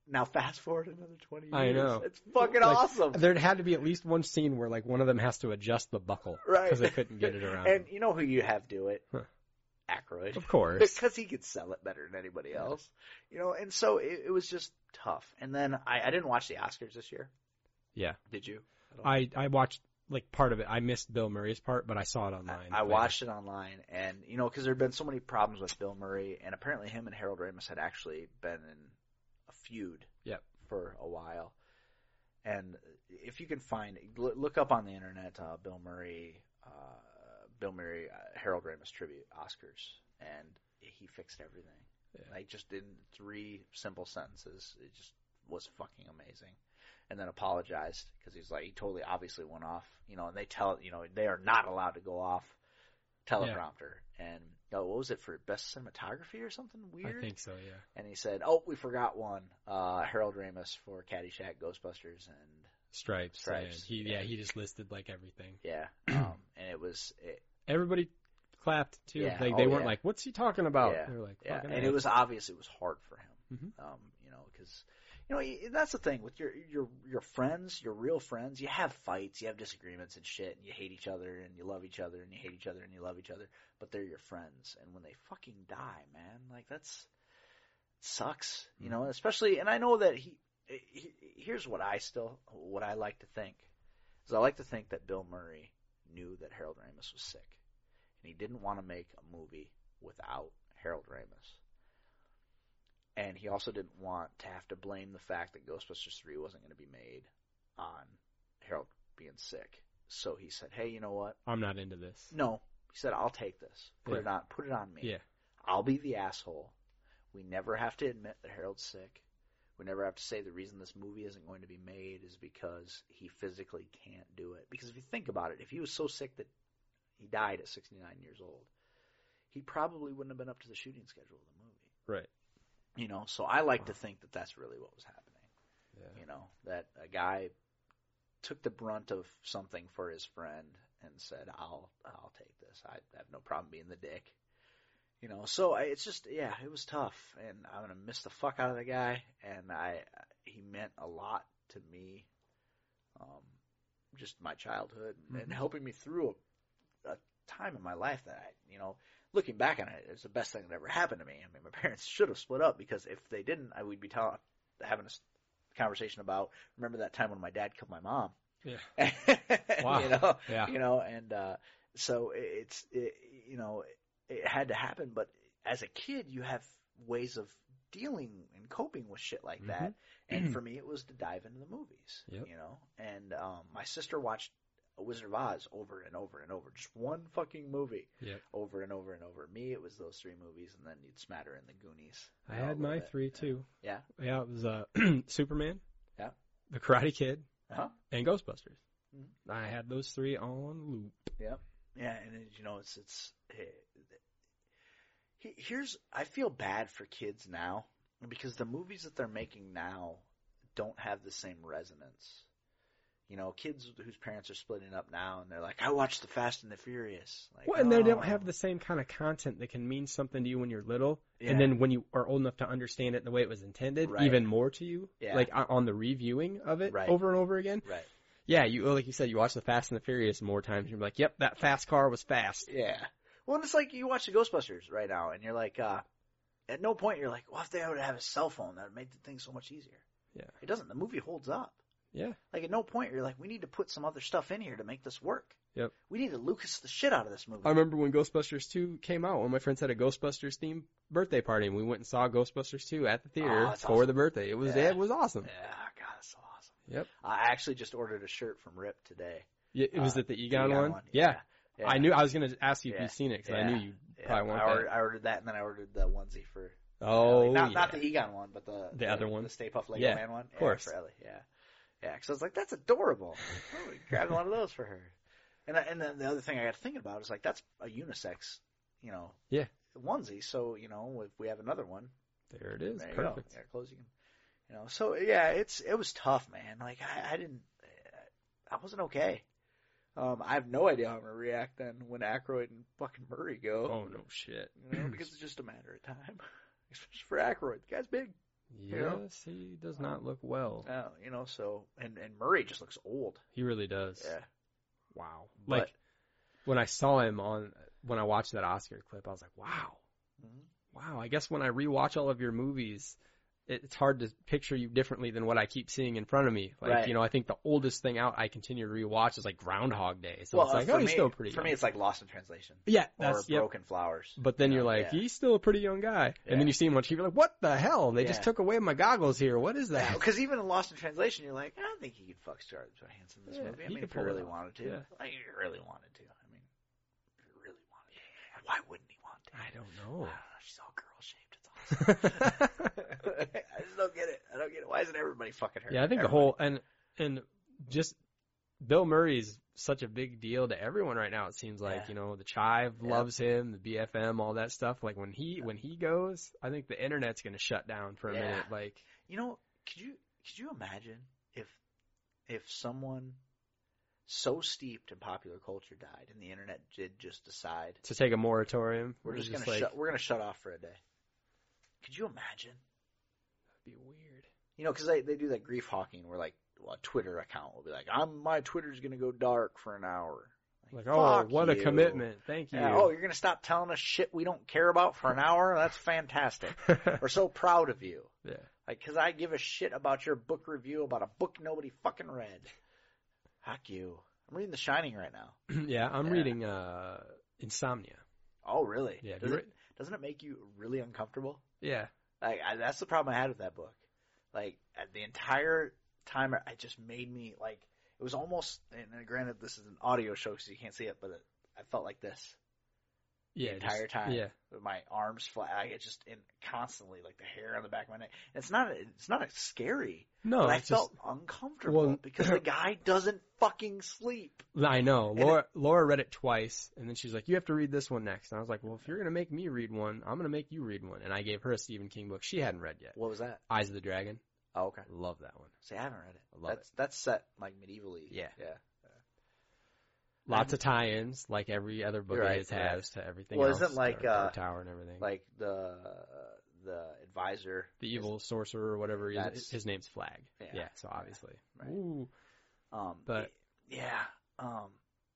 Speaker 4: now fast forward another 20 years.
Speaker 5: I know.
Speaker 4: It's fucking
Speaker 5: Like,
Speaker 4: awesome.
Speaker 5: There had to be at least one scene where like one of them has to adjust the buckle
Speaker 4: Right.
Speaker 5: because they couldn't get it around.
Speaker 4: And you know who you have do it?
Speaker 5: Huh.
Speaker 4: Ackroyd.
Speaker 5: of course.
Speaker 4: Because he could sell it better than anybody else. You know, and so it, it was just tough. And then I, I didn't watch the Oscars this year.
Speaker 5: Yeah.
Speaker 4: Did you?
Speaker 5: I I watched like part of it. I missed Bill Murray's part, but I saw it online.
Speaker 4: I, I
Speaker 5: later.
Speaker 4: watched it online, and you know, because there had been so many problems with Bill Murray, and apparently him and Harold Ramis had actually been in a feud
Speaker 5: Yep.
Speaker 4: for a while. And if you can find, l- look up on the internet uh, Bill Murray, uh, Bill Murray, uh, Harold Ramis tribute Oscars, and he fixed everything.
Speaker 5: Yeah.
Speaker 4: Like just in three simple sentences, it just was fucking amazing. And then apologized because he's like he totally obviously went off, you know. And they tell you know they are not allowed to go off teleprompter. And oh, what was it for best cinematography or something weird?
Speaker 5: I think so. Yeah.
Speaker 4: and he said, "Oh, we forgot one. Uh, Harold Ramis for Caddyshack, Ghostbusters, and
Speaker 5: Stripes.
Speaker 4: Stripes,
Speaker 5: and He yeah. He just listed like everything.
Speaker 4: yeah." um, and it was, it,
Speaker 5: Everybody clapped too.
Speaker 4: Yeah,
Speaker 5: Like
Speaker 4: oh,
Speaker 5: they weren't
Speaker 4: yeah.
Speaker 5: like, "What's he talking about?"
Speaker 4: Yeah,
Speaker 5: They were like,
Speaker 4: yeah,
Speaker 5: "Fucking
Speaker 4: and
Speaker 5: A."
Speaker 4: it was obvious it was hard for him.
Speaker 5: Mhm.
Speaker 4: Um, you know, because you know y- that's the thing with your your your friends, your real friends. You have fights, you have disagreements and shit, and you hate each other, and you love each other, and you hate each other, and you love each other. But they're your friends, and when they fucking die, man, like that's sucks, you
Speaker 5: Mm-hmm.
Speaker 4: know. Especially, and I know that he, eh, he. Here's what I still, what I like to think, is I like to think that Bill Murray knew that Harold Ramis was sick, and he didn't want to make a movie without Harold Ramis. And he also didn't want to have to blame the fact that Ghostbusters 3 wasn't going to be made on Harold being sick. So he said, "Hey, you know what?
Speaker 5: I'm not into this.
Speaker 4: No." He said, "I'll take this. Put
Speaker 5: Yeah.
Speaker 4: it on put it on me.
Speaker 5: Yeah.
Speaker 4: I'll be the asshole. We never have to admit that Harold's sick. We never have to say the reason this movie isn't going to be made is because he physically can't do it. Because if you think about it, if he was so sick that he died at 69 years old, he probably wouldn't have been up to the shooting schedule of the movie.
Speaker 5: Right.
Speaker 4: You know, so I like to think that that's really what was happening.
Speaker 5: Yeah.
Speaker 4: You know, that a guy took the brunt of something for his friend and said, "I'll I'll take this. I have no problem being the dick." You know, so I, it's just yeah, it was tough, and I'm gonna miss the fuck out of the guy. And I he meant a lot to me, um, just my childhood and,
Speaker 5: Mm-hmm.
Speaker 4: and helping me through a, a time in my life that I, you know, looking back on it, it's the best thing that ever happened to me. I mean, my parents should have split up because if they didn't, I would be telling having a s- conversation about remember that time when my dad killed my mom.
Speaker 5: Yeah.
Speaker 4: wow.
Speaker 5: Wow.
Speaker 4: You know,
Speaker 5: Yeah.
Speaker 4: you know, and uh, so it- it's it, you know it had to happen, but as a kid, you have ways of dealing and coping with shit like that. And for me, it was to dive into the movies.
Speaker 5: Mm-hmm. Yep.
Speaker 4: You know, and um, my sister watched Wizard of Oz over and over and over, just one fucking movie
Speaker 5: Yep.
Speaker 4: over and over and over. Me, it was those three movies, and then you'd smatter in the Goonies.
Speaker 5: I
Speaker 4: you know, a
Speaker 5: had
Speaker 4: little
Speaker 5: my
Speaker 4: bit.
Speaker 5: three too.
Speaker 4: Yeah.
Speaker 5: Yeah, it was uh, Superman.
Speaker 4: Yeah.
Speaker 5: The Karate Kid.
Speaker 4: Uh-huh.
Speaker 5: And Ghostbusters.
Speaker 4: Mhm.
Speaker 5: I had those three on loop.
Speaker 4: Yeah, and it, you know, it's it's. eh, he here's I feel bad for kids now because the movies that they're making now don't have the same resonance. You know, kids whose parents are splitting up now and they're like, "I watched the Fast and the Furious." Like,
Speaker 5: Well, and they
Speaker 4: oh.
Speaker 5: don't have the same kind of content that can mean something to you when you're little,
Speaker 4: Yeah.
Speaker 5: and then when you are old enough to understand it the way it was intended,
Speaker 4: Right.
Speaker 5: even more to you.
Speaker 4: Yeah.
Speaker 5: Like on on the reviewing of it
Speaker 4: Right.
Speaker 5: over and over again.
Speaker 4: right.
Speaker 5: yeah, you like you said, you watch the Fast and the Furious more times. You're like, yep, that fast car was fast.
Speaker 4: Yeah. Well, and it's like you watch the Ghostbusters right now, and you're like, uh, at no point you're like, well, if they would have a cell phone, that would make the thing so much easier.
Speaker 5: Yeah.
Speaker 4: It doesn't. The movie holds up.
Speaker 5: Yeah.
Speaker 4: Like at no point you're like, we need to put some other stuff in here to make this work.
Speaker 5: Yep.
Speaker 4: We need to Lucas the shit out of this movie.
Speaker 5: I remember when Ghostbusters 2 came out, one of my friends had a Ghostbusters themed birthday party, and we went and saw Ghostbusters 2 at the theater
Speaker 4: Aw, that's
Speaker 5: for
Speaker 4: awesome.
Speaker 5: the birthday. It was
Speaker 4: Yeah.
Speaker 5: it was awesome.
Speaker 4: yeah. God, that's so awesome.
Speaker 5: Yep.
Speaker 4: I actually just ordered a shirt from Rip today.
Speaker 5: Yeah, it was
Speaker 4: Uh,
Speaker 5: at the Egon one. Yeah.
Speaker 4: Yeah. Yeah.
Speaker 5: I knew I was gonna ask you if
Speaker 4: Yeah.
Speaker 5: you'd seen it because I
Speaker 4: Yeah.
Speaker 5: knew you.
Speaker 4: Yeah.
Speaker 5: probably want
Speaker 4: I
Speaker 5: that.
Speaker 4: ordered, I ordered that, and then I ordered the onesie for
Speaker 5: Oh,
Speaker 4: Ellie. not
Speaker 5: yeah.
Speaker 4: not the Egon one, but the
Speaker 5: The other one?
Speaker 4: the Stay Puft Lego
Speaker 5: Yeah,
Speaker 4: Man one. Of
Speaker 5: course.
Speaker 4: yeah, for Ellie. Yeah, yeah. Because I was like, that's adorable. Oh, we grabbed one of those for her. And I, and then the other thing I got to thinking about is like that's a unisex, you know.
Speaker 5: Yeah.
Speaker 4: Onesie, so you know if we have another one,
Speaker 5: there it is.
Speaker 4: there you
Speaker 5: Perfect.
Speaker 4: go. There, close you can, you know. So yeah, it's it was tough, man. Like I, I didn't, I wasn't okay. Um, I have no idea how I'm gonna react then when Aykroyd and fucking Murray go.
Speaker 5: Oh no shit.
Speaker 4: You know, because it's just a matter of time. Especially for Aykroyd. The guy's big. know?
Speaker 5: Yes, he does not look well.
Speaker 4: Uh, you know, so and, and Murray just looks old.
Speaker 5: He really does.
Speaker 4: Yeah.
Speaker 5: Wow.
Speaker 4: But-
Speaker 5: like when I saw him on when I watched that Oscar clip, I was like, wow,
Speaker 4: Mhm.
Speaker 5: wow. I guess when I rewatch all of your movies, it, it's hard to picture you differently than what I keep seeing in front of me. Like
Speaker 4: Right.
Speaker 5: you know, I think the oldest thing out I continue to rewatch is like Groundhog Day. So
Speaker 4: well, uh,
Speaker 5: it's like,
Speaker 4: for
Speaker 5: oh,
Speaker 4: me,
Speaker 5: he's still pretty.
Speaker 4: For me
Speaker 5: young.
Speaker 4: it's like Lost in Translation.
Speaker 5: yeah,
Speaker 4: Or
Speaker 5: that's yep.
Speaker 4: Broken Flowers.
Speaker 5: But then
Speaker 4: you
Speaker 5: you're
Speaker 4: know,
Speaker 5: like,
Speaker 4: yeah.
Speaker 5: he's still a pretty young guy.
Speaker 4: Yeah.
Speaker 5: And then you see him on TV, you're like, what the hell? They
Speaker 4: Yeah.
Speaker 5: just took away my goggles here. What is that?
Speaker 4: Because even in Lost in Translation, you're like, I don't think he could fuck Scarlett Johansson in this
Speaker 5: Yeah,
Speaker 4: movie. I
Speaker 5: he
Speaker 4: mean,
Speaker 5: could
Speaker 4: if he
Speaker 5: pull it
Speaker 4: really
Speaker 5: off.
Speaker 4: wanted to,
Speaker 5: Yeah.
Speaker 4: like, if he really wanted to. I mean, if he really wanted to, why wouldn't he want to?
Speaker 5: I don't
Speaker 4: I don't
Speaker 5: know.
Speaker 4: know. She's all girl shaped. It's awesome. I just don't get it. I don't get it. Why isn't everybody fucking her?
Speaker 5: Yeah, I think the
Speaker 4: Everybody.
Speaker 5: whole and and just Bill Murray's such a big deal to everyone right now. It seems like
Speaker 4: Yeah.
Speaker 5: you know the Chive
Speaker 4: Yeah.
Speaker 5: loves him, the BFM, all that stuff. Like when he when he goes, I think the internet's gonna shut down for a
Speaker 4: Yeah.
Speaker 5: minute. Like
Speaker 4: You know, could you could you imagine if if someone so steeped in popular culture died and the internet did just decide
Speaker 5: to take a moratorium,
Speaker 4: we're
Speaker 5: it's
Speaker 4: just gonna
Speaker 5: like,
Speaker 4: shut we're gonna shut off for a day? Could you imagine?
Speaker 5: be weird.
Speaker 4: You know, because they they do that grief hawking where like well, a Twitter account will be like, "I'm my Twitter's gonna go dark for an hour."
Speaker 5: Like oh,
Speaker 4: fuck
Speaker 5: what a
Speaker 4: you.
Speaker 5: commitment! Thank you.
Speaker 4: Yeah, oh, you're gonna stop telling us shit we don't care about for an hour? That's fantastic. We're so proud of you.
Speaker 5: yeah.
Speaker 4: Like, cause I give a shit about your book review about a book nobody fucking read. Fuck you. I'm reading The Shining right now.
Speaker 5: yeah, I'm
Speaker 4: Yeah.
Speaker 5: reading uh Insomnia.
Speaker 4: Oh, really?
Speaker 5: Yeah,
Speaker 4: Does
Speaker 5: you
Speaker 4: it, doesn't it make you really uncomfortable?
Speaker 5: Yeah,
Speaker 4: Like, I, that's the problem I had with that book. Like, I- the entire time, I- it just made me, like, it was almost, and granted, this is an audio show, so you can't see it, but it, I felt like this.
Speaker 5: yeah.
Speaker 4: entire
Speaker 5: just-
Speaker 4: time.
Speaker 5: Yeah,
Speaker 4: with my arms flat, I it just in constantly like the hair on the back of my neck. It's not it's not scary,
Speaker 5: no,
Speaker 4: but I
Speaker 5: Oh, it's just-
Speaker 4: felt uncomfortable
Speaker 5: Well-
Speaker 4: because the guy doesn't fucking sleep.
Speaker 5: I know.
Speaker 4: And
Speaker 5: Laura Laura read it twice, and then she's like, "You have to read this one next." And I was like, "Well, if you're gonna make me read one, I'm gonna make you read one." And I gave her a Stephen King book she hadn't read yet,
Speaker 4: What was that?
Speaker 5: Eyes of the Dragon.
Speaker 4: Oh, okay.
Speaker 5: Love that one.
Speaker 4: See, I haven't read it.
Speaker 5: I love
Speaker 4: that's that's set like medievally.
Speaker 5: Yeah.
Speaker 4: yeah.
Speaker 5: Lots of tie-ins, like every other book
Speaker 4: Right,
Speaker 5: it is has to everything.
Speaker 4: Well,
Speaker 5: else,
Speaker 4: isn't like,
Speaker 5: to Dark
Speaker 4: uh,
Speaker 5: Tower and everything?
Speaker 4: Like the the advisor,
Speaker 5: the evil sorcerer or whatever he is,
Speaker 4: That's-
Speaker 5: his name's Flag.
Speaker 4: Yeah.
Speaker 5: Yeah, so obviously.
Speaker 4: Right.
Speaker 5: Ooh.
Speaker 4: Um,
Speaker 5: But-
Speaker 4: yeah, um,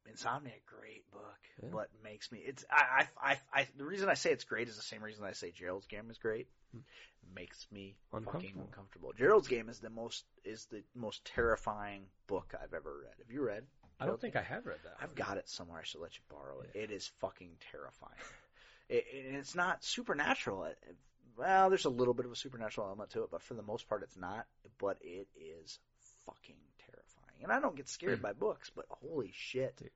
Speaker 4: Insomnia, great book.
Speaker 5: Yeah.
Speaker 4: What makes me it's I, I I I the reason I say it's great is the same reason I say Gerald's Game is great.
Speaker 5: Hmm.
Speaker 4: Makes me fucking
Speaker 5: Uncomfortable.
Speaker 4: uncomfortable. Gerald's Game is the most is the most terrifying book I've ever read. Have you read?
Speaker 5: I don't think I have read that.
Speaker 4: I've
Speaker 5: one.
Speaker 4: got it somewhere. I should let you borrow it.
Speaker 5: Yeah.
Speaker 4: It is fucking terrifying. it, it- and it's not supernatural. It- it- well, there's a little bit of a supernatural element to it, but for the most part, it's not. But it is fucking terrifying. And I don't get scared by books, but holy shit.
Speaker 5: Hmm. Dude.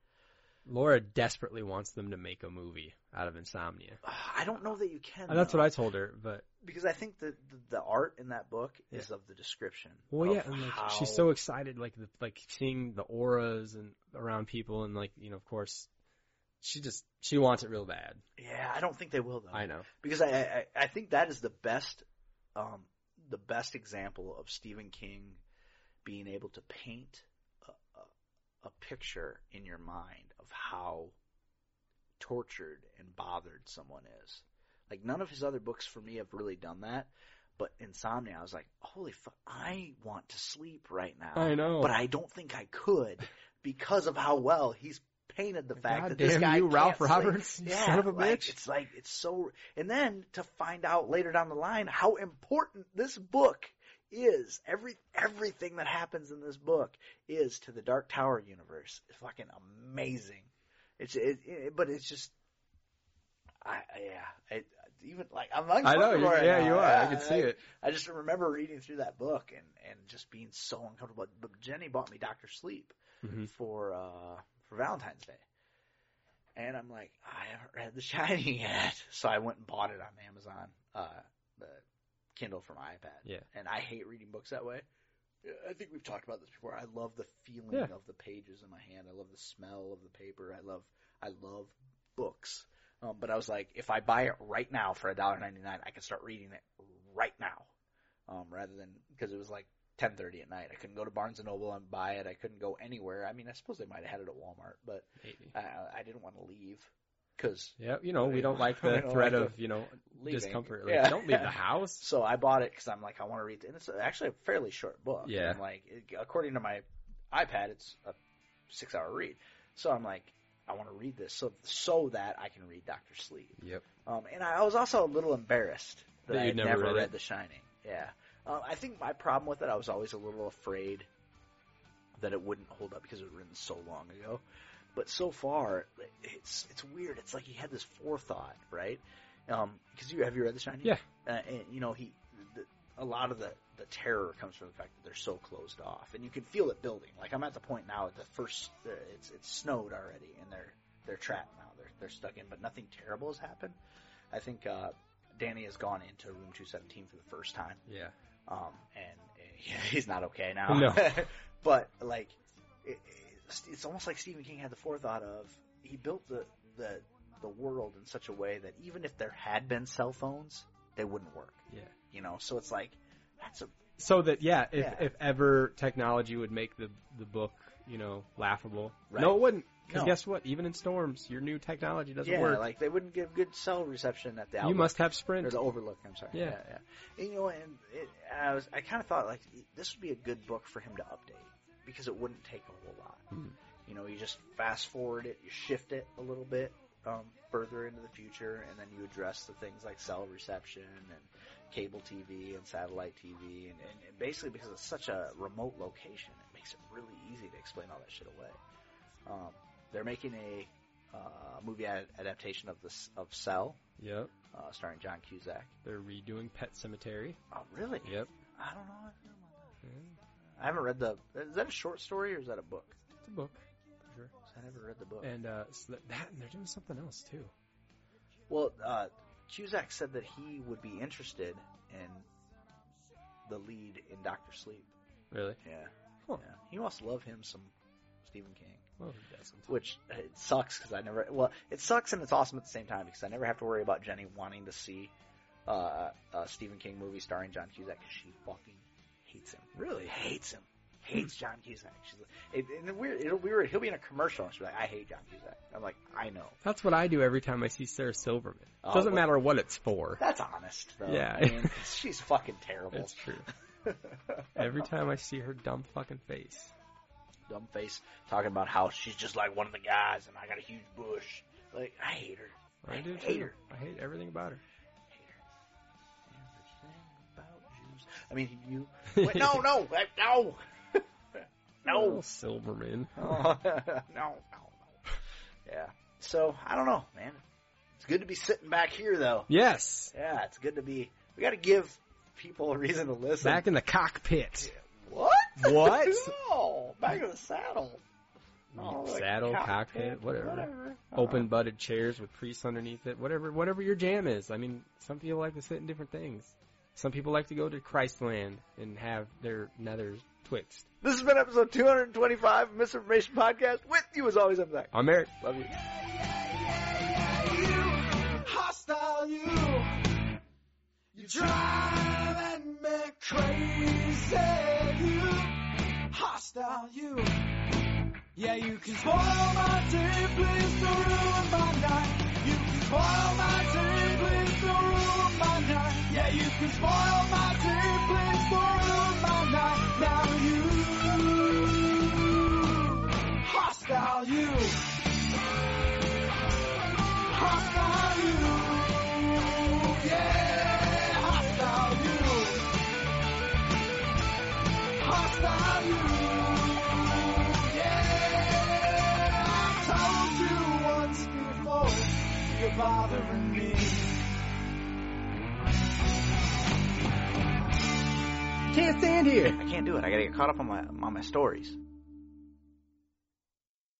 Speaker 5: Laura desperately wants them to make a movie out of Insomnia.
Speaker 4: Ah, I don't know that you can.
Speaker 5: And that's
Speaker 4: though,
Speaker 5: what I told her, but
Speaker 4: Because I think the, the, the art in that book is of the description.
Speaker 5: Well, yeah,
Speaker 4: of
Speaker 5: and like
Speaker 4: how-
Speaker 5: she's so excited, like the, like seeing the auras and around people, and like you know, of course, she just she wants it real bad.
Speaker 4: Yeah, I don't think they will, though.
Speaker 5: I know.
Speaker 4: because I, I I think that is the best um the best example of Stephen King being able to paint a, a, a picture in your mind of how tortured and bothered someone is. Like none of his other books for me have really done that, But insomnia, I was like, holy fuck, I want to sleep right now.
Speaker 5: I know.
Speaker 4: But I don't think I could because of how well he's painted the fact
Speaker 5: God
Speaker 4: that this
Speaker 5: damn
Speaker 4: guy
Speaker 5: you,
Speaker 4: can't
Speaker 5: Ralph
Speaker 4: sleep.
Speaker 5: Roberts, you
Speaker 4: yeah,
Speaker 5: son of a
Speaker 4: like,
Speaker 5: bitch.
Speaker 4: It's like it's so. And then to find out later down the line how important this book is. Every everything that happens in this book is to the Dark Tower universe. It's fucking amazing. It's it, it but it's just. I, I- yeah, it, even like I'm
Speaker 5: I know.
Speaker 4: uncomfortable
Speaker 5: You,
Speaker 4: right
Speaker 5: yeah,
Speaker 4: now.
Speaker 5: you are. I can see
Speaker 4: like,
Speaker 5: it.
Speaker 4: I just remember reading through that book and, and just being so uncomfortable. But Jenny bought me Doctor Sleep
Speaker 5: Mhm.
Speaker 4: for uh, for Valentine's Day, and I'm like, I haven't read The Shining yet, so I went and bought it on Amazon, uh, the Kindle for my iPad.
Speaker 5: Yeah.
Speaker 4: and I hate reading books that way. I think we've talked about this before. I love the feeling
Speaker 5: Yeah.
Speaker 4: of the pages in my hand. I love the smell of the paper. I love I love books. Um, but I was like, if I buy it right now for a dollar ninety nine, I can start reading it right now, um, rather than because it was like ten thirty at night. I couldn't go to Barnes and Noble and buy it. I couldn't go anywhere. I mean, I suppose they might have had it at Walmart, but I, I didn't want to leave because
Speaker 5: Yeah, you know, we don't like
Speaker 4: We
Speaker 5: the
Speaker 4: don't
Speaker 5: threat
Speaker 4: like
Speaker 5: of, you know,
Speaker 4: leaving.
Speaker 5: discomfort. Like,
Speaker 4: Yeah.
Speaker 5: Don't leave the house.
Speaker 4: So I bought it because I'm like, I want to read, it. and it's actually a fairly short book.
Speaker 5: Yeah.
Speaker 4: And I'm like, according to my iPad, it's a six-hour read. So I'm like, I want to read this so so that I can read Doctor Sleep.
Speaker 5: Yep.
Speaker 4: Um, and I was also a little embarrassed that,
Speaker 5: That
Speaker 4: I had
Speaker 5: you'd
Speaker 4: never,
Speaker 5: never
Speaker 4: read,
Speaker 5: read it.
Speaker 4: The Shining. Yeah. Um, I think my problem with it, I was always a little afraid that it wouldn't hold up because it was written so long ago. But so far, it's it's weird. It's like he had this forethought, right? Um, because you have you read The Shining?
Speaker 5: Yeah.
Speaker 4: Uh, and you know he, the, a lot of the the terror comes from the fact that they're so closed off, and you can feel it building. Like I'm at the point now at the first, uh, it's it's snowed already, and they're they're trapped now. They're they're stuck in, but nothing terrible has happened. I think uh, Danny has gone into room 217 for the first time,
Speaker 5: Yeah.
Speaker 4: um, and uh, he's not okay now.
Speaker 5: No.
Speaker 4: but like, it, it's, it's almost like Stephen King had the forethought of he built the the the world in such a way that even if there had been cell phones, they wouldn't work.
Speaker 5: Yeah.
Speaker 4: You know, so it's like that's a
Speaker 5: So that, yeah, if,
Speaker 4: Yeah.
Speaker 5: if ever technology would make the, the book, you know, laughable.
Speaker 4: Right.
Speaker 5: No, it wouldn't. Because
Speaker 4: No.
Speaker 5: guess what? Even in storms, your new technology doesn't
Speaker 4: yeah,
Speaker 5: work.
Speaker 4: like they wouldn't give good cell reception at the
Speaker 5: you
Speaker 4: outlook.
Speaker 5: must have
Speaker 4: or
Speaker 5: sprint.
Speaker 4: the overlook. I'm sorry.
Speaker 5: Yeah.
Speaker 4: yeah. And, you know, and it, I was I kind of thought like this would be a good book for him to update because it wouldn't take a whole lot.
Speaker 5: Mhm.
Speaker 4: You know, you just fast forward it, you shift it a little bit um, further into the future, and then you address the things like cell reception and cable TV and satellite TV, and, and, and basically because it's such a remote location, it makes it really easy to explain all that shit away. Um, they're making a uh, movie ad- adaptation of this of Cell,
Speaker 5: Yep.
Speaker 4: uh, starring John Cusack.
Speaker 5: They're redoing Pet Cemetery.
Speaker 4: Oh, really?
Speaker 5: Yep.
Speaker 4: I don't know. how I feel about that. I haven't read the. Is that a short story or is that a book?
Speaker 5: It's a book. Sure.
Speaker 4: 'Cause I never read the book.
Speaker 5: And uh, so that, that and they're doing something else too.
Speaker 4: Well, uh, Cusack said that he would be interested in the lead in Doctor Sleep.
Speaker 5: Really?
Speaker 4: Yeah.
Speaker 5: Huh.
Speaker 4: yeah. He must love him some Stephen King,
Speaker 5: Well, who doesn't?
Speaker 4: which uh, it sucks because I never. Well, it sucks and it's awesome at the same time because I never have to worry about Jenny wanting to see uh, a Stephen King movie starring John Cusack because she fucking hates him.
Speaker 5: Really?
Speaker 4: hates him. Hates John Cusack. She's like, it, and weird. It'll be weird. He'll be in a commercial and she'll be like, "I hate John Cusack." I'm like, "I know."
Speaker 5: That's what I do every time I see Sarah Silverman.
Speaker 4: Oh,
Speaker 5: Doesn't
Speaker 4: well-
Speaker 5: matter what it's for.
Speaker 4: That's honest, though.
Speaker 5: Yeah.
Speaker 4: I mean, she's fucking terrible.
Speaker 5: It's true. Every time I see her dumb fucking face.
Speaker 4: dumb face talking about how she's just like one of the guys, and I got a huge bush. Like, I hate her.
Speaker 5: I do
Speaker 4: hate
Speaker 5: too.
Speaker 4: her.
Speaker 5: I hate everything about her.
Speaker 4: Hate her. Everything about Jews. I mean, you. Wait, no, no, uh, no,
Speaker 5: Oh,
Speaker 4: no,
Speaker 5: Silverman.
Speaker 4: no, no, no. Yeah. So I don't know, man. It's good to be sitting back here, though.
Speaker 5: Yes.
Speaker 4: Yeah, it's good to be. We got to give people a reason to listen.
Speaker 5: Back in the cockpit.
Speaker 4: what?
Speaker 5: What?
Speaker 4: no, back in the saddle. No, like Uh-huh.
Speaker 5: Saddle, cockpit, whatever. Open butted chairs with priests underneath it. Whatever whatever your jam is. I mean, some people like to sit in different things. Some people like to go to Christland and have their nethers twixt.
Speaker 4: This has been episode 225 of Misinformation Podcast. With you as always, I'm Zach.
Speaker 5: I'm Eric.
Speaker 4: Love you.
Speaker 3: hostile you. You driving me crazy. You hostile you. Yeah, you can spoil my day, please don't ruin my night. You can spoil my day, please don't ruin my night. Yeah, you can spoil my hostile you. Hostile you. Yeah, hostile you. Hostile you. Yeah, I told you once before you're bothering me.
Speaker 4: Can't stand here. I can't do it. I gotta get caught up on my on my stories.